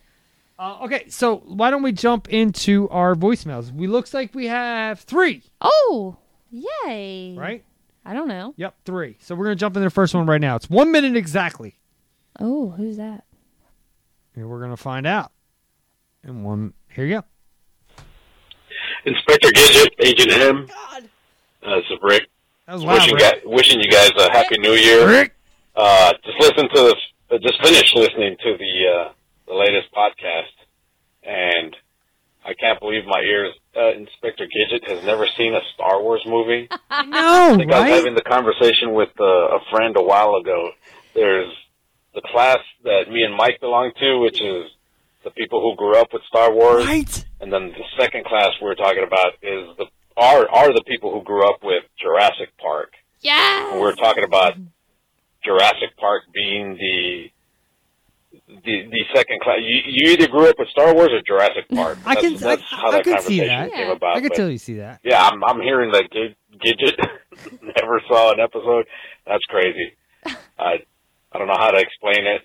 Uh, okay, so why don't we jump into our voicemails? We looks like we have three.
Oh, yay.
Right?
I don't know.
Yep, three. So we're gonna jump in the first one right now. It's one minute exactly.
Oh, who's that?
And we're gonna find out. And one here you go.
Inspector Gadget, Agent
Oh
M. Uh, this is Rick.
That was
wishing, guy, wishing you guys a happy new year.
Rick.
Uh, just listen to the, uh, just finished listening to the uh, the latest podcast, and I can't believe my ears. Uh, Inspector Gadget has never seen a Star Wars movie.
[laughs]
I know,
I think I was having the conversation with uh, a friend a while ago. There's the class that me and Mike belong to, which is the people who grew up with Star Wars.
Right.
And then the second class we're talking about is the are are the people who grew up with Jurassic Park.
Yeah.
And we're talking about Jurassic Park being the the, the second class. You, you either grew up with Star Wars or Jurassic Park.
I can-
That's, that's how
I
that
can see
conversation
that.
came
Yeah.
about.
I can
but-
totally see that.
yeah, I'm I'm hearing that Gid- Gidget [laughs] never saw an episode. That's crazy. I I don't know how to explain it.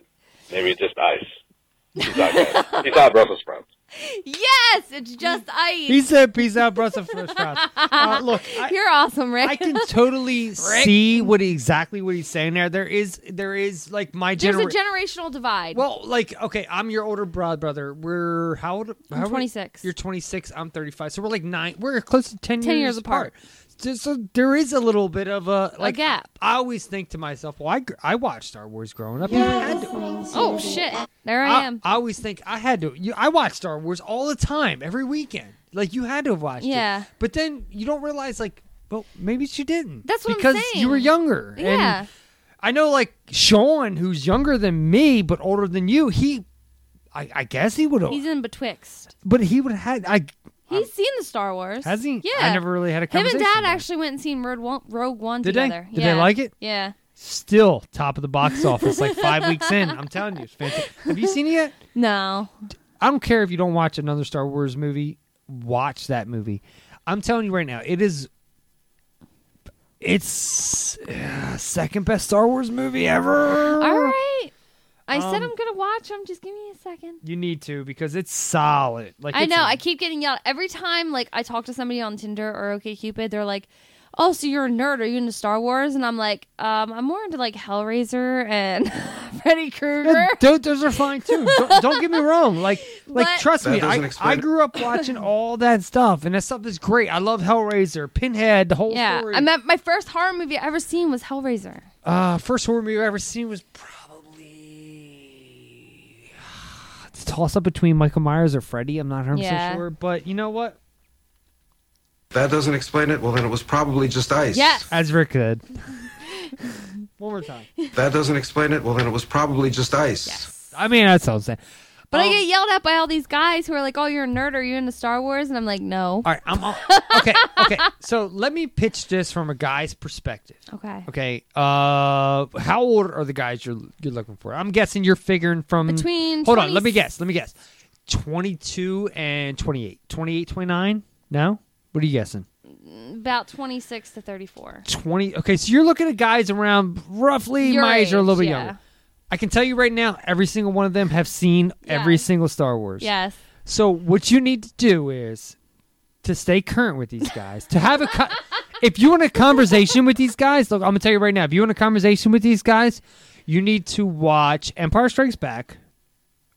Maybe it's just ice. He's out, guys. He's out Brussels sprouts.
[laughs] Yes, it's just ice.
He said [laughs] peace out, Brussels first round.
[laughs]
Uh, look,
You're awesome, Rick. I
can
[laughs]
totally See what he- exactly what he's saying there. There is there is like my
There's
generation.
a generational divide.
Well, like, okay, I'm your older broad brother. We're how old?
I'm
how old-
26.
You're 26. I'm 35. So we're like nine. We're close to 10,
10
years,
years apart.
So, so there is a little bit of a like
gap.
I always think to myself, well, I, gr- I watched Star Wars growing up.
oh shit, there I, am.
I always think I had to. You, I watched Star Wars all the time, every weekend. Like you had to have watched it.
Yeah.
But then you don't realize, like, well, maybe she didn't.
That's what I'm
because you were
saying.
younger.
Yeah.
And I know, like Sean, who's younger than me but older than you. He, I, I guess he would have.
He's in betwixt.
But he would have had. I
He's seen the Star Wars.
Has he?
Yeah.
I never really had a
Him and
conversation
Dad
about it.
actually went and seen Rogue One, Rogue One
Did they?
together.
Did they
yeah.
like it?
Yeah.
Still top of the box office, like five weeks in. I'm telling you, it's
[laughs]
fantastic. Have you seen it yet?
No.
I don't care if you don't watch another Star Wars movie. Watch that movie. I'm telling you right now, it is. It's uh, second best Star Wars movie ever.
All right. I said
Um,
I'm gonna watch him. Just give me a second.
You need to because it's solid. Like
I
it's
know.
a-
I keep getting yelled every time. Like I talk to somebody on Tinder or OkCupid, they're like, "Oh, so you're a nerd? Are you into Star Wars?" And I'm like, um, "I'm more into like Hellraiser and [laughs] Freddy Krueger."
Tho- those are fine too. don't, don't get me wrong. Like, like
But-
trust
That
me,
doesn't
I,
explain
I
it.
grew up watching all that stuff, and that stuff is great. I love Hellraiser, Pinhead, the whole
Yeah,
story.
I mean, my first horror movie I ever seen was Hellraiser.
uh, first horror movie I've ever seen was probably [sighs] it's a toss up between Michael Myers or Freddy. I'm not 100
Yeah.
percent sure, but you know what?
That doesn't explain it. Well, then it was probably just ice.
Yes. As Rick could. One more time.
That doesn't explain it. Well, then it was probably just ice.
I mean, that's what I'm saying.
But
Um,
I get yelled at by all these guys who are like, "Oh, you're a nerd. Are you into Star Wars?" And I'm like, "No."
All right, I'm all, okay. Okay, so let me pitch this from a guy's perspective.
[laughs] okay.
Okay. Uh, how old are the guys you're you're looking for? I'm guessing you're figuring from
Between
Hold on, let
20
me guess. Let me guess. 22 and 28. 28, 29? No? What are you guessing?
About 26 to 34.
20. Okay, so you're looking at guys around roughly
Your
my age or a
age,
little bit
yeah.
younger. I can tell you right now, every single one of them have seen every single Star Wars.
Yes.
So what you need to do is to stay current with these guys. to have
[laughs]
a co- if you want a conversation with these guys, look, I'm gonna tell you right now. If you want a conversation with these guys, you need to watch Empire Strikes Back,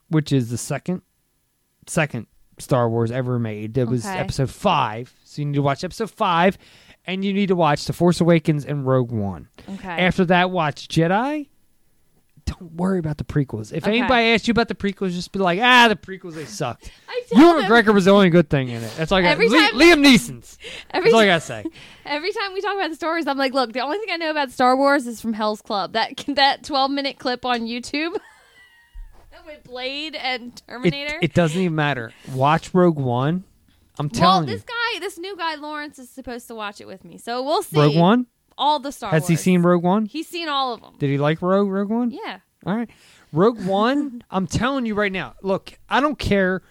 which is the second second Star Wars ever made. That was
Okay.
episode five. So you need to watch episode five, and you need to watch The Force Awakens and Rogue One.
Okay.
After that, watch Jedi. Don't worry about the prequels. If
Okay.
anybody asks you about the prequels, just be like, ah, the prequels they sucked.
tell
Ewan
them-
McGregor was the only good thing in it. That's all I got.
Every
Li-
time-
Liam Neeson's.
Every
That's all I
time- [laughs]
gotta say.
Every time we talk about the Star Wars, I'm like, look, the only thing I know about Star Wars is from Hell's Club. That [laughs] that 12 minute clip on YouTube [laughs] with Blade and Terminator.
It doesn't even matter. Watch Rogue One. I'm
well,
telling
this guy, this new guy, Lawrence, is supposed to watch it with me, so we'll see.
you. Rogue One.
All the Star
Has
Wars.
he seen Rogue One?
He's seen all of them.
Did he like Rogue Rogue One?
Yeah.
All right.
[laughs]
Rogue One, I'm telling you right now. Look, I don't care.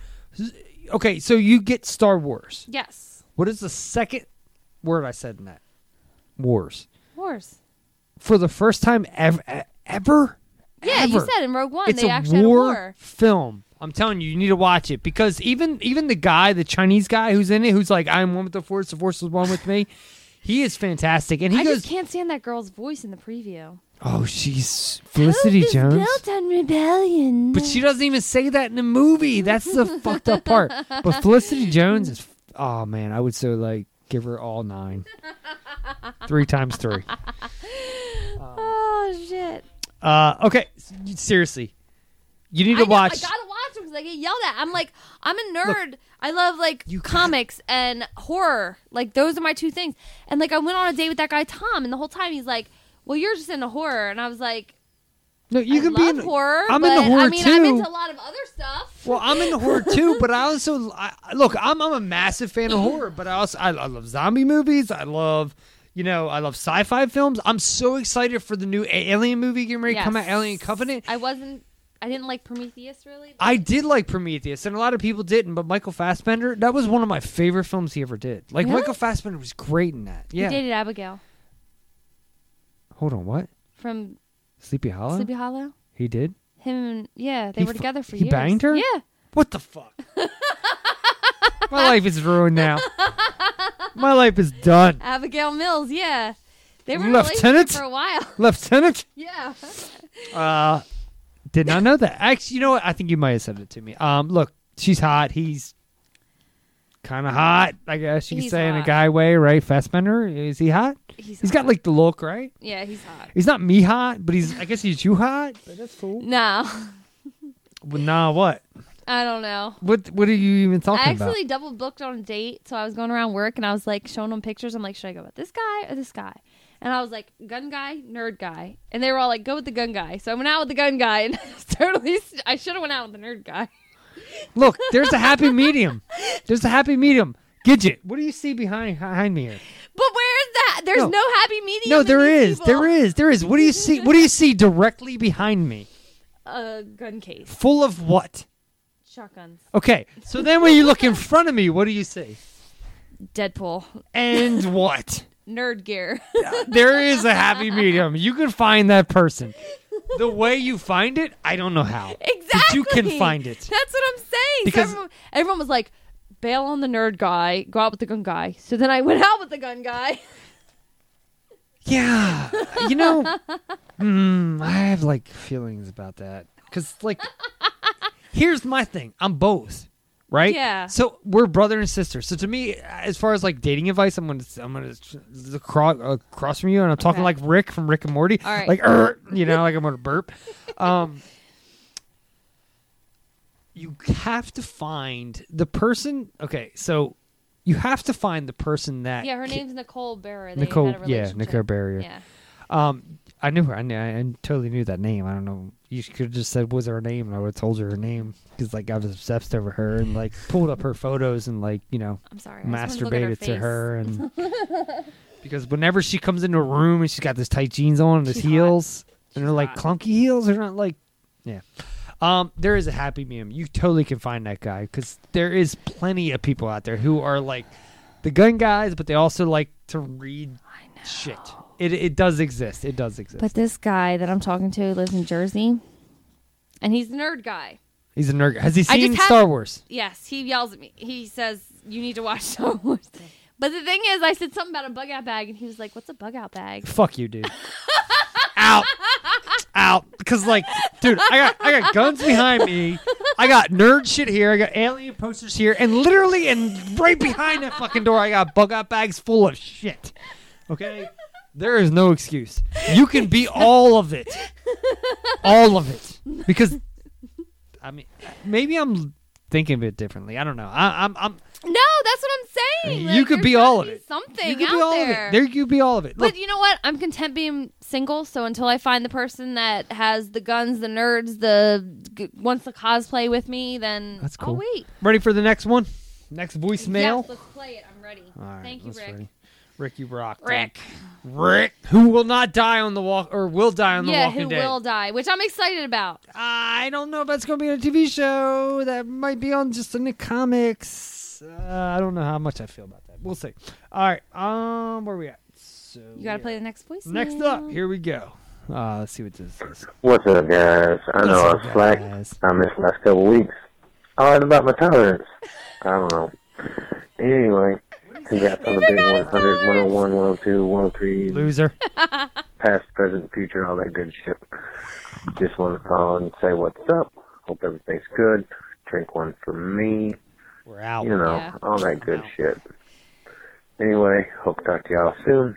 Okay, so you get Star Wars.
Yes.
What is the second word I said in that? Wars.
Wars.
For the first time ever ever
Yeah, you
ever.
said in Rogue One
it's
they
a
actually
war,
had a war.
film. I'm telling you, you need to watch it because even even the guy, the Chinese guy who's in it, who's like, "I'm one with the force, the force is one with me," [laughs] he is fantastic, and he
I
goes,
just can't stand that girl's voice in the preview.
"Oh, she's Felicity Jones."
on rebellion.
But she doesn't even say that in the movie. That's
[laughs]
the fucked up part. But Felicity Jones is. Oh man, I would so like give her
[laughs]
all nine. Three times three.
oh shit!
Uh, okay, s- you- seriously, you need
I
to
know,
watch.
I gotta watch them because I get yelled at. I'm like, I'm a nerd. I love like comics and horror. Like those are my two things. And like I went on a date with that guy Tom, and the whole time he's like, "Well, you're just into horror," and I was like,
no, you
I
can
love
be. In,
horror.
I'm
but,
into horror
I mean,
too.
I'm into a lot of other stuff.
well, I'm
[laughs]
into horror too, but I also I, I- look. I'm I'm a massive fan of horror, but I also I, I love zombie movies. I love. You know, I love sci-fi films. I'm so excited for the new A- Alien movie getting ready to come out,
Yes.
Alien Covenant.
I wasn't. I didn't like Prometheus really.
I did like Prometheus, and a lot of people didn't. But Michael Fassbender, that was one of my favorite films he ever did. Like
Really?
Michael Fassbender was great in that.
He
Yeah.
dated Abigail
Hold on, what?
from
Sleepy Hollow.
Sleepy Hollow.
He did.
Him and yeah, they
He
were
fu-
together for
he
years.
banged her?
Yeah.
What the fuck? My life is ruined now. my life is done.
[laughs] Abigail Mills, yeah. They were in a
Lieutenant
relationship for a
[laughs]
while.
Lieutenant.
Yeah. [laughs]
Uh, did not know that. Actually, you know what? I think you might have said it to me. Um, look, she's hot. He's kind of hot, I guess you could
He's
say in a
hot.
guy way, right? Fassbender, is he hot?
He's
he's got like the look, right?
Yeah, he's hot.
He's not me hot, but he's. I guess he's you hot. But that's cool.
No.
Well, nah, what?
[laughs] I don't know.
What? What are you even talking
I
about?
actually double booked on a date, so I was going around work and I was like showing them pictures. I'm like, should I go with this guy or this guy? And I was like, gun guy, nerd guy, and they were all [laughs] like, go with the gun guy. [laughs] So I went out with the gun guy, and it's totally, st- I should have went out with the nerd guy.
Look, there's
[laughs]
a happy medium. There's a happy medium. Gidget, what do you see behind behind me here?
But where's that? There's
No.
no, happy medium.
No,
in
there
these
is. There
people.
is. There is. What do you see? What do you see directly behind me?
A gun case.
Full of what?
Shotguns.
Okay. So then when you look in front of me, what do you see?
Deadpool.
And what?
[laughs] Nerd gear.
[laughs] There is a happy medium. You can find that [laughs] person. The way you find it, I don't know how.
exactly.
But you can find it.
That's what I'm saying. So
Because-
everyone, everyone was like, bail on the nerd guy, go out with the gun guy. So then I went out with the gun guy. [laughs]
Yeah. [sighs]
[laughs]
You know, mm, I have like feelings about that. Because,
[laughs]
like, here's my thing I'm both, right?
Yeah.
So we're brother and sister. So to me, as far as like dating advice, I'm going to, I'm going to uh, cross, across from you and I'm talking like Rick from Rick and Morty.
All right.
Like, "Er," you
[laughs]
know, like I'm going to burp. Um, you have to find the person. Okay. So you have to find the person that
Yeah, her name's Nicole Barra. They
Nicole,
had a
yeah,
relationship.
Nicole Barrier.
Yeah.
Um, I knew her. I, knew, I I totally knew that name. I don't know. You could have just said, "What's her name?" and I would have told her her name because, like, I was obsessed over her and like pulled up her photos and like you know,
I'm sorry, I just wanted to look
masturbated
at
to her
her [laughs]
and because whenever she comes into a room and she's got these tight jeans on and these heels and they're like clunky heels, they're not like, yeah. Um, there is a happy medium. You totally can find that guy because there is plenty of people out there who are like the gun guys, but they also like to read shit. It it does exist. It does exist.
But this guy that I'm talking to lives in Jersey, and he's the nerd guy.
He's a nerd. Has he
I just
seen
have-
Star Wars?
Yes, he yells at me. He says, "You need to watch [laughs] Star Wars." But the thing is, I said something about a bug out bag, and he was like, "What's a bug out bag?"
Fuck you, dude. out, out. Because like, dude, I got I got guns behind me. I got nerd shit here. I got alien posters here, and literally, and right behind that fucking door, I got bug out bags full of shit. Okay, there is no excuse. You can be all of it, all of it, because I mean, maybe I'm thinking of it differently. I don't know. I, I'm I'm.
No, that's what I'm saying.
you
Like,
could
there's
be
gotta
all of it.
Something
You could
out
be all
there.
of it. There you could be all of it. Look,
But you know what? I'm content being single. So until I find the person that has the guns, the nerds, the g- wants to cosplay with me, then
That's cool.
I'll oh, wait.
Ready for the next one? Next voicemail?
Yes, let's play it. I'm ready.
All right,
Thank you,
let's
Rick.
see. Rick, you rock. dude.
Rick.
Rick, who will not die on the walk, or will die on the
yeah,
Walking
who
Dead.
will die? Which I'm excited about.
I don't know if that's going to be on a TV show. That might be on just in the comics. Uh, I don't know how much I feel about that. We'll see. All right, um, where we at? So
You gotta play the next voice.
Next up, here we go. Uh, let's see what this is.
What's up, guys? I know I was slack. I missed the last couple weeks. I lied about my tolerance. I don't know. Anyway, congrats on the big 100, 101, 102, 103.
Loser.
Past, present, future, all that good shit. Just want to call and say what's up. Hope everything's good. Drink one for me.
We're out.
You know, oh all that good shit. Anyway, hope to talk to y'all soon.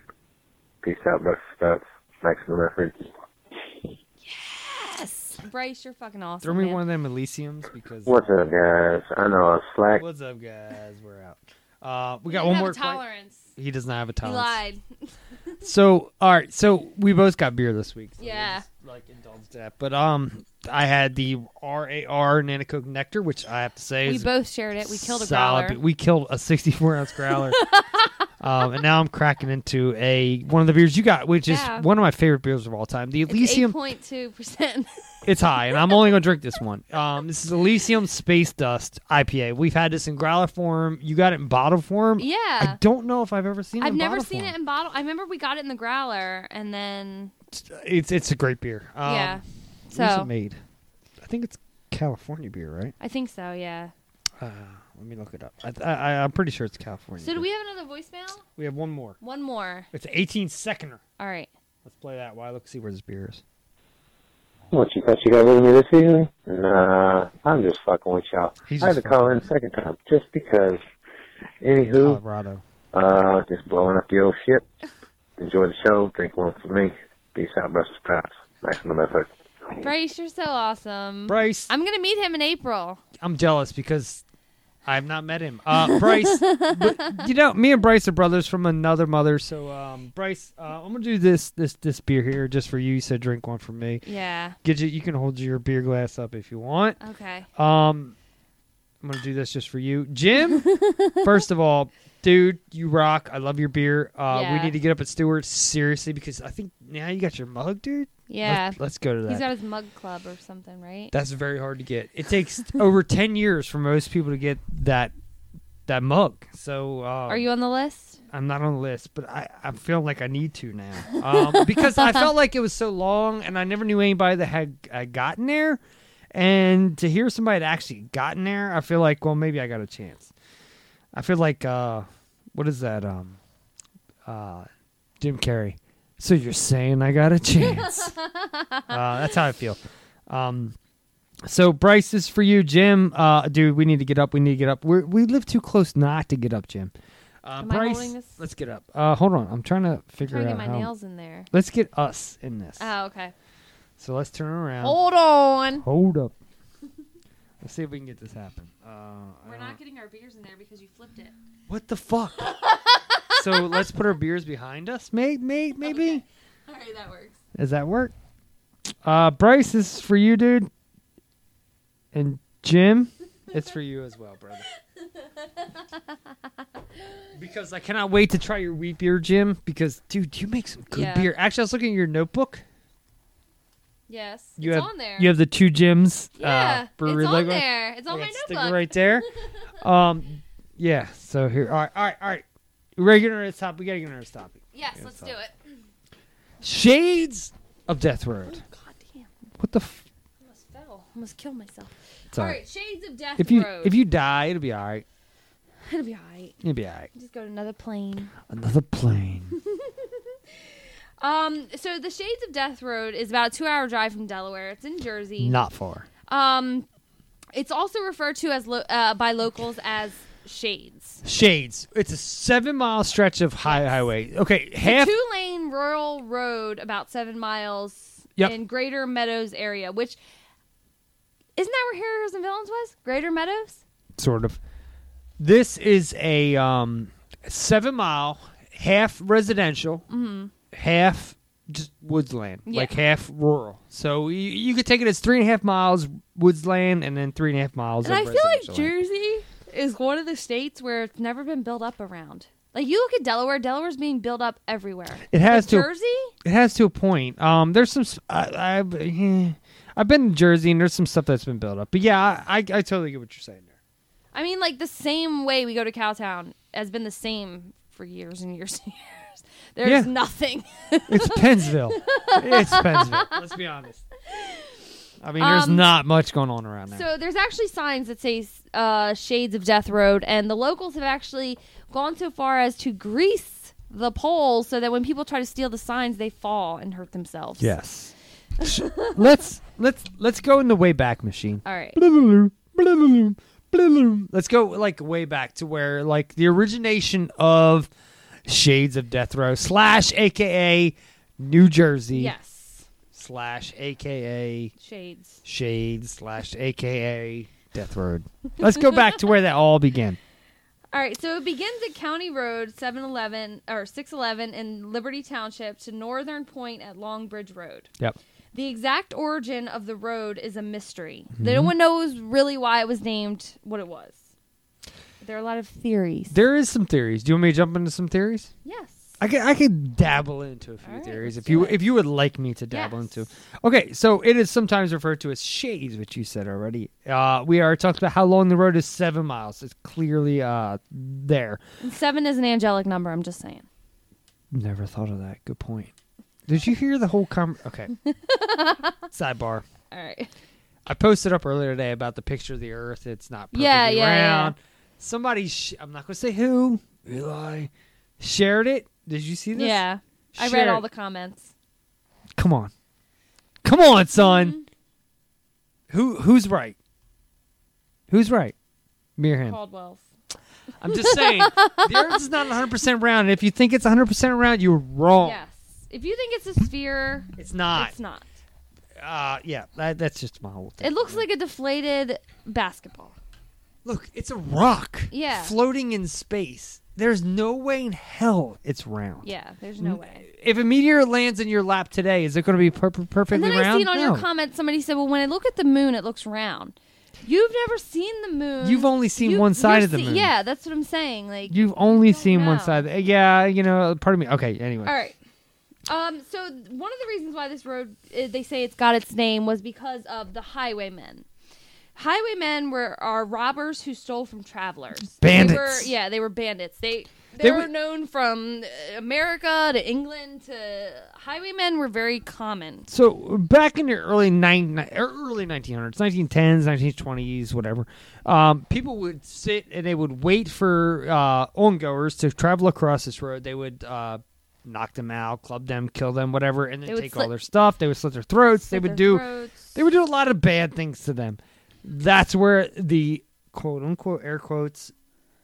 Peace out, best stuff. Maximum effort.
Yes. Bryce, you're fucking awesome.
[laughs] Throw me
man.
one of them Elysiums because
What's up, guys? I know I was slack.
What's
[laughs]
up, guys? We're out. Uh, we
You
got
didn't
one
have a
more play-
tolerance.
He does not have
He
a tolerance.
lied. [laughs]
So, all right. So we both got beer this week.
yeah.
Like indulged that, But um, I had the RAR Nanacoke Nectar, which I have to say
We
is
both shared it. We killed a
solid.
growler.
We killed a 64 ounce
[laughs]
growler. um, and now I'm cracking into a one of the beers you got, which
Yeah.
is one of my favorite beers of all time. The Elysium.
Eight point two percent.
It's high, and I'm only going to drink this one. Um, this is Elysium Space Dust IPA. We've had this in growler form. You got it in bottle form.
Yeah.
I don't know if I've ever seen. it
I've
in
never
bottle
seen
form.
it in bottle. I remember we got it in the growler, and then
It's it's a great beer. Um,
yeah.
where's
So
it made? I think it's California beer, right?
I think so. Yeah.
Uh, let me look it up. I, I, I'm pretty sure it's California.
So do
beer.
we have another voicemail?
We have one more.
One more.
It's an 18 seconder.
All right.
Let's play that while I look see where this beer is.
What, you thought you got rid of me this easily? Nah, I'm just fucking with y'all.
He's
I had to
just
call in a second time just because. Anywho,
Colorado.
uh, just blowing up the old shit. Enjoy the show. Drink one for me. Peace out, Brussels sprouts. Maximum effort.
Bryce, you're so awesome.
Bryce.
I'm gonna meet him in April.
I'm jealous because I've not met him. Uh, Bryce, but, you know, me and Bryce are brothers from another mother. So, um, Bryce, uh, I'm gonna do this this this beer here just for you. So drink one for me.
Yeah.
Gidget, you can hold your beer glass up if you want.
Okay.
Um, I'm gonna do this just for you,
[laughs]
Jim. first of all, dude, you rock. I love your beer. Uh,
Yeah.
We need to get up at Stewart's seriously because I think now you got your mug, dude.
Yeah.
Let's, let's go to that.
He's got his mug club or something, right?
That's very hard to get. It takes [laughs] over ten years for most people to get that that mug. So uh,
Are you on the list?
I'm not on the list, but I I feel like I need to now um, [laughs] because I felt like it was so long, and I never knew anybody that had uh, gotten there. And to hear somebody that actually gotten there, I feel like well maybe I got a chance. I feel like uh, what is that um uh Jim Carrey? So you're saying I got a [laughs] chance?
[laughs]
uh, that's how I feel. Um, so Bryce this is for you, Jim. Uh, dude, we need to get up. We need to get up. We're, we live too close not to get up, Jim. Uh,
Am I holding
Bryce,
this?
let's get up. Uh, hold on, I'm trying to figure
trying to
out
get my
how-
nails in there.
Let's get us in this.
Oh, okay.
So let's turn around.
Hold on.
Hold up. let's see if we can get this happen. Uh, I
[laughs] We're
don't-
not getting our beers in there because you flipped it.
What the
[laughs]
fuck? so let's put our beers behind us. May, may, maybe.
All right, that works.
Does that work? Uh, Bryce, this is for you, dude. And Jim, it's for you as well, brother. Because I cannot wait to try your wheat beer, Jim. Because, dude, you make some good
Yeah.
beer. Actually, I was looking at your notebook.
[laughs] Yes,
You
it's
have
on there.
you have the two Jims.
Yeah,
uh, brewery
it's on
logo.
there. It's on
I
my
got the sticker
notebook. [laughs]
right there. um, yeah. So here, all right, all right, all right. We're ready to get on this topic. We gotta get on this topic.
yes, let's do it.
Shades of Death Road.
Oh,
What the f-
Almost fell. Almost killed myself.
It's all
all
right.
right, Shades of Death
if you
Road.
if you die, it'll be all right.
[laughs] it'll be all right.
It'll be all right.
Just go to another plane.
Another plane.
[laughs] Um, so the Shades of Death Road is about a two-hour drive from Delaware. It's in Jersey.
Not far.
Um, it's also referred to as lo- uh, by locals as Shades.
Shades. It's a seven mile stretch of high highway. Okay,
It's a
half.
two-lane rural road about seven miles
Yep.
in Greater Meadows area, which isn't that where Heroes and Villains was? Greater Meadows.
sort of. This is a um, seven mile, half residential,
Mhm.
half just woodsland,
Yeah.
like half rural. So you, you could take it as three and a half miles woodsland and then three and a half miles.
And
of
I feel like
residential land.
Jersey is one of the states where it's never been built up around. Like you look at Delaware, Delaware's being built up everywhere.
It has
But
to.
Jersey.
It has to a point. Um, there's some. s- I, have been to Jersey, and there's some stuff that's been built up. But yeah, I, I, I totally get what you're saying there.
I mean, like the same way we go to Cowtown has been the same for years and years and years. [laughs] There's
Yeah.
nothing. [laughs]
It's Pennsville. it's Pennsville. Let's be honest. I mean, there's
Um,
not much going on around there.
So there's actually signs that say uh, Shades of Death Road, and the locals have actually gone so far as to grease the poles so that when people try to steal the signs, they fall and hurt themselves. [laughs]
Yes. Sh- let's let's let's go in the way back machine.
All right.
Let's go like way back to where like the origination of Shades of Death Row slash AKA New Jersey
Yes.
slash AKA
Shades.
Shades slash AKA Death Road. Let's go back to where that all began.
All right, so it begins at County Road 711 or 611 in Liberty Township to Northern Point at Long Bridge Road.
Yep.
The exact origin of the road is a mystery.
Mhm.
No one knows really why it was named what it was. There are a lot of theories.
There is some theories. Do you want me to jump into some theories?
Yes.
I could I could dabble into a few theories if you if you would like me to dabble into. Okay, so it is sometimes referred to as shades, which you said already. Uh, we are talking about how long the road is seven miles. It's clearly uh there.
And Seven is an angelic number. I'm just saying.
Never thought of that. Good point. Did you hear the whole com?
[laughs]
Okay. Sidebar.
All right.
I posted up earlier today about the picture of the Earth. It's not perfectly
Yeah, yeah, yeah.
round. Somebody, sh- I'm not going to say who, Eli, shared it. Did you see this?
Yeah. I
Share
read all
it.
the comments.
Come on. Come on, son.
Mm-hmm.
Who who's right? Who's right? Me or him?
Caldwell's.
I'm just
[laughs]
saying, the Earth is not 100% round. And if you think it's 100% round, you're wrong.
Yes. If you think it's a sphere,
It's not.
It's not.
Uh, yeah, that, that's just my whole thing.
It looks like a deflated basketball.
Look, it's a rock.
Yeah.
Floating in space. There's no way in hell it's round.
Yeah, there's no
N-
way.
If a meteor lands in your lap today, is it going to be per- per-
And
perfectly
then I
round?
seen on
no.
your comment somebody said, "Well, when I look at the moon, it looks round." You've never seen the moon.
You've only seen one side
you're
of the
se-
moon.
Yeah, that's what I'm saying. Like,
You've only seen one
know.
side. Yeah, you know, pardon me. Okay, anyway.
all right. Um, so th- one of the reasons why this road, uh, they say it's got its name, was because of the highwaymen. Highwaymen were are robbers who stole from travelers. They were,
Bandits.
yeah, they were bandits. They they,
They
were
were-
known from uh, America to England to highwaymen were very common.
So back in the early nine, ni- er, early 1900s, 1910s, 1920s, whatever, um, people would sit and they would wait for uh, ongoers to travel across this road. They would uh, knock them out, club them, kill them, whatever, and
They
then
would
take
slit-
all their stuff. They would slit their throats. they
slit
would
their
do
throats.
they would do a lot of bad things to them. That's where the quote unquote air quotes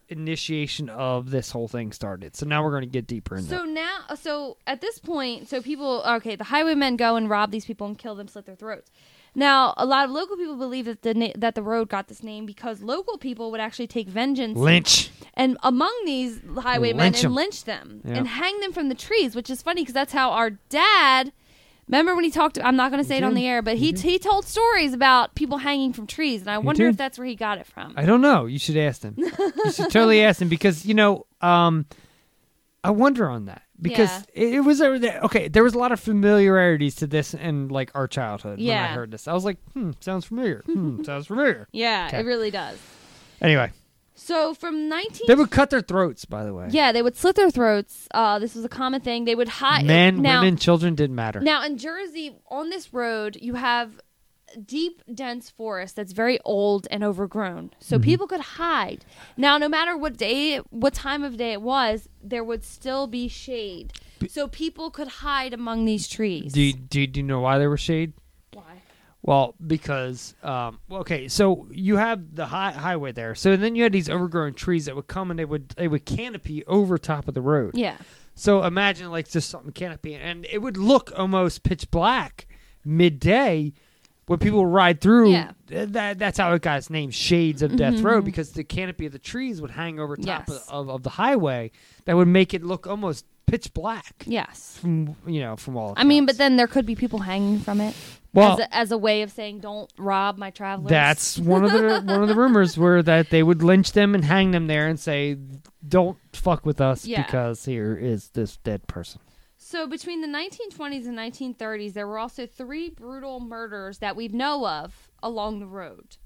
initiation of this whole thing started. So now we're going to get deeper into
So now, uh, so at this point, so people, okay, the highwaymen go and rob these people and kill them, slit their throats. Now, a lot of local people believe that the na- that the road got this name because local people would actually take vengeance,
Lynch.
and among these highwaymen
Lynch 'em.
and lynch them
Yeah.
and hang them from the trees, which is funny because that's how our dad. Remember when he talked? I'm not going to say it on
did.
the air, but
He
he
did.
he told stories about people hanging from trees, and I
He
wonder
did.
if that's where he got it
[laughs]
from.
I don't know. You should ask them. you should totally ask them because you know. Um, I wonder on that because it, it was over there. Okay, there was a lot of familiarities to this in like our childhood when I
Yeah.
heard this. I was like, hmm, sounds familiar.
[laughs]
Hmm, sounds familiar.
[laughs] Yeah,
Okay.
it really does.
Anyway,
So from 19
they would cut their throats. By the way,
Yeah, they would slit their throats. Uh, this was a common thing. They would hide
men,
now,
women, children didn't matter.
Now in Jersey, on this road, you have deep, dense forest that's very old and overgrown, so
Mhm.
people could hide. Now, no matter what day, what time of day it was, there would still be shade, so people could hide among these trees.
do you, do you, do you know why they were shade?
Why?
Well, because um, well, okay, so you have the high, highway there, so then you had these overgrown trees that would come and they would they would canopy over top of the road.
Yeah.
So imagine like just something canopy, and it would look almost pitch black midday when people ride through.
Yeah.
Th- That that's how it got its name, Shades of Death
Mm-hmm.
Mhm.
Road, because the canopy of the trees would hang over top
Yes.
of, of, of the highway that would make it look almost pitch black.
Yes.
From you know from all.
I mean, but then there could be people hanging from it.
Well-
as a, as a way of saying, "Don't rob my travelers." [laughs]
That's one of the one of the rumors were that they would lynch them and hang them there and say, "Don't fuck with us
Yeah.
because here is this dead person."
So between the 1920s and 1930s, there were also three brutal murders that we know of along the road.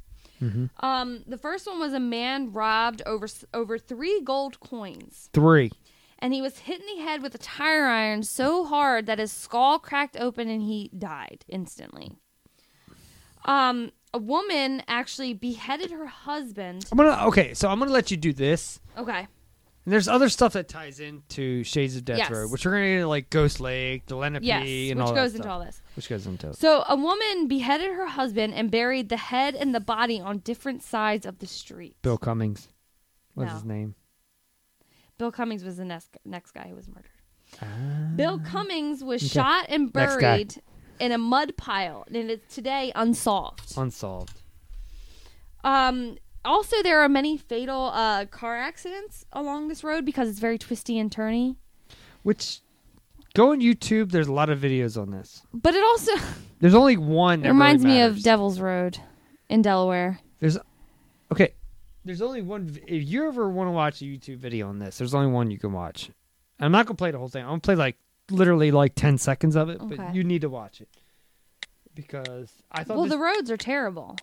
Mm-hmm.
Um, the first one was a man robbed over s- over three gold coins,
Three.
and he was hit in the head with a tire iron so hard that his skull cracked open and he died instantly. Um, a woman actually beheaded her husband.
I'm gonna okay, so I'm gonna let you do this.
Okay.
And there's other stuff that ties into Shades of Death
Yes.
Road, which we're gonna get like Ghost Lake, the Lenape,
Yes,
and
which
all
goes
that
into
stuff,
all this.
Which goes into it.
So a woman beheaded her husband and buried the head and the body on different sides of the street.
Bill Cummings. What's
No.
his name?
Bill Cummings was the next next guy who was murdered.
Ah.
Bill Cummings was
Okay.
shot and
Next guy.
buried in a mud pile, and it's today unsolved.
Unsolved.
Um, also, there are many fatal uh, car accidents along this road because it's very twisty and turny.
Which go on YouTube, there's a lot of videos on this.
But it also
There's only one
it [laughs]
that
reminds
really
me
matters.
of Devil's Road in Delaware.
There's okay. There's only one. v- If you ever want to watch a YouTube video on this, there's only one you can watch. I'm not gonna play the whole thing. I'm gonna play like literally like 10 seconds of it,
Okay.
but you need to watch it because I thought.
Well,
this-
the roads are terrible.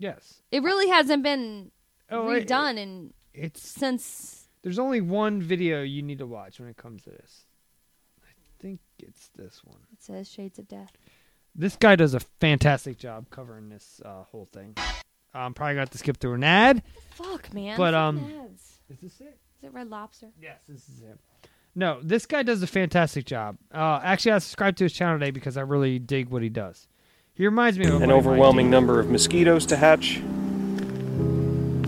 Yes.
It really hasn't been
Oh, it-
redone in
it's-
since
There's only one video you need to watch when it comes to this. I think it's this one.
it says Shades of Death.
This guy does a fantastic job covering this uh, whole thing. I'm probably gonna have to skip through an ad.
Fuck, man.
But
Fuck
um.
ads.
Is this it?
Is it Red Lobster?
Yes, this is it. No, this guy does a fantastic job. Uh, actually, I subscribed to his channel today because I really dig what he does. He reminds me of
an overwhelming number of mosquitoes to hatch.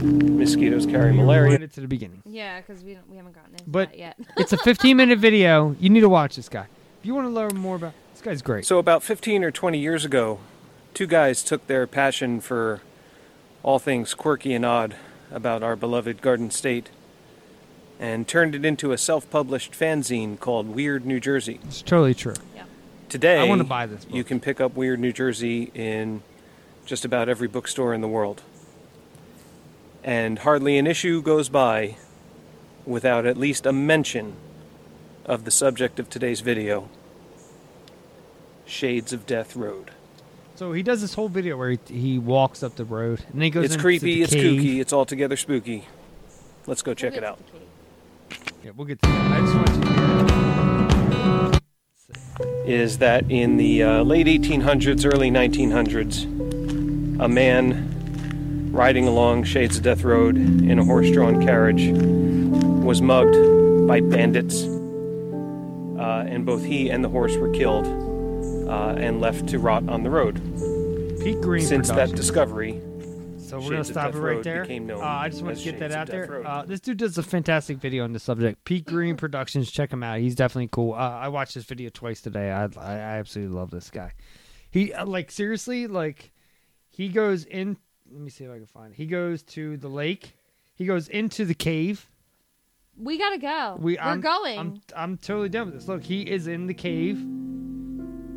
Mosquitoes carry malaria.
Related to the beginning,
Yeah, because we don't, we haven't gotten into
but
that yet.
[laughs] it's a 15 minute video. You need to watch this guy if you want to learn more about. This guy's great.
So, about 15 or 20 years ago, two guys took their passion for all things quirky and odd about our beloved Garden State and turned it into a self published fanzine called Weird New Jersey.
It's totally true.
Today,
I wanna buy this
You can pick up Weird New Jersey in just about every bookstore in the world. and hardly an issue goes by without at least a mention of the subject of today's video Shades of Death Road.
So he does this whole video where he, he walks up the road and then he goes.
It's
into
creepy,
the
it's
cave.
kooky, it's altogether spooky. Let's go check it out.
Yeah, we'll get to that. I just want you to hear that.
is that in the uh, late 1800s, early 1900s, a man riding along Shades of Death Road in a horse drawn carriage was mugged by bandits, uh, and both he and the horse were killed uh, and left to rot on the road.
Pete Green
Since that
Productions.
discovery,
So
Shades
we're gonna
of
stop
Death
it right
Road
there.
became known
Uh, I just want
as
to get that
Shades of
out
Death Mm-hmm.
there.
Road.
Uh, this dude does a fantastic video on the subject. Pete Green Productions, check him out. He's definitely cool. Uh, I watched this video twice today. I, I I absolutely love this guy. He uh, like seriously like he goes in. Let me see if I can find. It. He goes to the lake. He goes into the cave.
We gotta go.
We,
are
I'm,
going.
I'm, I'm totally done with this. Look, he is in the cave.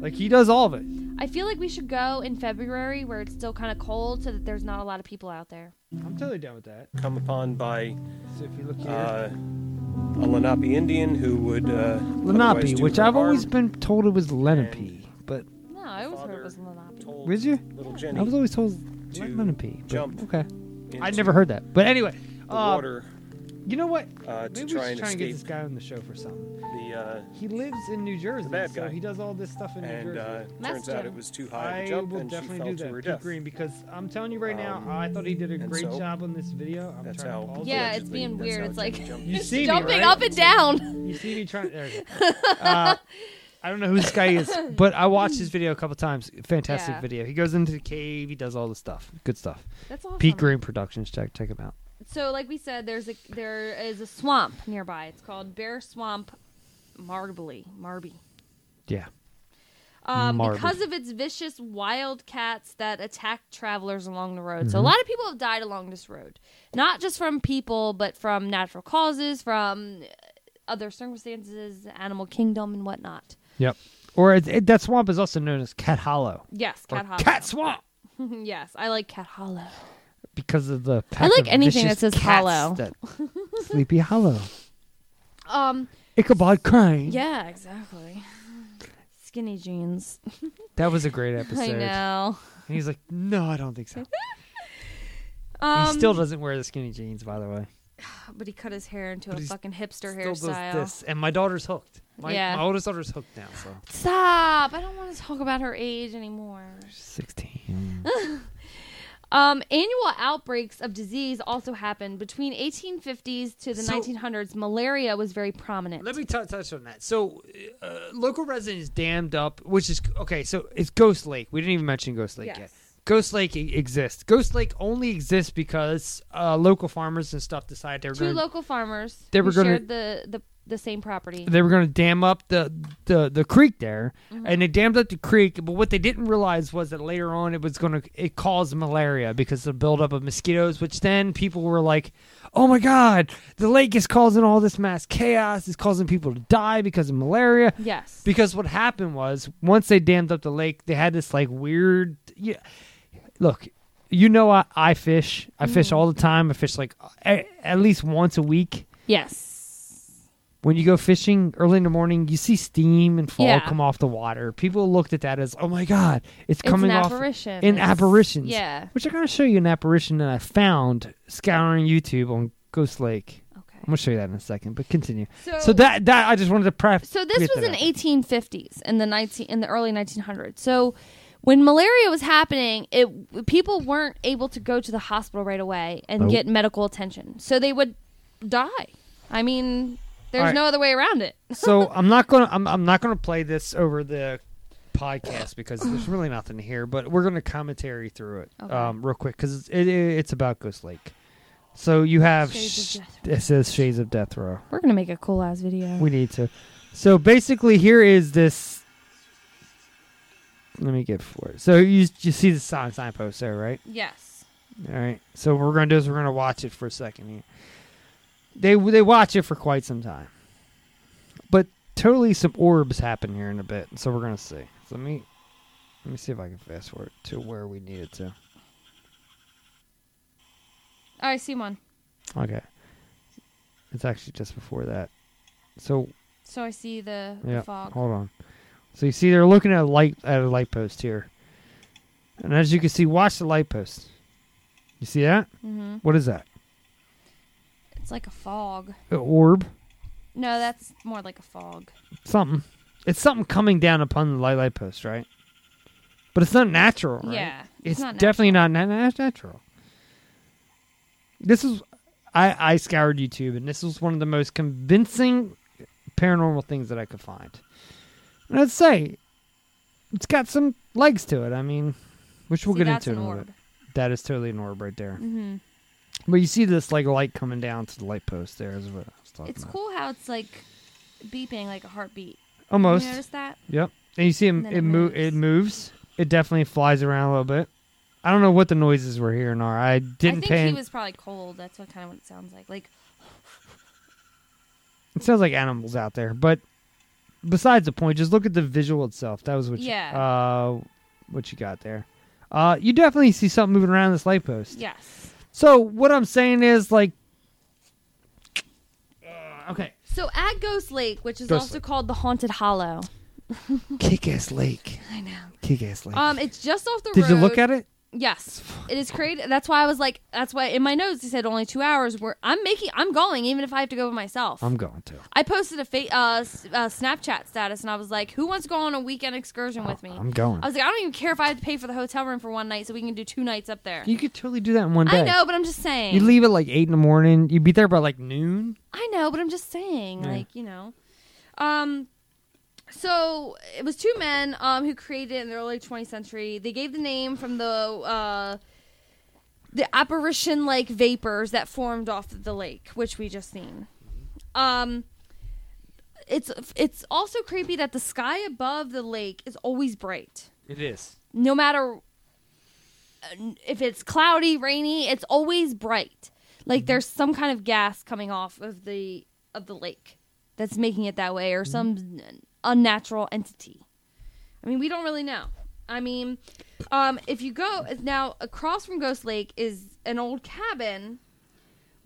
Like he does all of it.
I feel like we should go in February where it's still kind of cold so that there's not a lot of people out there.
I'm totally done with that.
come upon by
So if you look here,
uh, a Lenape Indian who would. Uh, otherwise
Lenape,
do
which
her
I've
harm.
always been told it was Lenape, but
No, I always heard it was Lenape.
was you?
Little
I was
Jenny
always told Lenape. but
jump
Okay, I
into
never heard that. But anyway,
the
uh,
water
You know what?
uh,
Maybe
to
we should
try and
try and get this
escape
guy on the show for something.
the. Uh,
He lives in New Jersey,
bad
so
guy.
he does all this stuff in New
and
Jersey.
uh, turns out it was too high
I
to jump,
will
and she
definitely
fell
do
to
that,
her
Pete
death. Um,
Green, because I'm telling you right now, I thought he did a
and
great
so,
job on this video. I'm
that's
trying to
how
pause
Yeah,
it.
it's being weird. It's like
You see me,
jumping
right?
up and down.
You see me trying. There it is.
[laughs]
Uh, I don't know who this guy is, but I watched his video a couple times. Fantastic
Yeah.
video. He goes into the cave. He does all the stuff. Good stuff.
That's awesome.
Pete Green Productions. Check check him out.
So, like we said, there's a there is a swamp nearby. It's called Bear Swamp, Marbly, Marby.
Yeah.
Um,
Marby.
because of its vicious wild cats that attack travelers along the road. So a
Mhm.
lot of people have died along this road, not just from people, but from natural causes, from uh, other circumstances, animal kingdom, and whatnot.
Yep. Or it, it- that swamp is also known as Cat Hollow
Yes,
Or
Cat Hollow.
Cat Swamp.
[laughs] yes, I like Cat Hollow.
because of the.
I
Pack
like
of
anything that says
vicious cats
hollow.
that- Sleepy Hollow.
um.
Ichabod Crane.
Yeah, exactly. Skinny jeans. [laughs]
That was a great episode.
I know.
And he's like, no, I don't think so.
Um,
he still doesn't wear the skinny jeans, by the way.
But he cut his hair into a
he's
fucking hipster
Still does
hairstyle.
this, and my daughter's hooked. My,
Yeah.
my oldest daughter's hooked now. So
Stop! I don't want to talk about her age anymore.
sixteen.
[laughs] Um, annual outbreaks of disease also happened between 1850s to the
So-
1900s. Malaria was very prominent.
Let me t- touch on that. So, uh, local residents dammed up, which is okay. So it's Ghost Lake. We didn't even mention Ghost Lake
Yes.
yet. Ghost Lake e- exists. Ghost Lake only exists because uh, local farmers and stuff decided they were
Two
going.
local farmers
They were
who
gonna-
shared the, the the same property.
they were going to dam up the the, the creek there, and they dammed up the creek. But what they didn't realize was that later on it was going to it caused malaria because of the buildup of mosquitoes. Which then people were like, "Oh my God, the lake is causing all this mass chaos. It's causing people to die because of malaria."
Yes.
Because what happened was once they dammed up the lake, they had this like weird. Yeah, look, you know I, I fish. I fish
Mhm.
all the time. I fish like a, at least once a week
Yes.
when you go fishing early in the morning, you see steam and fog
Yeah.
come off the water. People looked at that as, oh my god, it's
It's
coming
an
off
apparition.
in
It's-
apparitions.
yeah.
which I'm gonna show you an apparition that I found scouring YouTube on Ghost Lake.
Okay,
I'm gonna show you that in a second, but continue. So,
So-
that that I just wanted to prep.
So this was in 1850s in the 19 in the early 1900s. So when malaria was happening, it people weren't able to go to the hospital right away and
Nope.
get medical attention. So they would die. I mean, there's
All right.
no other way around it.
so I'm not gonna I'm, I'm not gonna play this over the podcast because there's really nothing here. But we're gonna commentary through it
Okay.
um, real quick because it, it, it's about Ghost Lake. So you have
Shades of
sh- it says Shades of Death Row.
[laughs] We're gonna make a cool ass video.
We need to. So basically, here is this. Let me get for it. So you you see the sign signpost there, right?
Yes.
All right. So what we're gonna do is we're gonna watch it for a second here. They they watch it for quite some time, but totally some orbs happen here in a bit. So we're gonna see. So let me let me see if I can fast forward to where we need it to.
Oh, I see one.
Okay. It's actually just before that. So
So I see the, the
yeah,
fog.
hold on. So you see, they're looking at a light at a light post here, and as you can see, watch the light post. You see that?
Mhm.
What is that?
It's like a fog.
An orb?
No, that's more like a fog.
Something? It's something coming down upon the light light post, right? But it's not natural. right?
Yeah, it's
it's,
not
definitely not na- na- natural. This is, I I scoured YouTube, and this was one of the most convincing paranormal things that I could find. And I'd say it's got some legs to it. I mean, which we'll
See,
get
that's
into in a
an
little bit. That is totally an orb right there.
hmm
But you see this like light coming down to the light post there is what I was talking
It's
about.
cool how it's like beeping like a heartbeat.
Almost.
You notice that?
Yep. And you see
And
it,
then
it,
it
mo- it moves. It definitely flies around a little bit. I don't know what the noises were hearing are. I
I
didn't
think
pay.
he was probably cold. That's what kind of what it sounds like. Like
It sounds like animals out there, but besides the point, just look at the visual itself. That was what
Yeah.
you, uh, what you got there. Uh, you definitely see something moving around this light post.
yes.
So what I'm saying is like, uh, okay.
So at Ghost Lake, which is
Ghost
also
Lake.
called the Haunted Hollow.
Kick ass lake.
I know.
Kick ass lake.
Um, it's just off the
Did
road.
you look at it?
Yes, it is created. That's why I was like, that's why in my notes it said only two hours. Where I'm making, I'm going, even if I have to go by myself.
I'm going to.
I posted a fa- uh, s- uh, Snapchat status and I was like, "Who wants to go on a weekend excursion with me?"
I'm going.
I was like, "I don't even care if I have to pay for the hotel room for one night, so we can do two nights up there."
You could totally do that in one day.
I know, but I'm just saying.
You leave at like eight in the morning. You'd be there by like noon.
I know, but I'm just saying,
Yeah.
like you know, um. So it was two men um, who created it in the early 20th century. They gave the name from the uh, the apparition like vapors that formed off of the lake, which we just seen. Um, it's it's also creepy that the sky above the lake is always bright
It is.
no matter uh, if it's cloudy, rainy, it's always bright. Like there's some kind of gas coming off of the of the lake that's making it that way, or some n- unnatural entity. I mean, we don't really know. I mean, um, if you go now across from Ghost Lake is an old cabin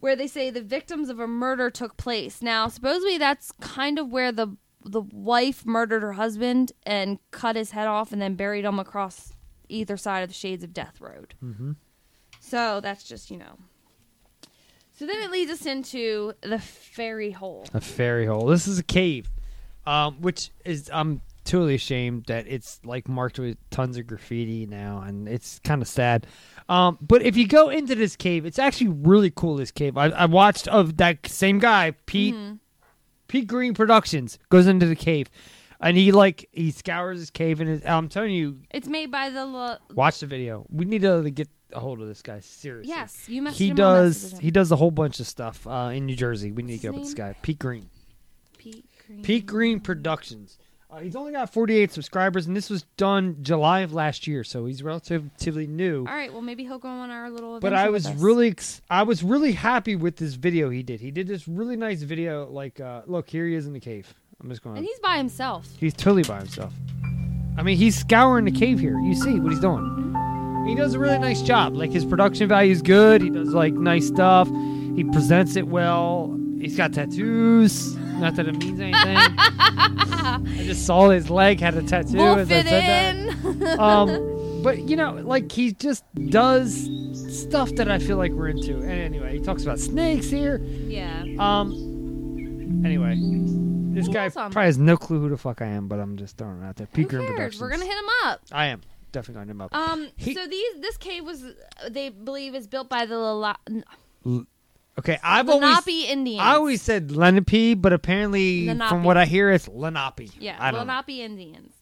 where they say the victims of a murder took place. Now, supposedly that's kind of where the the wife murdered her husband and cut his head off and then buried him across either side of the Shades of Death Road.
Mm-hmm.
So that's just, you know. So then it leads us into the fairy hole.
A fairy hole. This is a cave, um, which is I'm totally ashamed that it's like marked with tons of graffiti now, and it's kind of sad. Um, but if you go into this cave, it's actually really cool. This cave I, I watched of that same guy Pete Pete Green Productions goes into the cave, and he like he scours his cave, and his, I'm telling you,
It's made by the lo-
watch the video. We need to get a hold of this guy seriously.
Yes, you messaged
he
him, I
does.
messaged him.
He does a whole bunch of stuff uh, in New Jersey. We need
What's
to get up with
his
this guy, Pete Green.
Pete Green.
Pete Green Productions. Uh, he's only got 48 subscribers, and this was done July of last year, so he's relatively new.
All right, well maybe he'll go on our little
But
adventure
I
with
was
us.
really, ex- I was really happy with this video he did. He did this really nice video. Like, uh, look, here he is in the cave. I'm just going.
And he's by himself.
He's totally by himself. I mean, he's scouring the cave here. You see what he's doing. He does a really nice job. Like his production value is good. He does like nice stuff. He presents it well. He's got tattoos. Not that it
[laughs]
means anything. I just saw his leg had a tattoo.
We'll
as I
fit
said
in. [laughs]
That. Um, but you know, like he just does stuff that I feel like we're into. And anyway, he talks about snakes here.
yeah.
Um. Anyway, this
Who
guy
else on-
probably has no clue who the fuck I am, but I'm just throwing it out there. Peak Green
Weird,
Productions.
We're gonna hit him up.
I am definitely going to him up.
Um. so these this cave was uh, they believe is built by the Lala- n-
L- okay, I've
Lenape
always
Indians.
I always said Lenape, but apparently
Lenape.
from what I hear, it's Lenape.
yeah
I don't
Lenape Indians.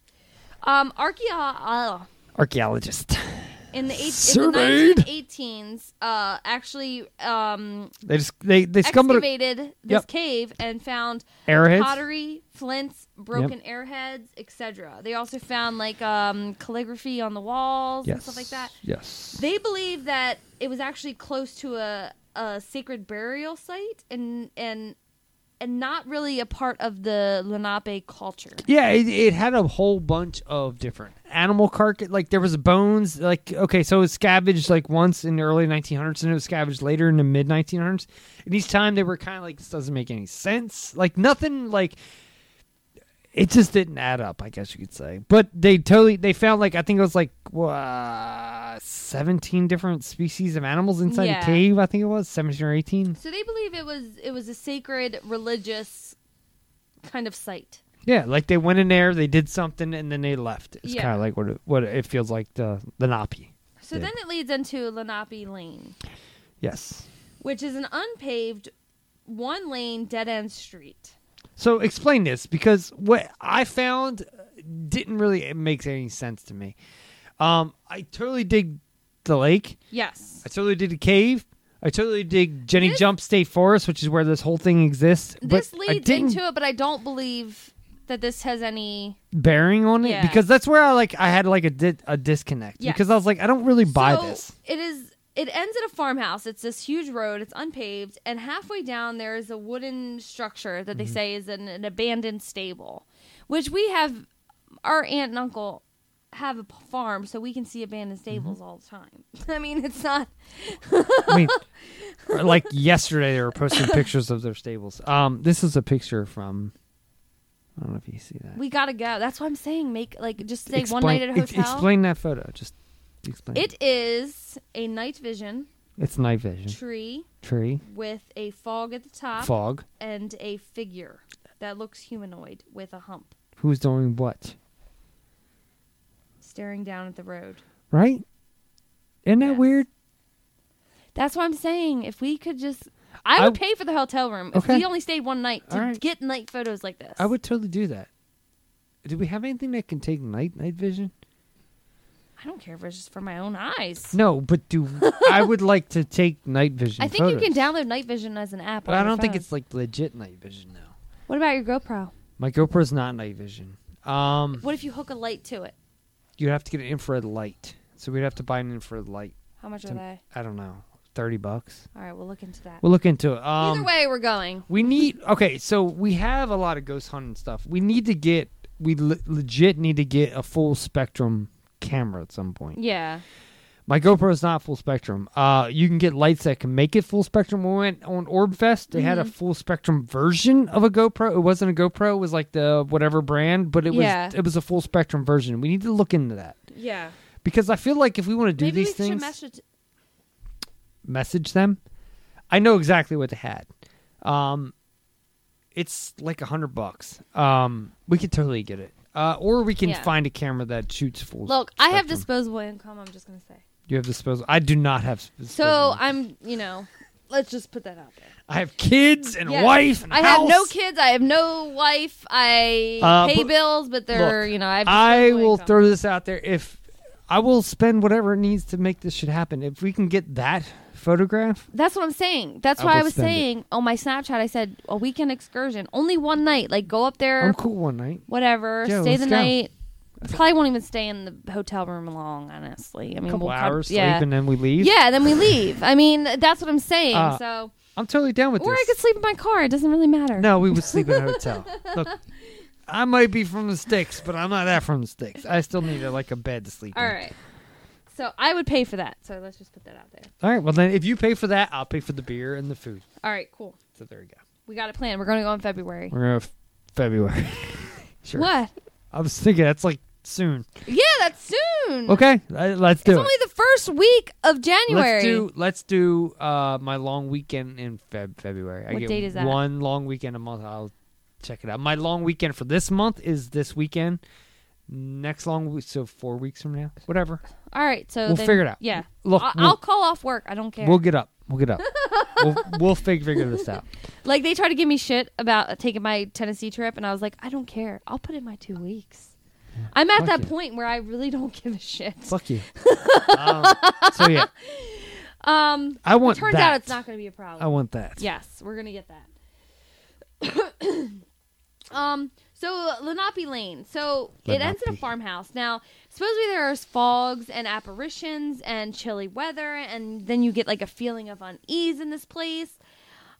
Um, archaeo- uh,
know. archaeologist.
in the eight, in the
Surveyed.
1918s, uh, actually um,
They just they they stumbled.
excavated this
Yep.
cave and found
Arrowheads?
pottery, flints, broken airheads, etc. They also found like um, calligraphy on the walls and stuff like that.
Yes.
They believe that it was actually close to a, a sacred burial site and and and not really a part of the Lenape culture.
Yeah, it, it had a whole bunch of different animal carcass. Like there was bones. Like okay, so it was scavenged like once in the early 1900s, and it was scavenged later in the mid 1900s. And each time they were kind of like this doesn't make any sense. Like nothing. Like it just didn't add up. I guess you could say. But they totally they found like I think it was like uh, 17 different species of animals inside
Yeah.
a cave. I think it was 17 or 18.
So they believe it was it was a sacred religious kind of site.
Yeah, like they went in there, they did something, and then they left. It's
Yeah.
kind of like what it, what it feels like the the Napi.
So
did.
then it leads into Lenape Lane,
yes.
which is an unpaved one lane dead end street.
So explain this because what I found didn't really make any sense to me. Um, I totally dig the lake.
Yes.
I totally dig the cave. I totally dig Jenny Jump State Forest, which is where this whole thing exists.
This
but I
leads
didn't
into it, but I don't believe that this has any
bearing on it
Yeah.
because that's where I like I had like a di- a disconnect
Yes.
because I was like I don't really buy
So,
this.
It is. It ends at a farmhouse. It's this huge road. It's unpaved, and halfway down there is a wooden structure that they
Mm-hmm.
Mhm.
say is an, an abandoned stable, which we have. Our aunt and uncle have a p- farm, so we can see abandoned
Mm-hmm.
stables all the time. [laughs] I mean, it's not.
I mean, like yesterday they were posting pictures of their stables. Um, this is a picture from. I don't know if you see
[laughs]
that.
We gotta go. That's what I'm saying. Make like just stay one
Explain-
night at a
ex-
hotel.
Explain that photo. Just explain. It,
It is a night vision
it's night vision.
tree
Tree.
with a fog at the top.
Fog.
And a figure that looks humanoid with a hump.
Who's doing what?
staring down at the road.
Right? Isn't that weird?
That's what I'm saying. If we could just, I
I-
would pay for the hotel room if
Okay.
we only stayed one night to
All right.
get night photos like this.
I would totally do that. Do we have anything that can take night night vision?
I don't care if it's just for my own eyes.
No, but do I would like to take night vision.
I think you can
photos.
download night vision as an app.
But
on
I
your
don't think
phone.
it's like legit night vision now.
What about your GoPro?
My GoPro's not night vision. Um,
What if you hook a light to it?
You'd have to get an infrared light. So we'd have to buy an infrared light.
How much are
to-
they?
I don't know. 30 bucks.
All right, we'll look into that.
We'll look into it. Um,
Either way, we're going.
We need Okay, so we have a lot of ghost hunting stuff. We need to get we le- legit need to get a full spectrum camera at some point.
Yeah.
My GoPro is not full spectrum. Uh, you can get lights that can make it full spectrum. When we went on Orbfest, they had a
Mhm.
full spectrum version of a GoPro. It wasn't a GoPro; it was like the whatever brand, but it
Yeah.
was it was a full spectrum version. We need to look into that
Yeah.
because I feel like if we want to do
Maybe
these
we should
things,
message.
message them. I know exactly what they had. Um, it's like a hundred bucks. Um, we could totally get it, uh, or we can
Yeah.
find a camera that shoots full.
Look, I have
spectrum.
disposable income. I'm just gonna say.
You have disposal. I do not have. Disposal.
So I'm, you know, let's just put that out there.
I have kids and
Yeah.
wife. And
I have no
house.
kids. I have no wife. I
Uh,
pay
but-
bills, but they're
Look,
you know I. Have
I will throw this out there. If I will spend whatever it needs to make this shit happen, if we can get that photograph,
That's what I'm saying. That's
I
why I
will
was
spend it.
saying on my Snapchat. I said a weekend excursion, only one night. Like go up there,
I'm cool one night.
whatever,
Yeah,
stay
let's
the
go.
night. Probably won't even stay in the hotel room long. Honestly, I mean,
A couple
we'll prob-
hours
yeah.
sleep and then we leave.
Yeah, then we leave. I mean, that's what I'm saying.
Uh,
so,
I'm totally down with
or I
this.
could sleep in my car. It doesn't really matter.
No, we would sleep in
[laughs]
a hotel. Look, I might be from the sticks, but I'm not that from the sticks. I still need a, like a bed to sleep
All
in.
right. So I would pay for that. So let's just put that out there.
All right. Well, then if you pay for that, I'll pay for the beer and the food.
All right, cool.
So there you go.
We got a plan. We're going to go in February.
We're gonna f- February. [laughs] sure.
What?
I was thinking that's like soon.
Yeah, that's soon.
Okay, I- let's do
Mm. It's
it.
only the first week of January.
Let's do let's do uh, my long weekend in Feb- February. I
What
get
date is that?
One long weekend a month. I'll check it out. My long weekend for this month is this weekend. Next long week, so four weeks from now, whatever.
All right, so
We'll
then-
figure it out.
Yeah,
Look,
I-
we'll-
I'll call off work. I don't care. [laughs]
We'll get up. We'll get up. we'll we'll fig- figure this out.
like they try to give me shit about taking my Tennessee trip, and I was like, I don't care. I'll put in my two weeks. I'm at
Fuck
that
you.
point where I really don't [laughs] give a shit.
Fuck you. um, so yeah,
[laughs] Um,
I want
It turns
that.
out it's not going to be a problem.
I want that.
Yes, we're going to get that. [coughs] um. So Lenape Lane. So it ends in a
Lenape.
farmhouse. Now, supposedly there's fogs and apparitions and chilly weather, and then you get like a feeling of unease in this place.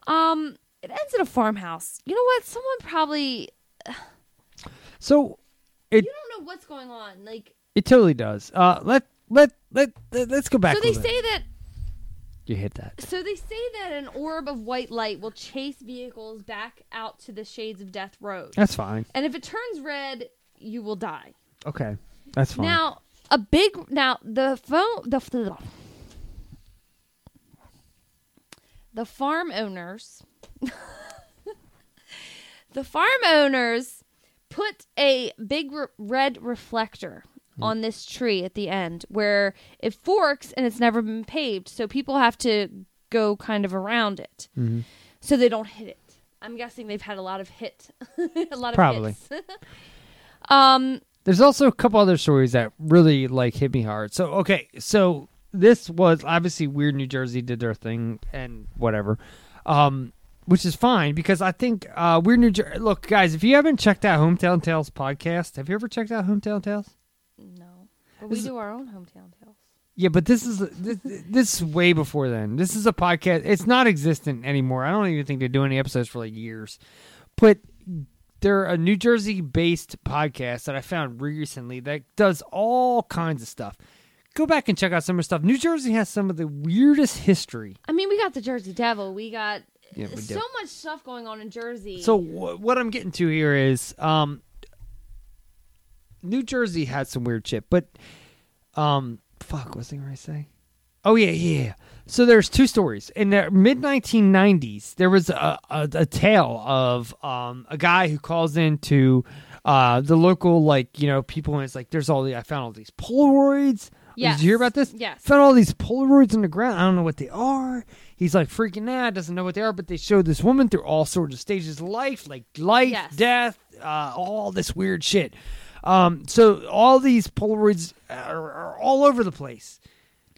Um, It ends in a farmhouse. You know what? Someone probably.
So it
you don't know what's going on. Like,
it totally does. Uh, let let let, let us go back.
so
a
they
little bit.
say that.
you hit that.
So they say that an orb of white light will chase vehicles back out to the shades of Death Road.
That's fine.
And if it turns red, you will die.
Okay, that's fine.
Now, a big now the phone the the, the farm owners [laughs] the farm owners put a big re- red reflector
Hmm.
on this tree at the end where it forks and it's never been paved, so people have to go kind of around it
Mhm.
so they don't hit it. I'm guessing they've had a lot of hit, [laughs] a lot of
Probably.
hits. [laughs] um,
There's also a couple other stories that really like hit me hard. So okay, so this was obviously weird. New Jersey did their thing and whatever, um, which is fine because I think uh, weird New Jersey. Look, guys, if you haven't checked out Hometown Tales podcast, have you ever checked out Hometown Tales?
but we do our own hometown tales.
Yeah, but this is this, this is way before then. This is a podcast. It's not existent anymore. I don't even think they do any episodes for like years. But they're a New Jersey based podcast that I found recently that does all kinds of stuff. Go back and check out some of the stuff. New Jersey has some of the weirdest history.
I mean, we got the Jersey Devil. We got
Yeah, we
so
do.
much stuff going on in Jersey.
So wh- what I'm getting to here is um New Jersey had some weird shit, but um fuck, what's the I say? Oh yeah, yeah. yeah. So there's two stories. In the mid 1990s, there was a, a, a tale of um, a guy who calls into uh, the local like you know people and it's like there's all the I found all these Polaroids. Did
Yes.
you hear about this?
Yes.
Found all these Polaroids on the ground. I don't know what they are. He's like freaking out, doesn't know what they are, but they showed this woman through all sorts of stages of life, like life, death, uh, all this weird shit. Um, so all these Polaroids are, are all over the place.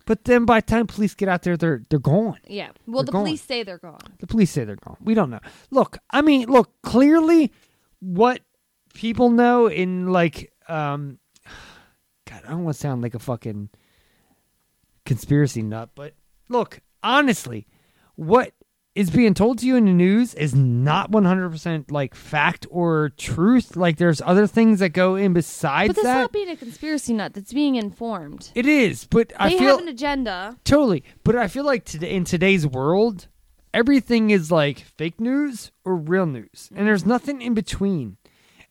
But then by the time police get out there, they're they're gone.
yeah. Well,
They're
the
gone.
police say they're gone.
The police say they're gone. We don't know. Look, I mean, look, clearly what people know in like um God, I don't want to sound like a fucking conspiracy nut, but look, honestly, what is being told to you in the news is not 100% like fact or truth. Like there's other things that go in besides
But that's
that.
not being a conspiracy nut. That's being informed.
it is, but I
they
feel
have an agenda.
Totally. But I feel like today in today's world, everything is like fake news or real news. And there's nothing in between.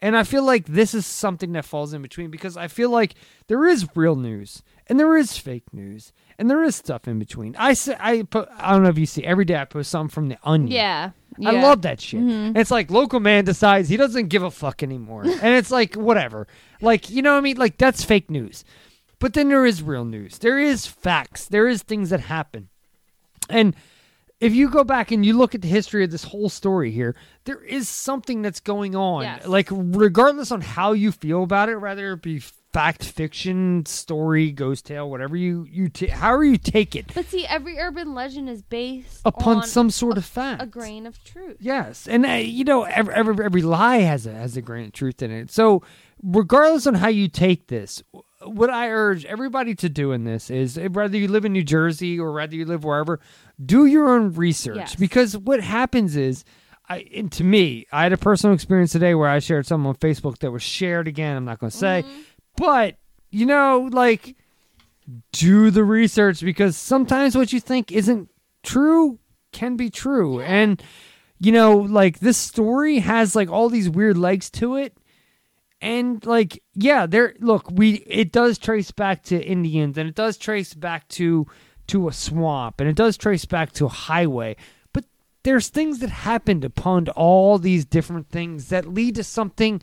And I feel like this is something that falls in between because I feel like there is real news and there is fake news and there is stuff in between. I say, I put, I don't know if you see every day I post something from the Onion.
Yeah.
Mm. I
Yeah.
love that shit.
Mhm.
It's like local man decides he doesn't give a
[laughs]
fuck anymore. and it's like whatever. Like, you know what I mean? Like that's fake news. But then there is real news. There is facts. There is things that happen. And if you go back and you look at the history of this whole story here, there is something that's going on.
Yes.
Like regardless on how you feel about it, whether it be fact fiction, story, ghost tale, whatever you you ta- however you take it.
But see, every urban legend is based
Upon
on
some sort
a-
of fact.
a grain of truth.
Yes, and uh, you know every, every every lie has a has a grain of truth in it. So regardless on how you take this, wh- what I urge everybody to do in this is uh, whether you live in New Jersey or whether you live wherever, do your own research
Yes.
because what happens is. I, and to me, I had a personal experience today where I shared something on Facebook that was shared again. I'm not going to say, but you know, like do the research because sometimes what you think isn't true can be true. And you know, like this story has like all these weird legs to it. And like, yeah, there look, we it does trace back to Indians and it does trace back to to a swamp and it does trace back to a highway. But there's things that happened upon all these different things that lead to something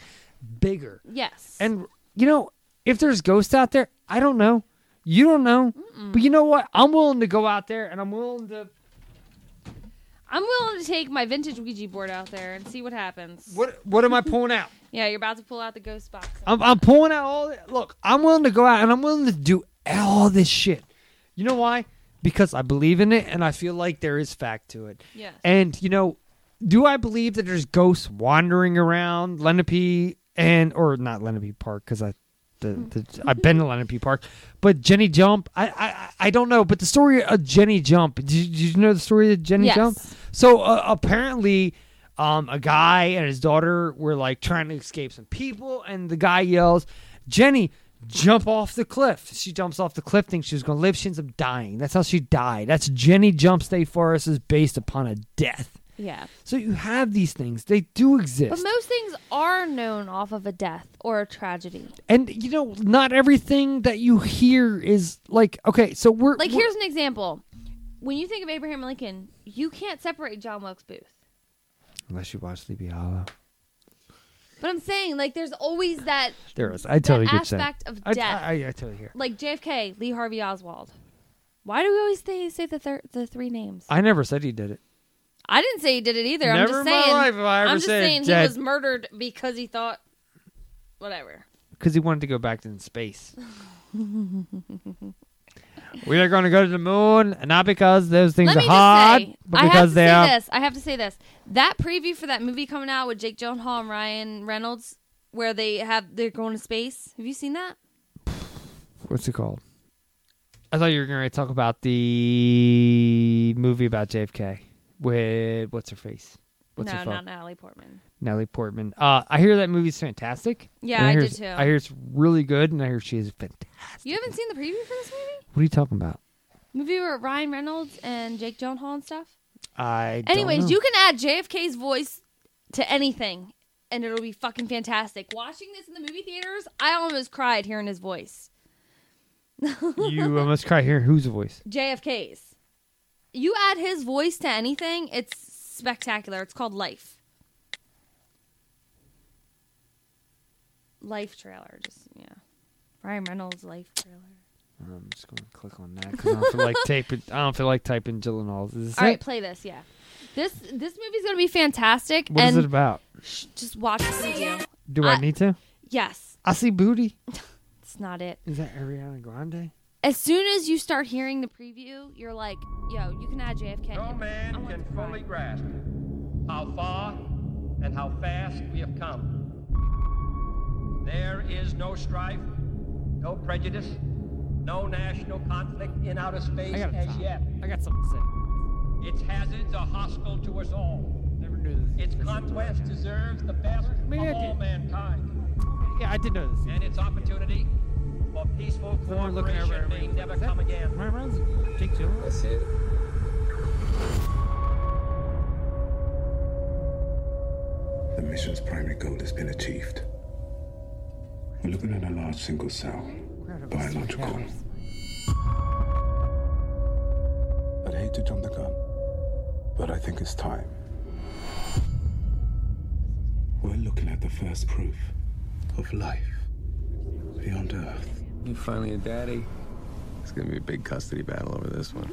bigger.
Yes.
And you know, if there's ghosts out there, I don't know. You don't know. But you know what? I'm willing to go out there and I'm willing to
I'm willing to take my vintage Ouija board out there and see what happens.
what what am I pulling out?
Yeah, you're about to pull out the ghost box.
I'm, I'm pulling out all. the- Look, I'm willing to go out and I'm willing to do all this shit. You know why? Because I believe in it and I feel like there is fact to it.
Yes.
And you know, do I believe that there's ghosts wandering around Lenape and or not Lenape Park because I, the, the I've been to Lenape Park, but Jenny Jump. I I I- I don't know, but the story of Jenny Jump. Did you, did you know the story of Jenny
Yes.
Jump? So uh, apparently, um, a guy and his daughter were like trying to escape some people, and the guy yells, "Jenny, jump off the cliff!" She jumps off the cliff, thinks she's going to live. She ends up dying. That's how she died. That's Jenny Jump State Forest is based upon a death.
Yeah.
So you have these things; they do exist.
But most things are known off of a death or a tragedy.
And you know, not everything that you hear is like okay. So we're
Like
we're-
here's an example. When you think of Abraham Lincoln, you can't separate John Wilkes Booth.
unless you watch Sleepy Hollow,
But I'm saying like there's always that
there is. I totally
that
get you.
aspect of
I,
death.
I, I, I totally hear.
like JFK, Lee Harvey Oswald. Why do we always say, say the thir- the three names?
I never said he did it.
I didn't say he did it either. I'm
Never
just
in my
saying.
life have I ever
am just
said
saying he
that-
was murdered because he thought whatever.
because he wanted to go back to space. we are going to go to the moon, not because those things
Let
are
me
hot,
just say,
but
I
because
have to
they
say
are.
this. I have to say this. That preview for that movie coming out with Jake Gyllenhaal and Ryan Reynolds, where they have they're going to space. Have you seen that?
What's it called? I thought you were going to talk about the movie about JFK with what's her face? What's
no,
her
not
phone?
Natalie Portman.
Natalie Portman. Uh, I hear that movie's fantastic.
Yeah,
and
I
hear
did
it's-
too.
I hear it's really good, and I hear she is fantastic.
You haven't seen the preview for this movie?
What are you talking about?
Movie where Ryan Reynolds and Jake Gyllenhaal and stuff.
I. don't
Anyways,
know.
you can add JFK's voice to anything, and it'll be fucking fantastic. Watching this in the movie theaters, I almost cried hearing his voice.
you almost cry here. Whose
[laughs]
voice?
JFK's. You add his voice to anything, it's spectacular. It's called Life. Life trailer, just yeah. Ryan Reynolds Life trailer.
I'm just going to click on that because I don't feel like typing. I don't feel like typing Gyllenhaal. Is this
All right,
it?
play this. Yeah, this this movie's gonna be fantastic.
What is
and
it about?
sh- Just watch the video.
Do I, need to?
Uh, Yes,
I see booty.
it's not it.
Is that Ariana Grande?
As soon as you start hearing the preview, you're like, yo, you can add JFK. No man
can fully grasp how far and how fast we have come. There is no strife, no prejudice, no national conflict in outer space
gotta
as
stop.
yet.
I got something to say.
Its hazards are hostile to us all. Never knew this. Its conquest deserves the best
I
of all
did.
mankind.
Yeah, I did know this.
And its opportunity for peaceful
one looking over
cooperation may never come again.
Jake Gyllenhaal. That's it.
The mission's primary goal has been achieved. We're looking at a large single cell, biological. I'd hate to jump the gun, but I think it's time. We're looking at the first proof of life beyond Earth.
You finally a daddy. It's gonna be a big custody battle over this one.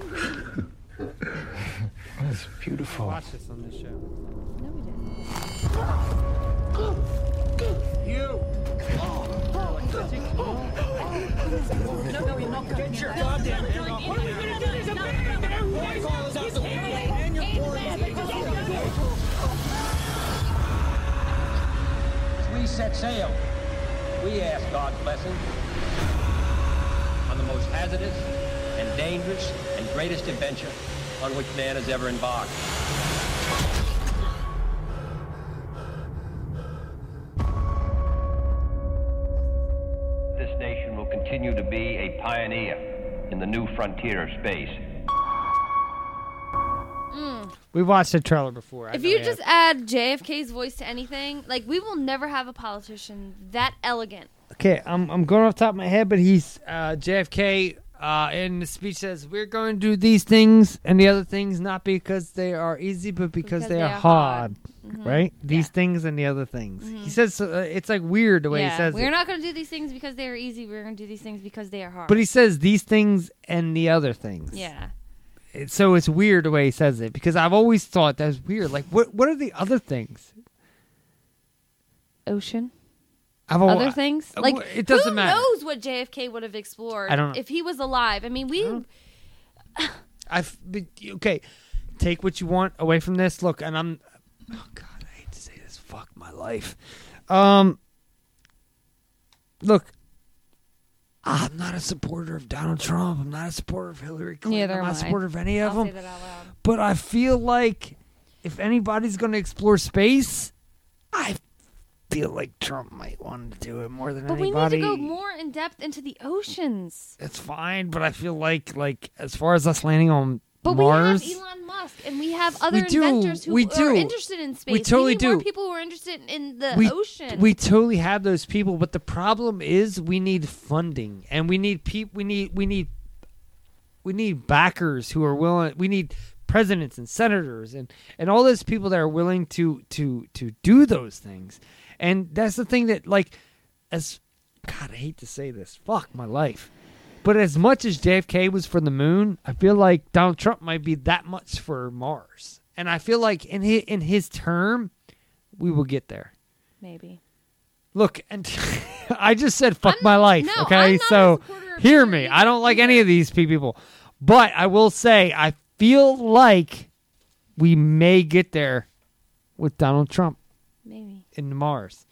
That's beautiful.
Watch this on this show.
You!
No, no, you're not going Get your goddamn head off. What are you going to do? There's a man there who is out the window and you're
As we set sail, we ask God's blessing on the most hazardous and dangerous and greatest adventure on which man has ever embarked.
This nation will continue to be a pioneer in the new frontier of space.
We watched the trailer before. I
Mm. If
know
you
we
just
have.
add JFK's voice to anything, like we will never have a politician that elegant.
okay, I'm I'm going off the top of my head, but he's uh, JFK. Uh, in the speech says we're going to do these things and the other things not because they are easy but because, they, are, hard, Mm-hmm.
Mm-hmm.
right these things and the other things he
Mhm.
says uh, it's like weird the way he says
we're
it.
not going to do these things because they are easy. We're going to do these things because they are hard.
But he says these things and the other things.
yeah.
It- So it's weird the way he says it because I've always thought that's weird. Like, what what are the other things?
Ocean.
I've al-
Other things
Uh,
like
wh- it doesn't
who
matter.
knows what JFK would have explored
I don't-
if he was alive. I mean, we
I've but, okay. Take what you want away from this. Look, and I'm. Oh God, I hate to say this. Fuck my life. Um. Look, I'm not a supporter of Donald Trump. I'm not a supporter of Hillary Clinton.
Neither
I'm
am
not a
I.
supporter of any of
I'll say
them.
that out
But I feel like if anybody's going to explore space, I feel like Trump might want to do it more than
But we
anybody.
need to go more in depth into the oceans.
It's fine, but I feel like like as far as us landing on
But
Mars,
we have Elon Musk, and we have other
We do,
inventors who
we
are
do.
interested in
We
space.
totally
need more
do.
people who are interested in the
we,
ocean.
we totally have those people, but the problem is we need funding and we need peop we need we need we need backers who are willing we need presidents and senators and and all those people that are willing to to to do those things. And that's the thing that like as God, I hate to say this. Fuck my life. But as much as JFK was for the moon, I feel like Donald Trump might be that much for Mars. And I feel like in his, in his term, we will get there.
Maybe.
Look, and [laughs] I just said fuck my life, okay? so hear me. I don't like any of these pe- people. But I will say I feel like we may get there with Donald Trump
Maybe.
in Mars.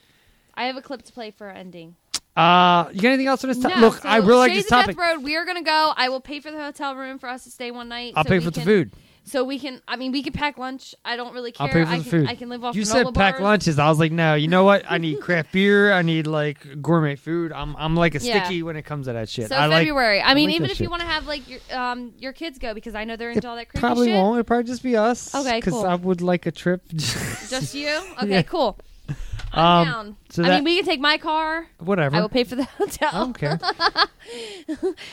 I have a clip to play for our ending.
Uh, you got anything else on this topic?
No,
Look,
so
I really like
Shades
this
of
topic.
Death Road. We are gonna go. I will pay for the hotel room for us to stay one night.
I'll
so
pay
we
for the
can-
food.
So we can. I mean, we can pack lunch. I don't really care.
I'll pay for
I
the
can,
food.
I can live off.
You
granola
said pack
bars.
lunches. I was like, no. You know what? I need
[laughs]
craft beer. I need like gourmet food. I'm I'm like a
Yeah.
sticky when it comes to that shit.
So
I like-
February. I mean,
like
even
that
if you
shit.
want to have like your um your kids go because I know they're into all that creepy
probably
shit.
won't. It'll probably just be us.
Okay, cool.
I would like a trip. [laughs]
Just you? Okay,
Yeah.
cool.
um,
Down.
So
I
that
mean, we can take my car.
whatever.
I will pay for the [laughs] hotel. I don't
care.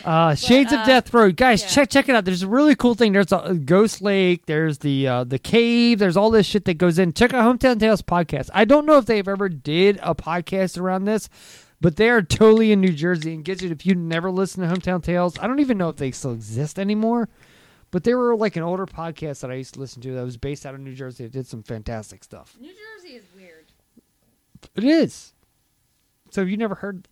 Uh, Shades of Death Road, guys, check check it out. There's a really cool thing. There's a, a ghost lake. There's the uh, the cave. There's all this shit that goes in. Check out Hometown Tales podcast. I don't know if they've ever did a podcast around this, but they are totally in New Jersey. And get it if you never listen to Hometown Tales. I don't even know if they still exist anymore. But they were like an older podcast that I used to listen to that was based out of New Jersey. It did some fantastic stuff.
New Jersey is weird.
It is. So have you never heard?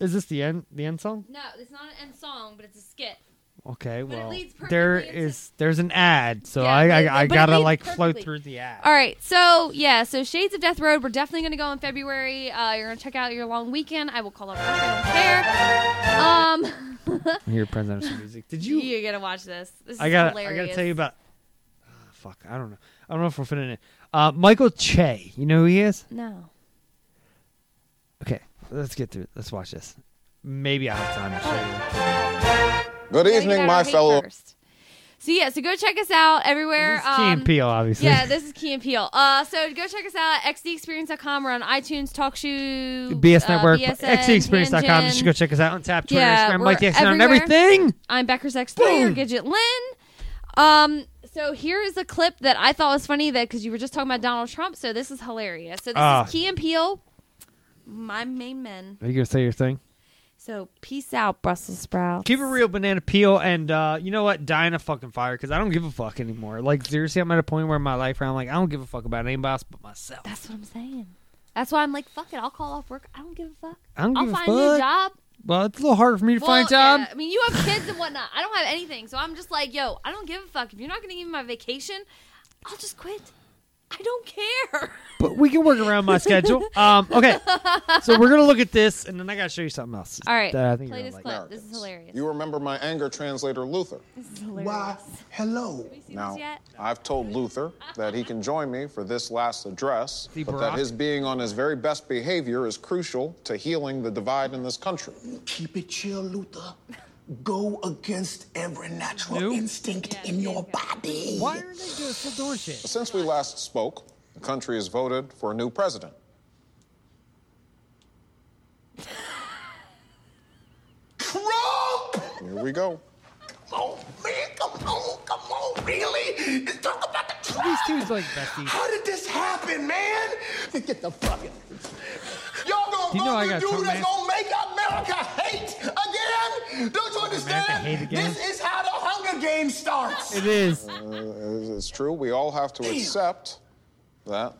Is this the end? The end song?
No, it's not an end song, but it's a skit.
Okay,
it
well,
leads
there is there's an ad, so I
but-
I, I
but it
gotta
leads
like float
perfectly.
through
[laughs]
the ad.
All right, so yeah, so Shades of Death Road. We're definitely gonna go in February. Uh, you're gonna check out your long weekend. I will call up. I don't care. Um,
Here, present some music. [laughs] Did you?
You gotta watch this. This is
I gotta I
hilarious.
gotta tell you about. Ah, fuck, I don't know. I don't know if we're fitting it. Uh, Michael Che, you know who he is?
No.
Okay, let's get through. it. Let's watch this. Maybe I have time to show
Good
Gotta
evening,
get
my
out of hate
fellow.
first. So yeah, so go check us out everywhere.
you. Key and
Um,
Peele, obviously. [laughs]
Yeah, this is Key and Peele. Uh, so go check us out, xdexperience.com. We're on iTunes, TalkShoe,
BS
uh,
Network,
BSN,
XExperience.com. You should go
Tangent.
check us out on Tap, Twitter,
Yeah,
Instagram,
we're
Mike the X and
everywhere.
everything.
I'm Becker's ex player, Gidget Lynn. Um, so here is a clip that I thought was funny that because you were just talking about Donald Trump, so this is hilarious. So this
Ah.
is Key and Peele, my main men.
Are you gonna say your thing?
So peace out, Brussels sprouts.
Keep it real, banana peel, and uh, you know what? Die in a fucking fire because I don't give a fuck anymore. Like seriously, I'm at a point where in my life where I'm like, I don't give a fuck about anybody else but myself.
That's what I'm saying. That's why I'm like, fuck it, I'll call off work. I don't give a fuck.
I don't
I'll
give a
find a new
fuck.
job.
Well, it's a little harder for me to find a
Well,
job.
yeah, I mean, you have kids and whatnot. I don't have anything, so I'm just like, yo, I don't give a fuck. If you're not going to give me my vacation, I'll just quit. I don't care.
But we can work around my
[laughs]
schedule. Um, okay, so we're gonna look at this, and then I gotta show you something else.
All right,
that I think
play
you're
this
gonna
clip.
like.
This [laughs] is hilarious.
You remember my anger translator, Luther.
Why?
Hello. Now,
yet?
I've told Luther that he can join me for this last address, but that
Barack?
his being on his very best behavior is crucial to healing the divide in this country.
Keep it chill, Luther. Go against every natural instinct in your body.
Why are they doing, still doing shit?
Since we last spoke, the country has voted for a new president.
Trump!
Here we go.
Oh, man, come on, come on, really? Let's talk about the Trump.
These dudes like besties.
How did this happen, man? Get the fuck out. Y'all gonna
Do you know
vote
I
for
got
dude
Trump,
that's
man?
gonna make America hate again? Don't you understand?
hate again?
This is how the Hunger Games starts.
It
is.
it's Uh, true. We all have to accept that.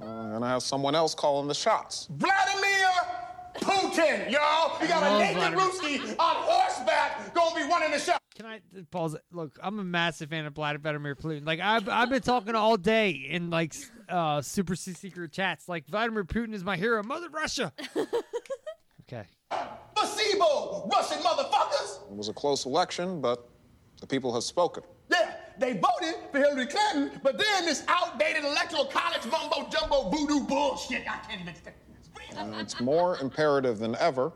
Uh, and I have someone else calling the shots.
Vladimir Putin, y'all. You got
I
a
love
naked Ruski on horseback gonna be running the show.
Can I pause? it? Look, I'm a massive fan of Vlad- Vladimir Putin. Like I've I've been talking all day in like s- uh, super secret
[laughs]
chats. Like Vladimir Putin is my hero, Mother Russia. okay.
Placebo you Russian motherfuckers.
It was a close election, but the people have spoken.
Yeah, they voted for Hillary Clinton, but then this outdated electoral college mumbo jumbo voodoo bullshit. I can't even stand
And it's more imperative than ever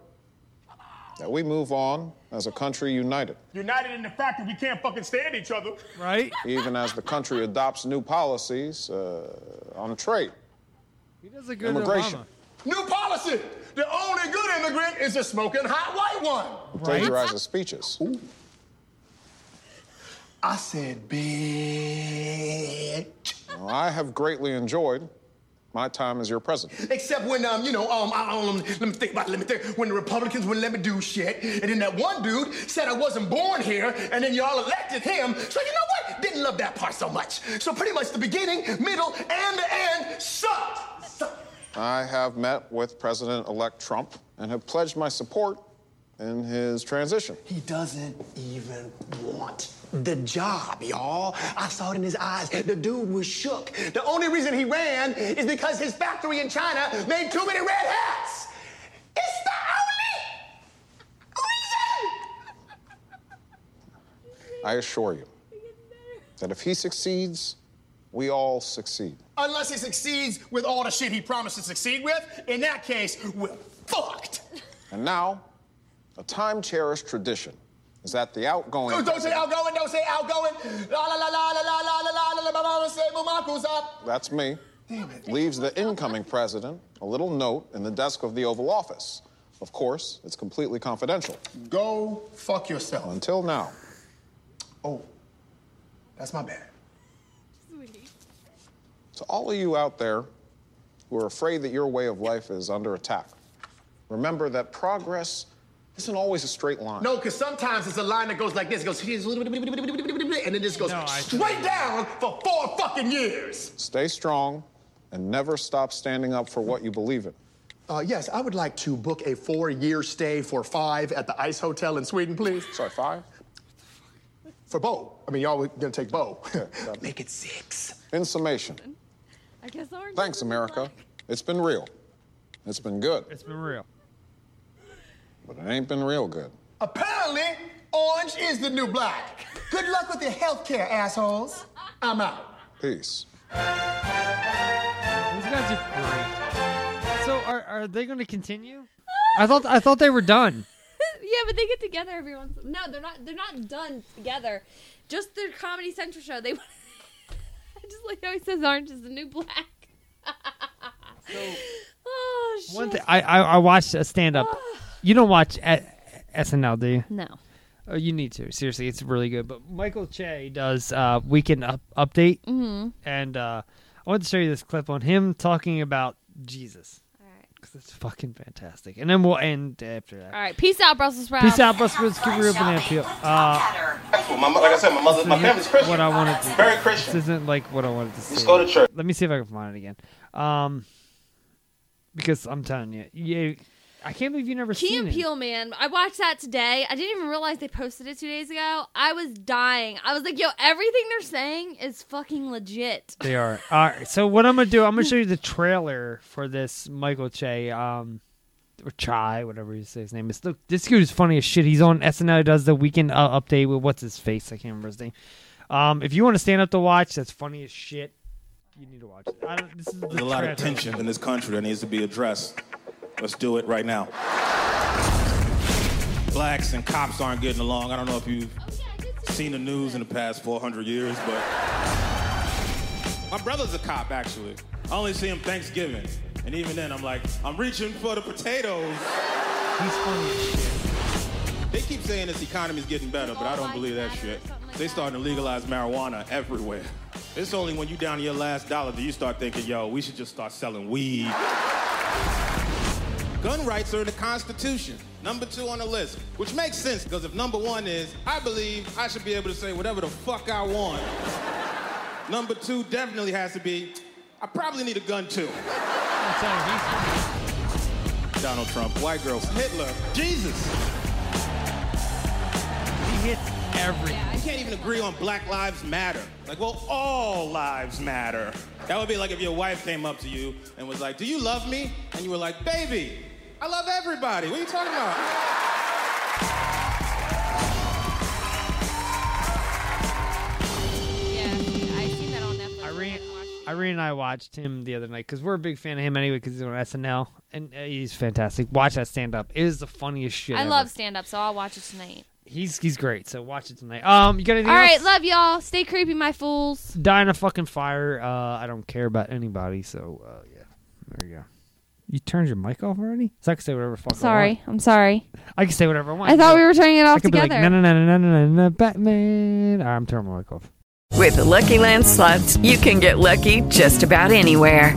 that we move on as a country united,
United in the fact that we can't fucking stand each other.
right? Even as the country adopts new policies uh, on trade.
He does a
good Immigration. Obama.
New policy. The only good immigrant is a smoking hot white one.
and plagiarizes speeches.
I said, bitch.
Well, I have greatly enjoyed my time as your president.
Except when, um, you know, um, I, um, let me think about it, let me think. When the Republicans wouldn't let me do shit, and then that one dude said I wasn't born here, and then y'all elected him. So you know what? Didn't love that part so much. So pretty much the beginning, middle, and the end sucked. Sucked.
I have met with President elect Trump and have pledged my support in his transition.
He doesn't even want the job, y'all. I saw it in his eyes. The dude was shook. The only reason he ran is because his factory in China made too many red hats. It's the
I assure you that if he succeeds, we all succeed.
Unless he succeeds with all the shit he promised to succeed with, in that case, we're fucked.
And now, a time cherished tradition is that the outgoing.
Don't say outgoing, don't say outgoing. La la la la la la la la la la la la la say Mumaku's up.
That's me. Leaves the incoming president a little note in the desk of the Oval Office. Of course, it's completely confidential.
Go fuck yourself.
Until now.
Oh, that's my bad.
To all of you out there who are afraid that your way of life is under attack, remember that progress isn't always a straight line.
No, because sometimes it's a line that goes like this. It goes, and then this goes straight down for four fucking years.
Stay strong and never stop standing up for what you believe in.
Uh, yes, I would like to book a four-year stay for five at the Ice Hotel in Sweden, please.
Sorry, five?
For Bo. I mean, y'all were gonna take Bo. [laughs] Make it six.
In summation,
I guess our
thanks, America. It's been real. It's been good,
It's been real.
but it ain't been real good.
Apparently, orange is the new black. Good luck with your health care, assholes. I'm out.
Peace.
These guys are great. So are are they going to continue?
I thought I thought they were done.
yeah, but they get together every once. No, they're not. They're not done together. Just the Comedy Central show. They. [laughs] I just like how he says orange is the new black. [laughs] oh shit.
One thing I I, I watched a stand up. you don't watch a- SNL, do you?
No.
Oh, you need to seriously. It's really good. But Michael Che does uh, weekend up, update,
Mhm.
and uh, I wanted to show you this clip on him talking about Jesus. All
right,
because it's fucking fantastic. And then we'll end after that.
All right, peace out, Brussels sprouts.
Peace out, Brussels. Keep it open and feel. Uh,
Well, my mo- like I said, my mother-
this
my
isn't
family's Christian.
What I wanted to
Very Christian.
This isn't like what I wanted to say.
Let's go to church.
Let me see if I can find it again. Um, because I'm telling you, you I can't believe you never
Key
seen
and
it.
Peele, man. I watched that today. I didn't even realize they posted it two days ago. I was dying. I was like, yo, everything they're saying is fucking legit.
They are. All right. So what I'm gonna do? I'm gonna show you the trailer for this Michael Che, um, or Chai, whatever you say his name is. Look, this dude is funny as shit. He's on SNL. He does the weekend uh, update with what's his face? I can't remember his name. Um, if you want to stand up to watch, that's funny as shit. You need to watch it. I don't, this is the
There's a lot of
trailer.
tension in this country that needs to be addressed. Let's do it right now. Blacks and cops aren't getting along. I don't know if you've seen the news in the past 400 years, but my brother's a cop, actually. I only see him Thanksgiving. And even then, I'm like, I'm reaching for the potatoes.
He's funny
They keep saying this economy's getting better, but I don't believe that shit. They starting to legalize marijuana everywhere. It's only when you down to your last dollar that you start thinking, yo, we should just start selling weed. Gun rights are in the Constitution, number two on the list, which makes sense because if number one is, I believe I should be able to say whatever the fuck I want, number two definitely has to be, I probably need a gun too. Donald Trump, white girls, Hitler, Jesus.
He hits everything.
You can't even agree on Black Lives Matter. Like, well, all lives matter. That would be like if your wife came up to you and was like, Do you love me? And you were like, Baby, I love everybody. What are you talking about?
Marie and I watched him the other night because we're a big fan of him anyway because he's on SNL and uh, he's fantastic. Watch that stand up; it is the funniest shit.
I
ever.
love stand up, so I'll watch it tonight.
He's he's great. So watch it tonight. Um, you got anything?
All right,
else?
love y'all. Stay creepy, my fools.
Die in a fucking fire. Uh, I don't care about anybody. So uh, yeah, there you go. You turned your mic off already? So I can say whatever the fuck. I,
Sorry,
want.
I'm sorry.
I can say whatever I want.
I thought we were turning it
I
off
could be like,
together.
no, no, no, no, no, no, no, Batman. All right, I'm turning my mic off.
With the Lucky Land slots, you can get lucky just about anywhere.